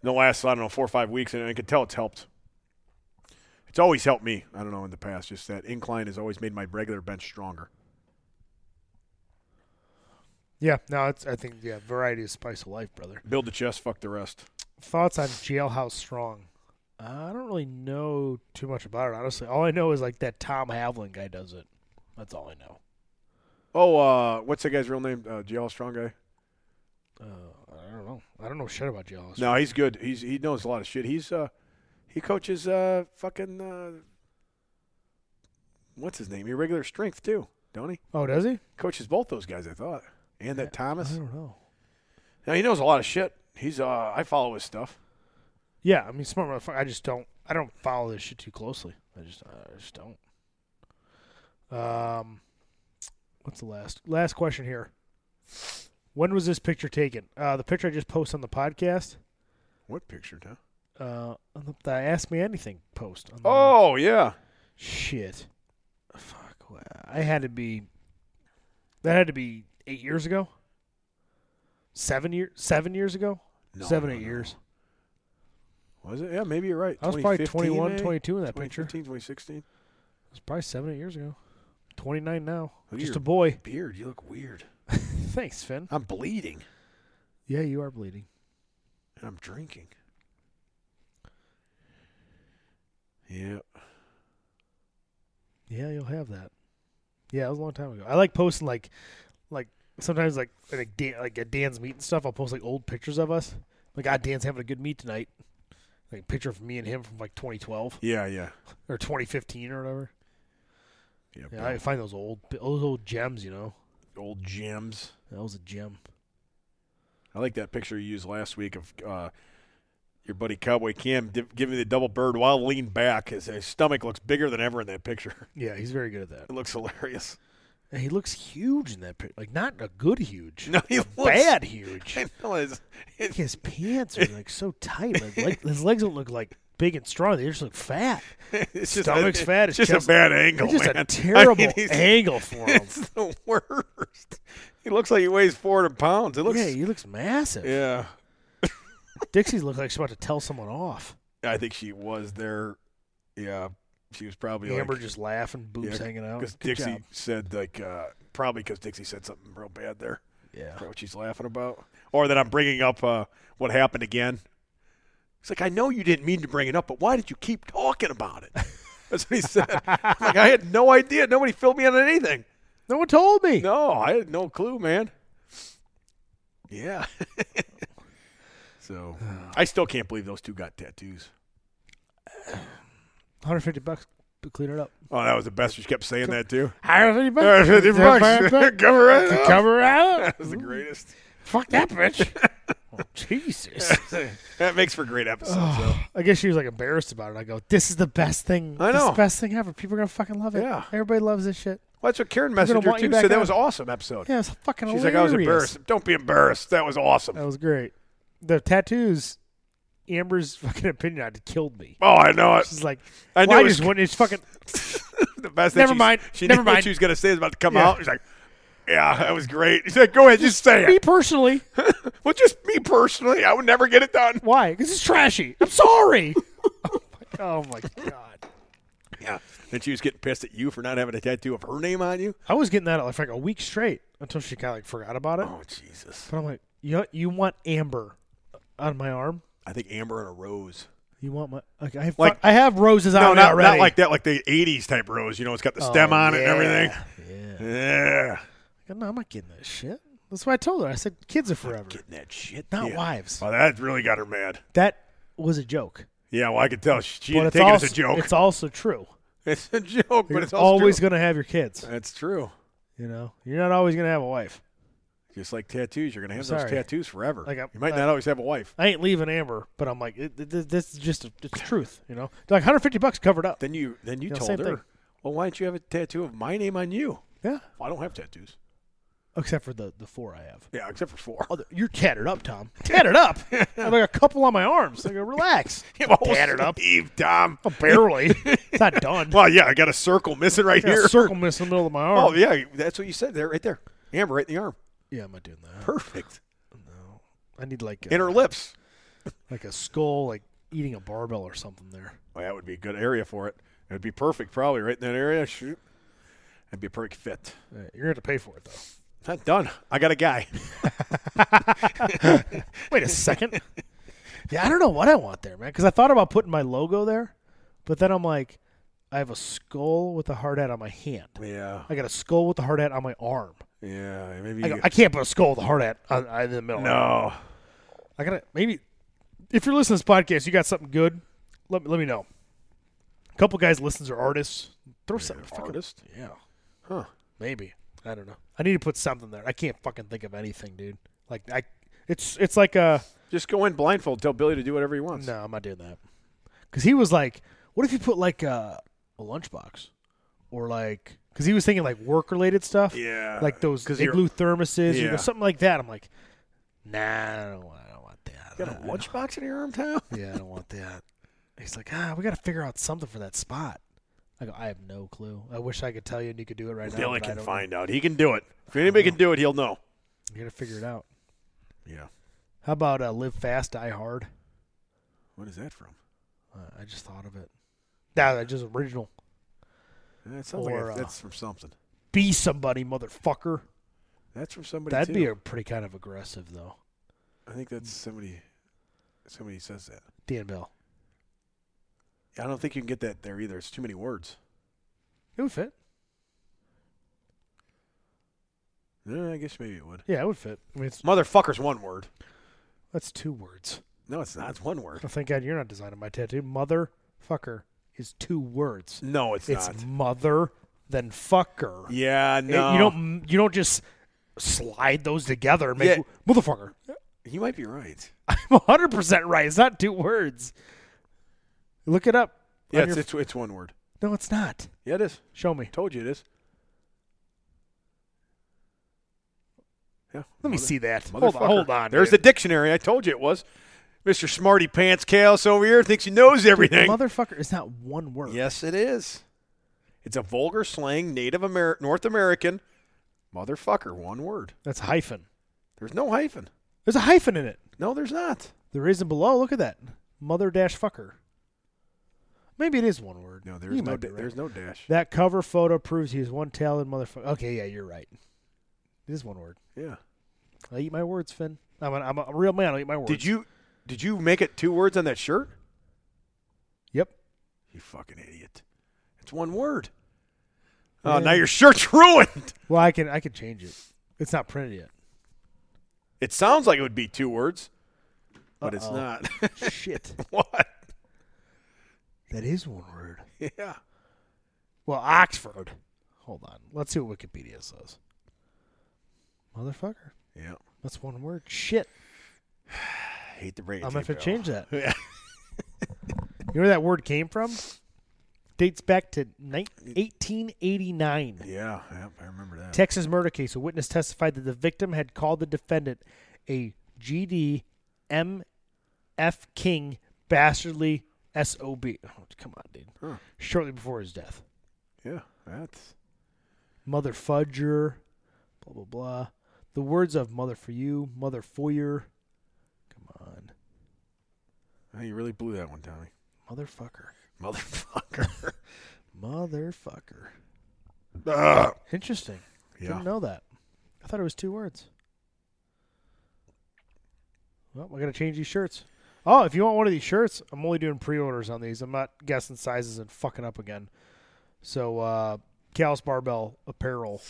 Speaker 2: in the last I don't know four or five weeks, and I could tell it's helped. It's always helped me. I don't know in the past, just that incline has always made my regular bench stronger.
Speaker 5: Yeah. No, it's I think yeah, variety is spice of life, brother.
Speaker 2: Build the chest, fuck the rest.
Speaker 5: thoughts on Jailhouse Strong? Uh, I don't really know too much about it, honestly. All I know is like that Tom Havlin guy does it. That's all I know.
Speaker 2: Oh, uh, what's that guy's real name? Uh, JL Strong guy.
Speaker 5: Uh, I don't know. I don't know shit about Jailhouse.
Speaker 2: No, he's good. He's he knows a lot of shit. He's uh, he coaches uh, fucking uh, what's his name? Your regular strength too, don't he?
Speaker 5: Oh, does he?
Speaker 2: coaches both those guys, I thought, and that
Speaker 5: I
Speaker 2: Thomas.
Speaker 5: don't know.
Speaker 2: Now he knows a lot of shit. He's uh, I follow his stuff.
Speaker 5: Yeah, I mean, smart motherfucker. I just don't. I don't follow this shit too closely. I just, I just don't. Um, what's the last last question here? When was this picture taken? Uh, the picture I just posted on the podcast.
Speaker 2: What picture, Tom?
Speaker 5: Uh, on the, the Ask Me Anything post. On the,
Speaker 2: Oh yeah,
Speaker 5: Shit. Fuck. wha- I had to be. That had to be eight years ago. Seven year, seven years ago.
Speaker 2: No,
Speaker 5: seven,
Speaker 2: no,
Speaker 5: eight
Speaker 2: no.
Speaker 5: years.
Speaker 2: was it? Yeah, maybe you're right.
Speaker 5: I was probably
Speaker 2: 2015
Speaker 5: 21,
Speaker 2: maybe?
Speaker 5: 22 in that picture.
Speaker 2: 2015, 2016.
Speaker 5: It was probably seven, eight years ago. Twenty nine now.
Speaker 2: Look at
Speaker 5: Just
Speaker 2: your-
Speaker 5: a boy. *laughs*
Speaker 2: Beard, you look weird.
Speaker 5: Thanks, Finn.
Speaker 2: I'm bleeding
Speaker 5: Yeah, you are bleeding.
Speaker 2: and I'm drinking. Yeah,
Speaker 5: Yeah, you'll have that. Yeah, it was a long time ago. I like posting like, like sometimes like like Dan, like at Dan's meet and stuff. I'll post like old pictures of us. Like, God, Dan's having a good meet tonight. Like a picture of me and him from like 2012.
Speaker 2: yeah, yeah,
Speaker 5: or 2015 or whatever.
Speaker 2: yeah.
Speaker 5: Yeah, I find those old those old gems, you know.
Speaker 2: Old gems.
Speaker 5: That was a gem.
Speaker 2: I like that picture you used last week of uh, your buddy Cowboy Cam div- giving the double bird while leaned back. His, his stomach looks bigger than ever in that picture. *laughs*
Speaker 5: Yeah, he's very good at that.
Speaker 2: It looks hilarious. *laughs*
Speaker 5: And he looks huge in that pic. Like not a good huge.
Speaker 2: *laughs* No, he looks
Speaker 5: bad
Speaker 2: *laughs*
Speaker 5: huge.
Speaker 2: I know, it's-
Speaker 5: Like,
Speaker 2: it-
Speaker 5: his pants are like so tight. Like, leg- his legs don't look like big and strong. They just look
Speaker 2: *laughs*
Speaker 5: fat.
Speaker 2: it's just
Speaker 5: Stomach's
Speaker 2: a,
Speaker 5: fat,
Speaker 2: It's
Speaker 5: his
Speaker 2: just
Speaker 5: chest-
Speaker 2: a bad angle,
Speaker 5: It's just
Speaker 2: man. *laughs* I
Speaker 5: a
Speaker 2: mean,
Speaker 5: terrible
Speaker 2: he's-
Speaker 5: angle for
Speaker 2: *laughs*
Speaker 5: him.
Speaker 2: It's the worst. He looks like he weighs 400 pounds. It looks.
Speaker 5: yeah, he looks massive.
Speaker 2: yeah.
Speaker 5: Dixie looks like she's about to tell someone off.
Speaker 2: I think she was there. Yeah. she was probably
Speaker 5: Amber
Speaker 2: like,
Speaker 5: just laughing, boobs hanging out.
Speaker 2: because
Speaker 5: Good
Speaker 2: Dixie
Speaker 5: job.
Speaker 2: said like uh, probably because Dixie said something real bad there.
Speaker 4: Yeah.
Speaker 2: Is that what she's laughing about, or that I'm bringing up uh, what happened again. It's like I know you didn't mean to bring it up, but why did you keep talking about it? *laughs* That's what he said. I'm like I had no idea. Nobody filled me in on anything.
Speaker 5: No one told me.
Speaker 2: No, I had no clue, man. Yeah. *laughs* so I still can't believe those two got tattoos.
Speaker 5: 150 bucks to clean it up.
Speaker 2: Oh, that was the best. You kept saying that too.
Speaker 5: 150
Speaker 2: *laughs* 150 bucks. *laughs* Cover it up.
Speaker 5: Cover it
Speaker 2: *laughs*
Speaker 5: out.
Speaker 2: That was the greatest.
Speaker 5: Fuck that bitch. Oh, Jesus.
Speaker 2: That makes for great episodes. though.
Speaker 5: I guess she was like embarrassed about it. I go, this is the best thing.
Speaker 2: I
Speaker 5: This is
Speaker 2: know.
Speaker 5: the best thing ever. People are going to fucking love it.
Speaker 2: Yeah.
Speaker 5: Everybody loves this shit.
Speaker 2: Well, that's what Karen
Speaker 5: gonna
Speaker 2: Messenger
Speaker 5: want you
Speaker 2: too
Speaker 5: back
Speaker 2: said. That
Speaker 5: on.
Speaker 2: was an awesome episode.
Speaker 5: Yeah, it's fucking
Speaker 2: She's like, I
Speaker 5: hilarious.
Speaker 2: was embarrassed. Don't be embarrassed. That was awesome.
Speaker 5: That was great. The tattoos, Amber's *laughs* fucking opinion on it killed me.
Speaker 2: Oh, I know it.
Speaker 5: She's like,
Speaker 2: I
Speaker 5: well,
Speaker 2: knew
Speaker 5: I
Speaker 2: it was-
Speaker 5: just wouldn't. It's fucking.
Speaker 2: *laughs* the best.
Speaker 5: Never
Speaker 2: that she's-
Speaker 5: mind.
Speaker 2: She
Speaker 5: Never
Speaker 2: knew what
Speaker 5: mind.
Speaker 2: she was gonna say is about to come
Speaker 5: Yeah.
Speaker 2: out. She's like, Yeah, that was great. She's like, Go ahead, just say
Speaker 5: Me
Speaker 2: it.
Speaker 5: personally,
Speaker 2: Well, just me personally, I would never get it done.
Speaker 5: why? Because it's trashy. I'm sorry. *laughs* oh, my, oh my god.
Speaker 2: Yeah. And she was getting pissed at you for not having a tattoo of her name on you.
Speaker 5: I was getting that like, for like a week straight until she kind of like forgot about it.
Speaker 2: Oh Jesus.
Speaker 5: But I'm like, you you want amber on my arm?
Speaker 2: I think Amber and a rose.
Speaker 5: You want my like I have
Speaker 2: Like-
Speaker 5: I have roses
Speaker 2: No,
Speaker 5: on me
Speaker 2: not,
Speaker 5: already.
Speaker 2: not like that, like the '80s type rose. You know, it's got the stem on it and everything. Oh, Yeah,
Speaker 5: that. No, I'm not getting that shit. That's what I told her. I said kids are forever,
Speaker 2: getting that shit.
Speaker 5: not
Speaker 2: yeah.
Speaker 5: wives.
Speaker 2: Well, that really got her mad.
Speaker 5: That was a joke.
Speaker 2: Yeah, well, I could tell she she
Speaker 5: But
Speaker 2: didn't
Speaker 5: it's
Speaker 2: take
Speaker 5: also
Speaker 2: it as a joke.
Speaker 5: It's also true.
Speaker 2: *laughs* It's a joke,
Speaker 5: You're
Speaker 2: but it's also
Speaker 5: always
Speaker 2: true.
Speaker 5: gonna have your kids.
Speaker 2: That's true.
Speaker 5: You know, you're not always gonna have a wife.
Speaker 2: Just like tattoos, you're gonna have those
Speaker 5: sorry.
Speaker 2: tattoos forever.
Speaker 5: Like, I'm-
Speaker 2: you might not always have a wife.
Speaker 5: I ain't leaving Amber, but I'm like, it, th- th- this is just a, it's truth. You know, like 150 bucks covered up.
Speaker 2: Then you then you,
Speaker 5: know,
Speaker 2: told
Speaker 5: same
Speaker 2: her,
Speaker 5: thing.
Speaker 2: well, why don't you have a tattoo of my name on you?
Speaker 5: Yeah,
Speaker 2: Well, I don't have tattoos.
Speaker 5: except for the the four I have.
Speaker 2: Yeah, except for four. *laughs*
Speaker 5: Oh, you're tattered up, Tom. Tattered up. I have like a couple on my arms. I go,
Speaker 2: *laughs*
Speaker 5: relax. tattered up.
Speaker 2: Eve, Tom.
Speaker 5: Oh, barely. It's not done.
Speaker 2: Well, yeah, I got a circle missing right
Speaker 5: I got
Speaker 2: here.
Speaker 5: a circle missing in the middle of my arm.
Speaker 2: Oh yeah, that's what you said there, right there. Amber, right in the arm.
Speaker 5: Yeah, I'm not doing that.
Speaker 2: Perfect.
Speaker 5: I need like a,
Speaker 2: In her lips.
Speaker 5: like a skull, like eating a barbell or something there.
Speaker 2: Well, that would be a good area for it. It would be perfect, probably right in that area. Shoot, that'd be a perfect fit.
Speaker 5: All right, you're gonna have to pay for it though.
Speaker 2: Not done. I got
Speaker 5: *laughs*
Speaker 2: a guy.
Speaker 5: Wait a second. *laughs* yeah, I don't know what I want there, man. Because I thought about putting my logo there, but then I'm like, I have a skull with a hard hat on my hand.
Speaker 2: Yeah,
Speaker 5: I got a skull with a hard hat on my arm.
Speaker 2: yeah. Maybe.
Speaker 5: I,
Speaker 2: you
Speaker 5: go, I can't put a skull with a hard hat on, on in the middle.
Speaker 2: no.
Speaker 5: I gotta maybe if you're listening to this podcast, you got something good. Let me let me know. A couple guys listens are artists. Throw something fucking-
Speaker 2: Artist.
Speaker 5: Yeah.
Speaker 2: Huh.
Speaker 5: Maybe. I don't know. I need to put something there. I can't fucking think of anything, dude. Like I it's it's like uh
Speaker 2: Just go in blindfold. Tell Billy to do whatever he wants.
Speaker 5: no, I'm not doing that. Cuz he was like, what if you put like uh, a lunchbox or like cuz he was thinking like work related stuff.
Speaker 2: Yeah.
Speaker 5: Like those
Speaker 2: 'cause you're-
Speaker 5: blue thermoses or
Speaker 2: Yeah.
Speaker 5: something like that. I'm like, nah, I don't want, I don't want that.
Speaker 2: You got a lunchbox in your arm, Tom?
Speaker 5: *laughs* yeah, I don't want that. He's like, ah, we got to figure out something for that spot. I go, I have no clue. I wish I could tell you and you could do it right now.
Speaker 2: *laughs* Billy
Speaker 5: but I
Speaker 2: can
Speaker 5: don't
Speaker 2: find out. He can do it. If anybody can do it, he'll know.
Speaker 5: know. You got to figure it out.
Speaker 2: Yeah.
Speaker 5: How about uh, live fast, die hard?
Speaker 2: What is that from?
Speaker 5: Uh, I just thought of it. Nah, that's just original.
Speaker 2: That sounds
Speaker 5: Or,
Speaker 2: like
Speaker 5: uh,
Speaker 2: a, that's from something.
Speaker 5: Be somebody, motherfucker.
Speaker 2: That's from somebody.
Speaker 5: That'd
Speaker 2: too.
Speaker 5: be a pretty kind of aggressive though.
Speaker 2: I think that's somebody. Somebody says that.
Speaker 5: Dan Bell.
Speaker 2: I don't think you can get that there either. It's too many words.
Speaker 5: It would fit.
Speaker 2: Yeah, Uh, I guess maybe it would.
Speaker 5: Yeah, it would fit. I mean, it's,
Speaker 2: Motherfucker's one word.
Speaker 5: that's two words.
Speaker 2: No, it's not. It's one word.
Speaker 5: Oh, thank God you're not designing my tattoo. Motherfucker is two words.
Speaker 2: No, it's,
Speaker 5: It's
Speaker 2: not.
Speaker 5: mother than fucker.
Speaker 2: Yeah,
Speaker 5: It-
Speaker 2: no.
Speaker 5: you don't you don't just slide those together and make
Speaker 2: Yeah.
Speaker 5: *laughs* motherfucker.
Speaker 2: You might be right.
Speaker 5: I'm 100 percent right. It's not two words. Look it up. on
Speaker 2: Yeah,
Speaker 5: your-
Speaker 2: it's, it's it's one word.
Speaker 5: no, it's not.
Speaker 2: Yeah, it is.
Speaker 5: Show me.
Speaker 2: Told you it is. Yeah.
Speaker 5: Let me
Speaker 2: Mother-
Speaker 5: see that. Hold on.
Speaker 2: motherfucker.
Speaker 5: Hold on.
Speaker 2: There's
Speaker 5: dude.
Speaker 2: the dictionary. I told you it was. Mr. Smarty Pants Chaos over here thinks he knows everything.
Speaker 5: Motherfucker is not one word.
Speaker 2: yes, it is. It's a vulgar slang, Native Amer- North American. Motherfucker, one word.
Speaker 5: That's a hyphen.
Speaker 2: There's no hyphen.
Speaker 5: There's a hyphen in it.
Speaker 2: No, there's not.
Speaker 5: There isn't below. Look at that. Mother dash fucker. Maybe it is one word.
Speaker 2: No,
Speaker 5: You
Speaker 2: there's no
Speaker 5: might be
Speaker 2: da-
Speaker 5: right.
Speaker 2: there's no dash.
Speaker 5: That cover photo proves he's one talented motherfucker. Okay, yeah, you're right. It is one word.
Speaker 2: Yeah.
Speaker 5: I eat my words, Finn. I'm a, I'm a real man. I will eat my words.
Speaker 2: Did you did you make it two words on that shirt?
Speaker 5: Yep.
Speaker 2: You fucking idiot. It's one word. Oh, now your shirt's *laughs* ruined.
Speaker 5: Well, I can I can change it. It's not printed yet.
Speaker 2: It sounds like it would be two words, but it's
Speaker 5: Uh-oh.
Speaker 2: not. *laughs*
Speaker 5: Shit.
Speaker 2: what?
Speaker 5: That is one word.
Speaker 2: Yeah.
Speaker 5: Well, Oxford. Hold on. Let's see what Wikipedia says. Motherfucker.
Speaker 2: Yeah.
Speaker 5: That's one word. Shit.
Speaker 2: I hate to bring it
Speaker 5: I'm
Speaker 2: to
Speaker 5: gonna
Speaker 2: you,
Speaker 5: have to
Speaker 2: pal.
Speaker 5: change that.
Speaker 2: *laughs* Yeah.
Speaker 5: You know where that word came from? Dates back to ni- 1889.
Speaker 2: Yeah, yeah, I remember that.
Speaker 5: Texas murder case. A witness testified that the victim had called the defendant a GD MF King bastardly SOB. Oh, come on, dude.
Speaker 2: Huh.
Speaker 5: Shortly before his death.
Speaker 2: Yeah, that's
Speaker 5: Mother Fudger, blah, blah, blah. The words of Mother for You, Mother Foyer. Come on.
Speaker 2: oh, you really blew that one, Tommy.
Speaker 5: Motherfucker.
Speaker 2: Motherfucker. *laughs*
Speaker 5: Motherfucker.
Speaker 2: Ugh.
Speaker 5: Interesting.
Speaker 2: yeah.
Speaker 5: Didn't know that. I thought it was two words. Well, we're gonna change these shirts. Oh, if you want one of these shirts, I'm only doing pre-orders on these. I'm not guessing sizes and fucking up again. So, uh, Callus Barbell Apparel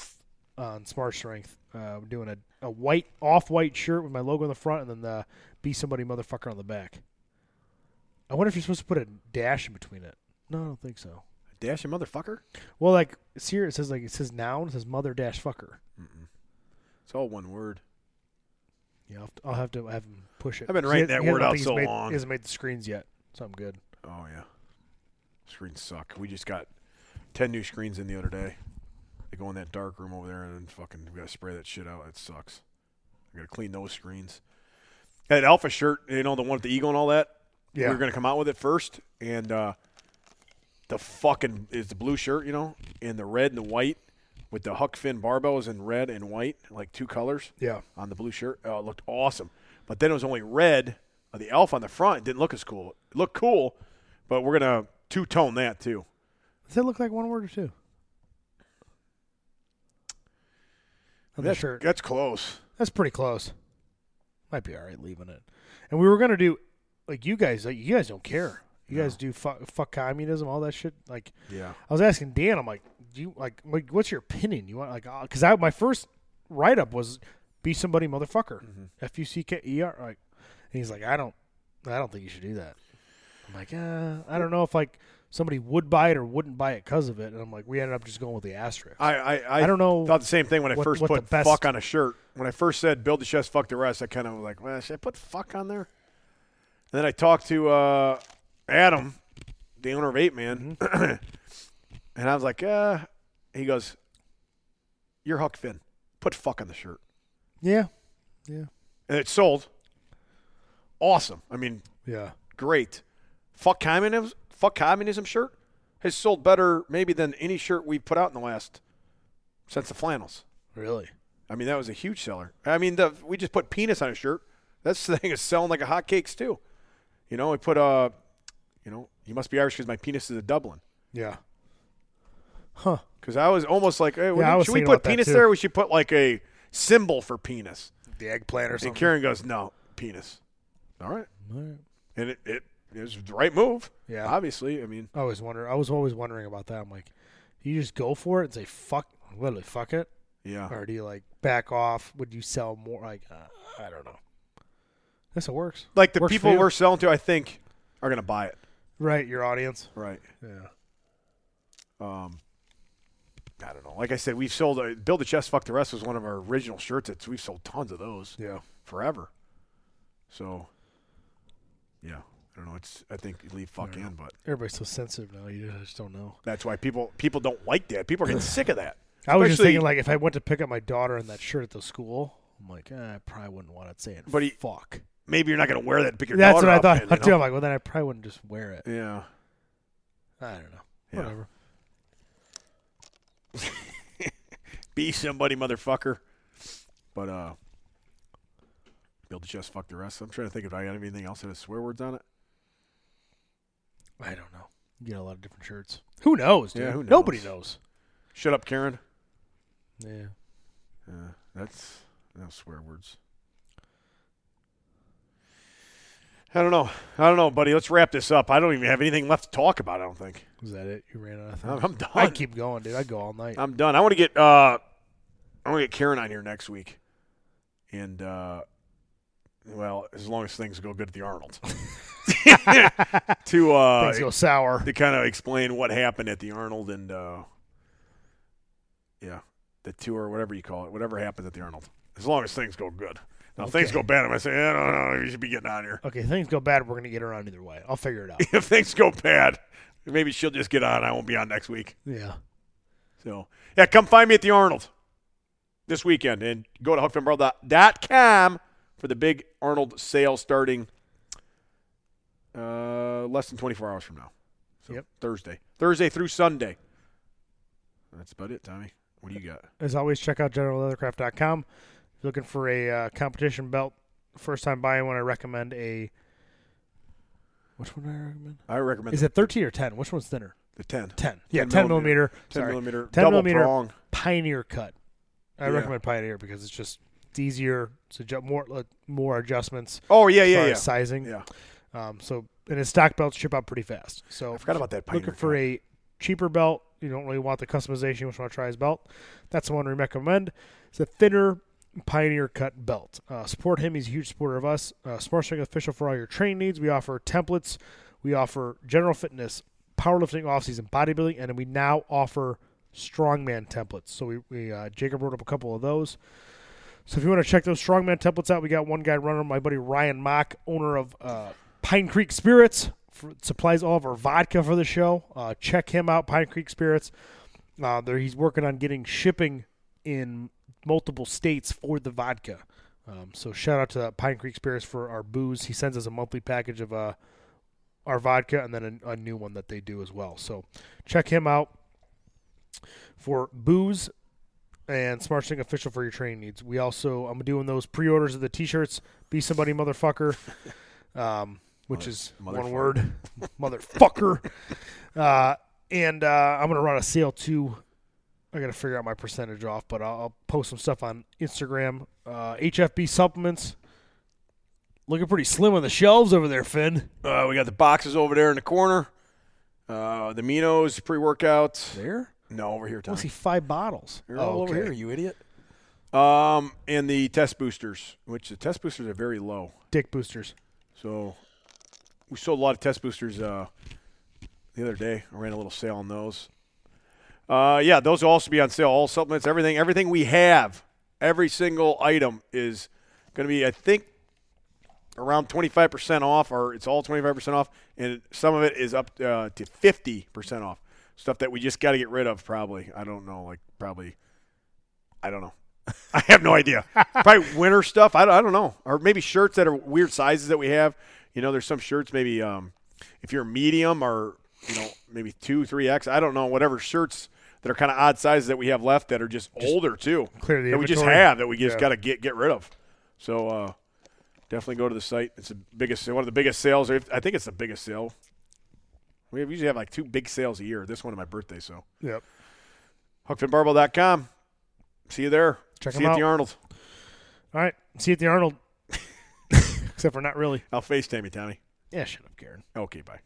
Speaker 5: on Smart Strength. Uh, I'm doing a, a white, off-white shirt with my logo on the front, and then the "Be Somebody Motherfucker" on the back. I wonder if you're supposed to put a dash in between it. No, I don't think so.
Speaker 2: Dash a motherfucker?
Speaker 5: Well, like it's here it says like it says noun, it says mother dash fucker.
Speaker 2: It's all one word.
Speaker 5: Yeah, I'll have to, I'll have, to have him push it.
Speaker 2: I've been
Speaker 5: He
Speaker 2: writing
Speaker 5: ha-
Speaker 2: that
Speaker 5: he hasn't-
Speaker 2: word
Speaker 5: I
Speaker 2: out
Speaker 5: think he's
Speaker 2: so
Speaker 5: made-
Speaker 2: long.
Speaker 5: He hasn't made the screens yet, so I'm good.
Speaker 2: Oh yeah. Screens suck. We just got ten new screens in the other day. They go in that dark room over there and fucking we gotta spray that shit out. That sucks. I gotta clean those screens. That alpha shirt, you know, the one with the eagle and all that.
Speaker 5: Yeah.
Speaker 2: We were gonna come out with it first and uh the fucking is the blue shirt, you know, and the red and the white with the Huck Finn barbells in red and white, like two colors
Speaker 5: Yeah.
Speaker 2: on the blue shirt. Oh, it looked awesome. But then it was only red. uh, The elf on the front didn't look as cool. It looked cool, but we're gonna two tone that too.
Speaker 5: Does that look like one word or two? On the
Speaker 2: That's,
Speaker 5: shirt.
Speaker 2: that's close.
Speaker 5: That's pretty close. Might be all right leaving it. And we were gonna do like you guys. Like you guys don't care. You guys do fuck, fuck communism, all that shit. Like
Speaker 2: Yeah.
Speaker 5: I was asking Dan, I'm like, do you like, like what's your opinion? You want like, because I my first write up was be somebody motherfucker, F U C K E R. Like, and he's like, I don't, I don't think you should do that. I'm like, uh, I don't know if like somebody would buy it or wouldn't buy it because of it. And I'm like, we ended up just going with the asterisk.
Speaker 2: I I, I,
Speaker 5: I don't know
Speaker 2: Thought the same thing when I
Speaker 5: what-
Speaker 2: first
Speaker 5: what
Speaker 2: put
Speaker 5: the best-
Speaker 2: fuck on a shirt. When I first said build the chest, fuck the rest. I kind of was like, well, should I put fuck on there? And then I talked to uh, Adam, the owner of Eight Man,
Speaker 5: Mm-hmm.
Speaker 2: *clears throat* and I was like, uh, he goes, "You're Huck Finn. Put fuck on the shirt."
Speaker 5: yeah,
Speaker 2: and it sold. Awesome. I mean,
Speaker 5: yeah,
Speaker 2: great. Fuck communism. Fuck communism shirt has sold better maybe than any shirt we've put out in the last since the flannels.
Speaker 5: really.
Speaker 2: I mean, that was a huge seller. I mean, the, we just put penis on a shirt. That *laughs* thing is selling like a hotcakes too. You know, we put uh, you know, you must be Irish because my penis is a Dublin.
Speaker 5: Yeah. Huh.
Speaker 2: Because I was almost like, hey, we-
Speaker 5: Yeah, I was
Speaker 2: should we
Speaker 5: thinking
Speaker 2: put
Speaker 5: about that,
Speaker 2: penis
Speaker 5: too.
Speaker 2: there? We should put like a symbol for penis.
Speaker 5: The eggplant or
Speaker 2: And Karen goes, no, penis. All right. and it, it, it was the right move.
Speaker 5: Yeah.
Speaker 2: obviously. I mean,
Speaker 5: I always wonder. I was always wondering about that. I'm like, you just go for it and say fuck, literally fuck it,
Speaker 2: yeah,
Speaker 5: or do you like back off? Would you sell more? Like, uh, I don't know. Guess it works.
Speaker 2: like the
Speaker 5: Works for
Speaker 2: people
Speaker 5: you.
Speaker 2: we're selling to, I think, are gonna buy it.
Speaker 5: Right, your audience.
Speaker 2: Right.
Speaker 5: Yeah.
Speaker 2: Um, I don't know. Like I said, we've sold uh, build a chest, fuck the rest was one of our original shirts. It's we've sold tons of those
Speaker 5: Yeah.
Speaker 2: forever. So, yeah, I don't know. It's I think you leave fuck in, but
Speaker 5: Everybody's so sensitive now. You just don't know.
Speaker 2: that's why people people don't like that. People are getting sick of that.
Speaker 5: *sighs* I was just
Speaker 2: Especially-
Speaker 5: thinking, like, if I went to pick up my daughter in that shirt at the school, I'm like, eh, I probably wouldn't want it saying
Speaker 2: But he-
Speaker 5: fuck.
Speaker 2: Maybe you're not gonna wear that. To pick your
Speaker 5: That's
Speaker 2: daughter
Speaker 5: what I
Speaker 2: up
Speaker 5: thought
Speaker 2: in,
Speaker 5: about
Speaker 2: you
Speaker 5: too. I'm like, well, then I probably wouldn't just wear it.
Speaker 2: know? Yeah.
Speaker 5: I don't know.
Speaker 2: Yeah.
Speaker 5: Whatever.
Speaker 2: be somebody, motherfucker. But uh, build the chest, fuck the rest. I'm trying to think if I got anything else that has swear words on it.
Speaker 5: I don't know. You get a lot of different shirts. Who knows? Dude?
Speaker 2: Yeah, who knows?
Speaker 5: Nobody knows.
Speaker 2: Shut up, Karen.
Speaker 5: Yeah.
Speaker 2: Uh, that's no swear words. I don't know. I don't know, buddy. Let's wrap this up. I don't even have anything left to talk about. I don't think.
Speaker 5: Was that it? You ran out of
Speaker 2: I'm,
Speaker 5: things.
Speaker 2: I'm done.
Speaker 5: I keep going, dude. I go all night.
Speaker 2: I'm done. I want to get uh, I want to get Karen on here next week, and uh, well, as long as things go good at the Arnold,
Speaker 5: *laughs*
Speaker 2: *laughs* to uh,
Speaker 5: Things go sour.
Speaker 2: to kind of explain what happened at the Arnold and uh, yeah, the tour, whatever you call it, whatever happens at the Arnold, as long as things go good. Now, if things
Speaker 5: Okay.
Speaker 2: go bad, I'm gonna say I don't know. You should be getting on here. *laughs*
Speaker 5: Okay, things go bad. We're gonna get her on either way. I'll figure it out.
Speaker 2: if things go bad, maybe she'll just get on. I won't be on next week.
Speaker 5: *laughs* yeah.
Speaker 2: So, yeah, come find me at the Arnold this weekend and go to hookfinbro.com for the big Arnold sale starting uh, less than 24 hours from now. So,
Speaker 5: Yep.
Speaker 2: Thursday. Thursday through Sunday. That's about it, Tommy. What do you got?
Speaker 5: As always, check out generalleathercraft.com. If you're looking for a uh, competition belt, first time buying one, I recommend a. Which one do I recommend?
Speaker 2: I recommend
Speaker 5: Is it 13 or 10? Which one's thinner?
Speaker 2: the 10.
Speaker 5: 10. Yeah, 10 millimeter.
Speaker 2: 10
Speaker 5: Sorry.
Speaker 2: millimeter.
Speaker 5: 10
Speaker 2: double
Speaker 5: millimeter.
Speaker 2: prong.
Speaker 5: Pioneer cut. I
Speaker 2: Yeah.
Speaker 5: recommend Pioneer because it's just it's easier. It's adju- more uh, more adjustments.
Speaker 2: Oh, yeah,
Speaker 5: as
Speaker 2: yeah,
Speaker 5: far
Speaker 2: yeah.
Speaker 5: as sizing.
Speaker 2: Yeah.
Speaker 5: Um, so and his stock belts ship out pretty fast. So
Speaker 2: I forgot about that.
Speaker 5: looking
Speaker 2: Pioneer
Speaker 5: for
Speaker 2: cut.
Speaker 5: a cheaper belt. You don't really want the customization. You just want to try his belt. That's the one we recommend. It's a thinner Pioneer cut belt. Uh, support him. He's a huge supporter of us. Uh, Smart Strength Official for all your training needs. We offer templates. We offer general fitness, powerlifting, off-season bodybuilding, and we now offer strongman templates. So we, we uh, Jacob wrote up a couple of those. So if you want to check those strongman templates out, we got one guy running. My buddy Ryan Mock, owner of uh, Pine Creek Spirits, for, supplies all of our vodka for the show. Uh, check him out, Pine Creek Spirits. Uh, there, he's working on getting shipping in multiple states for the vodka. Um, so shout out to Pine Creek Spirits for our booze. He sends us a monthly package of uh, our vodka and then a, a new one that they do as well. So check him out for booze and Smart Sync official for your training needs. We also I'm doing those pre-orders of the t-shirts. Be somebody, motherfucker. Um, which is one
Speaker 2: motherfucker.
Speaker 5: word, *laughs* motherfucker. uh, and uh, I'm gonna run a sale too. I gotta figure out my percentage off, but I'll, I'll post some stuff on Instagram. Uh, HFB supplements looking pretty slim on the shelves over there, Finn.
Speaker 2: Uh, we got the boxes over there in the corner. Uh, the Minos pre workouts.
Speaker 4: There?
Speaker 2: No, over here, Tommy.
Speaker 5: I see five bottles.
Speaker 2: You're
Speaker 4: Oh,
Speaker 2: all
Speaker 4: over
Speaker 2: okay.
Speaker 4: here, you idiot.
Speaker 2: Um, and the test boosters, which the test boosters are very low.
Speaker 5: Dick boosters.
Speaker 2: So we sold a lot of test boosters uh, the other day. I ran a little sale on those. Uh, yeah, those will also be on sale. All supplements, everything, everything we have, every single item is going to be, I think, around 25% off, or it's all 25% off, and some of it is up uh, to 50% off. Stuff that we just got to get rid of, probably. I don't know, like probably, I don't know. *laughs* I have
Speaker 5: *laughs*
Speaker 2: no idea. probably winter stuff. I don't, I don't know, or maybe shirts that are weird sizes that we have. You know, there's some shirts maybe um, if you're medium or you know maybe two, three X. I don't know, whatever shirts that are kind of odd sizes that we have left that are just, older too.
Speaker 5: clear the
Speaker 2: that we just
Speaker 5: inventory.
Speaker 2: have that we just
Speaker 5: Yeah.
Speaker 2: got to get get rid of. So. uh Definitely go to the site. It's the biggest, one of the biggest sales. or if- I think it's the biggest sale. We usually have like two big sales a year. This one on my birthday, so
Speaker 5: Yep.
Speaker 2: hookfinbarbell.com. See you there.
Speaker 5: Check
Speaker 2: See
Speaker 5: 'em
Speaker 2: you at
Speaker 5: out.
Speaker 2: the Arnold.
Speaker 5: All right. See you at the Arnold. *laughs* Except for not really.
Speaker 2: I'll FaceTime you, Tommy.
Speaker 5: Yeah, shut up, Karen.
Speaker 2: Okay, bye.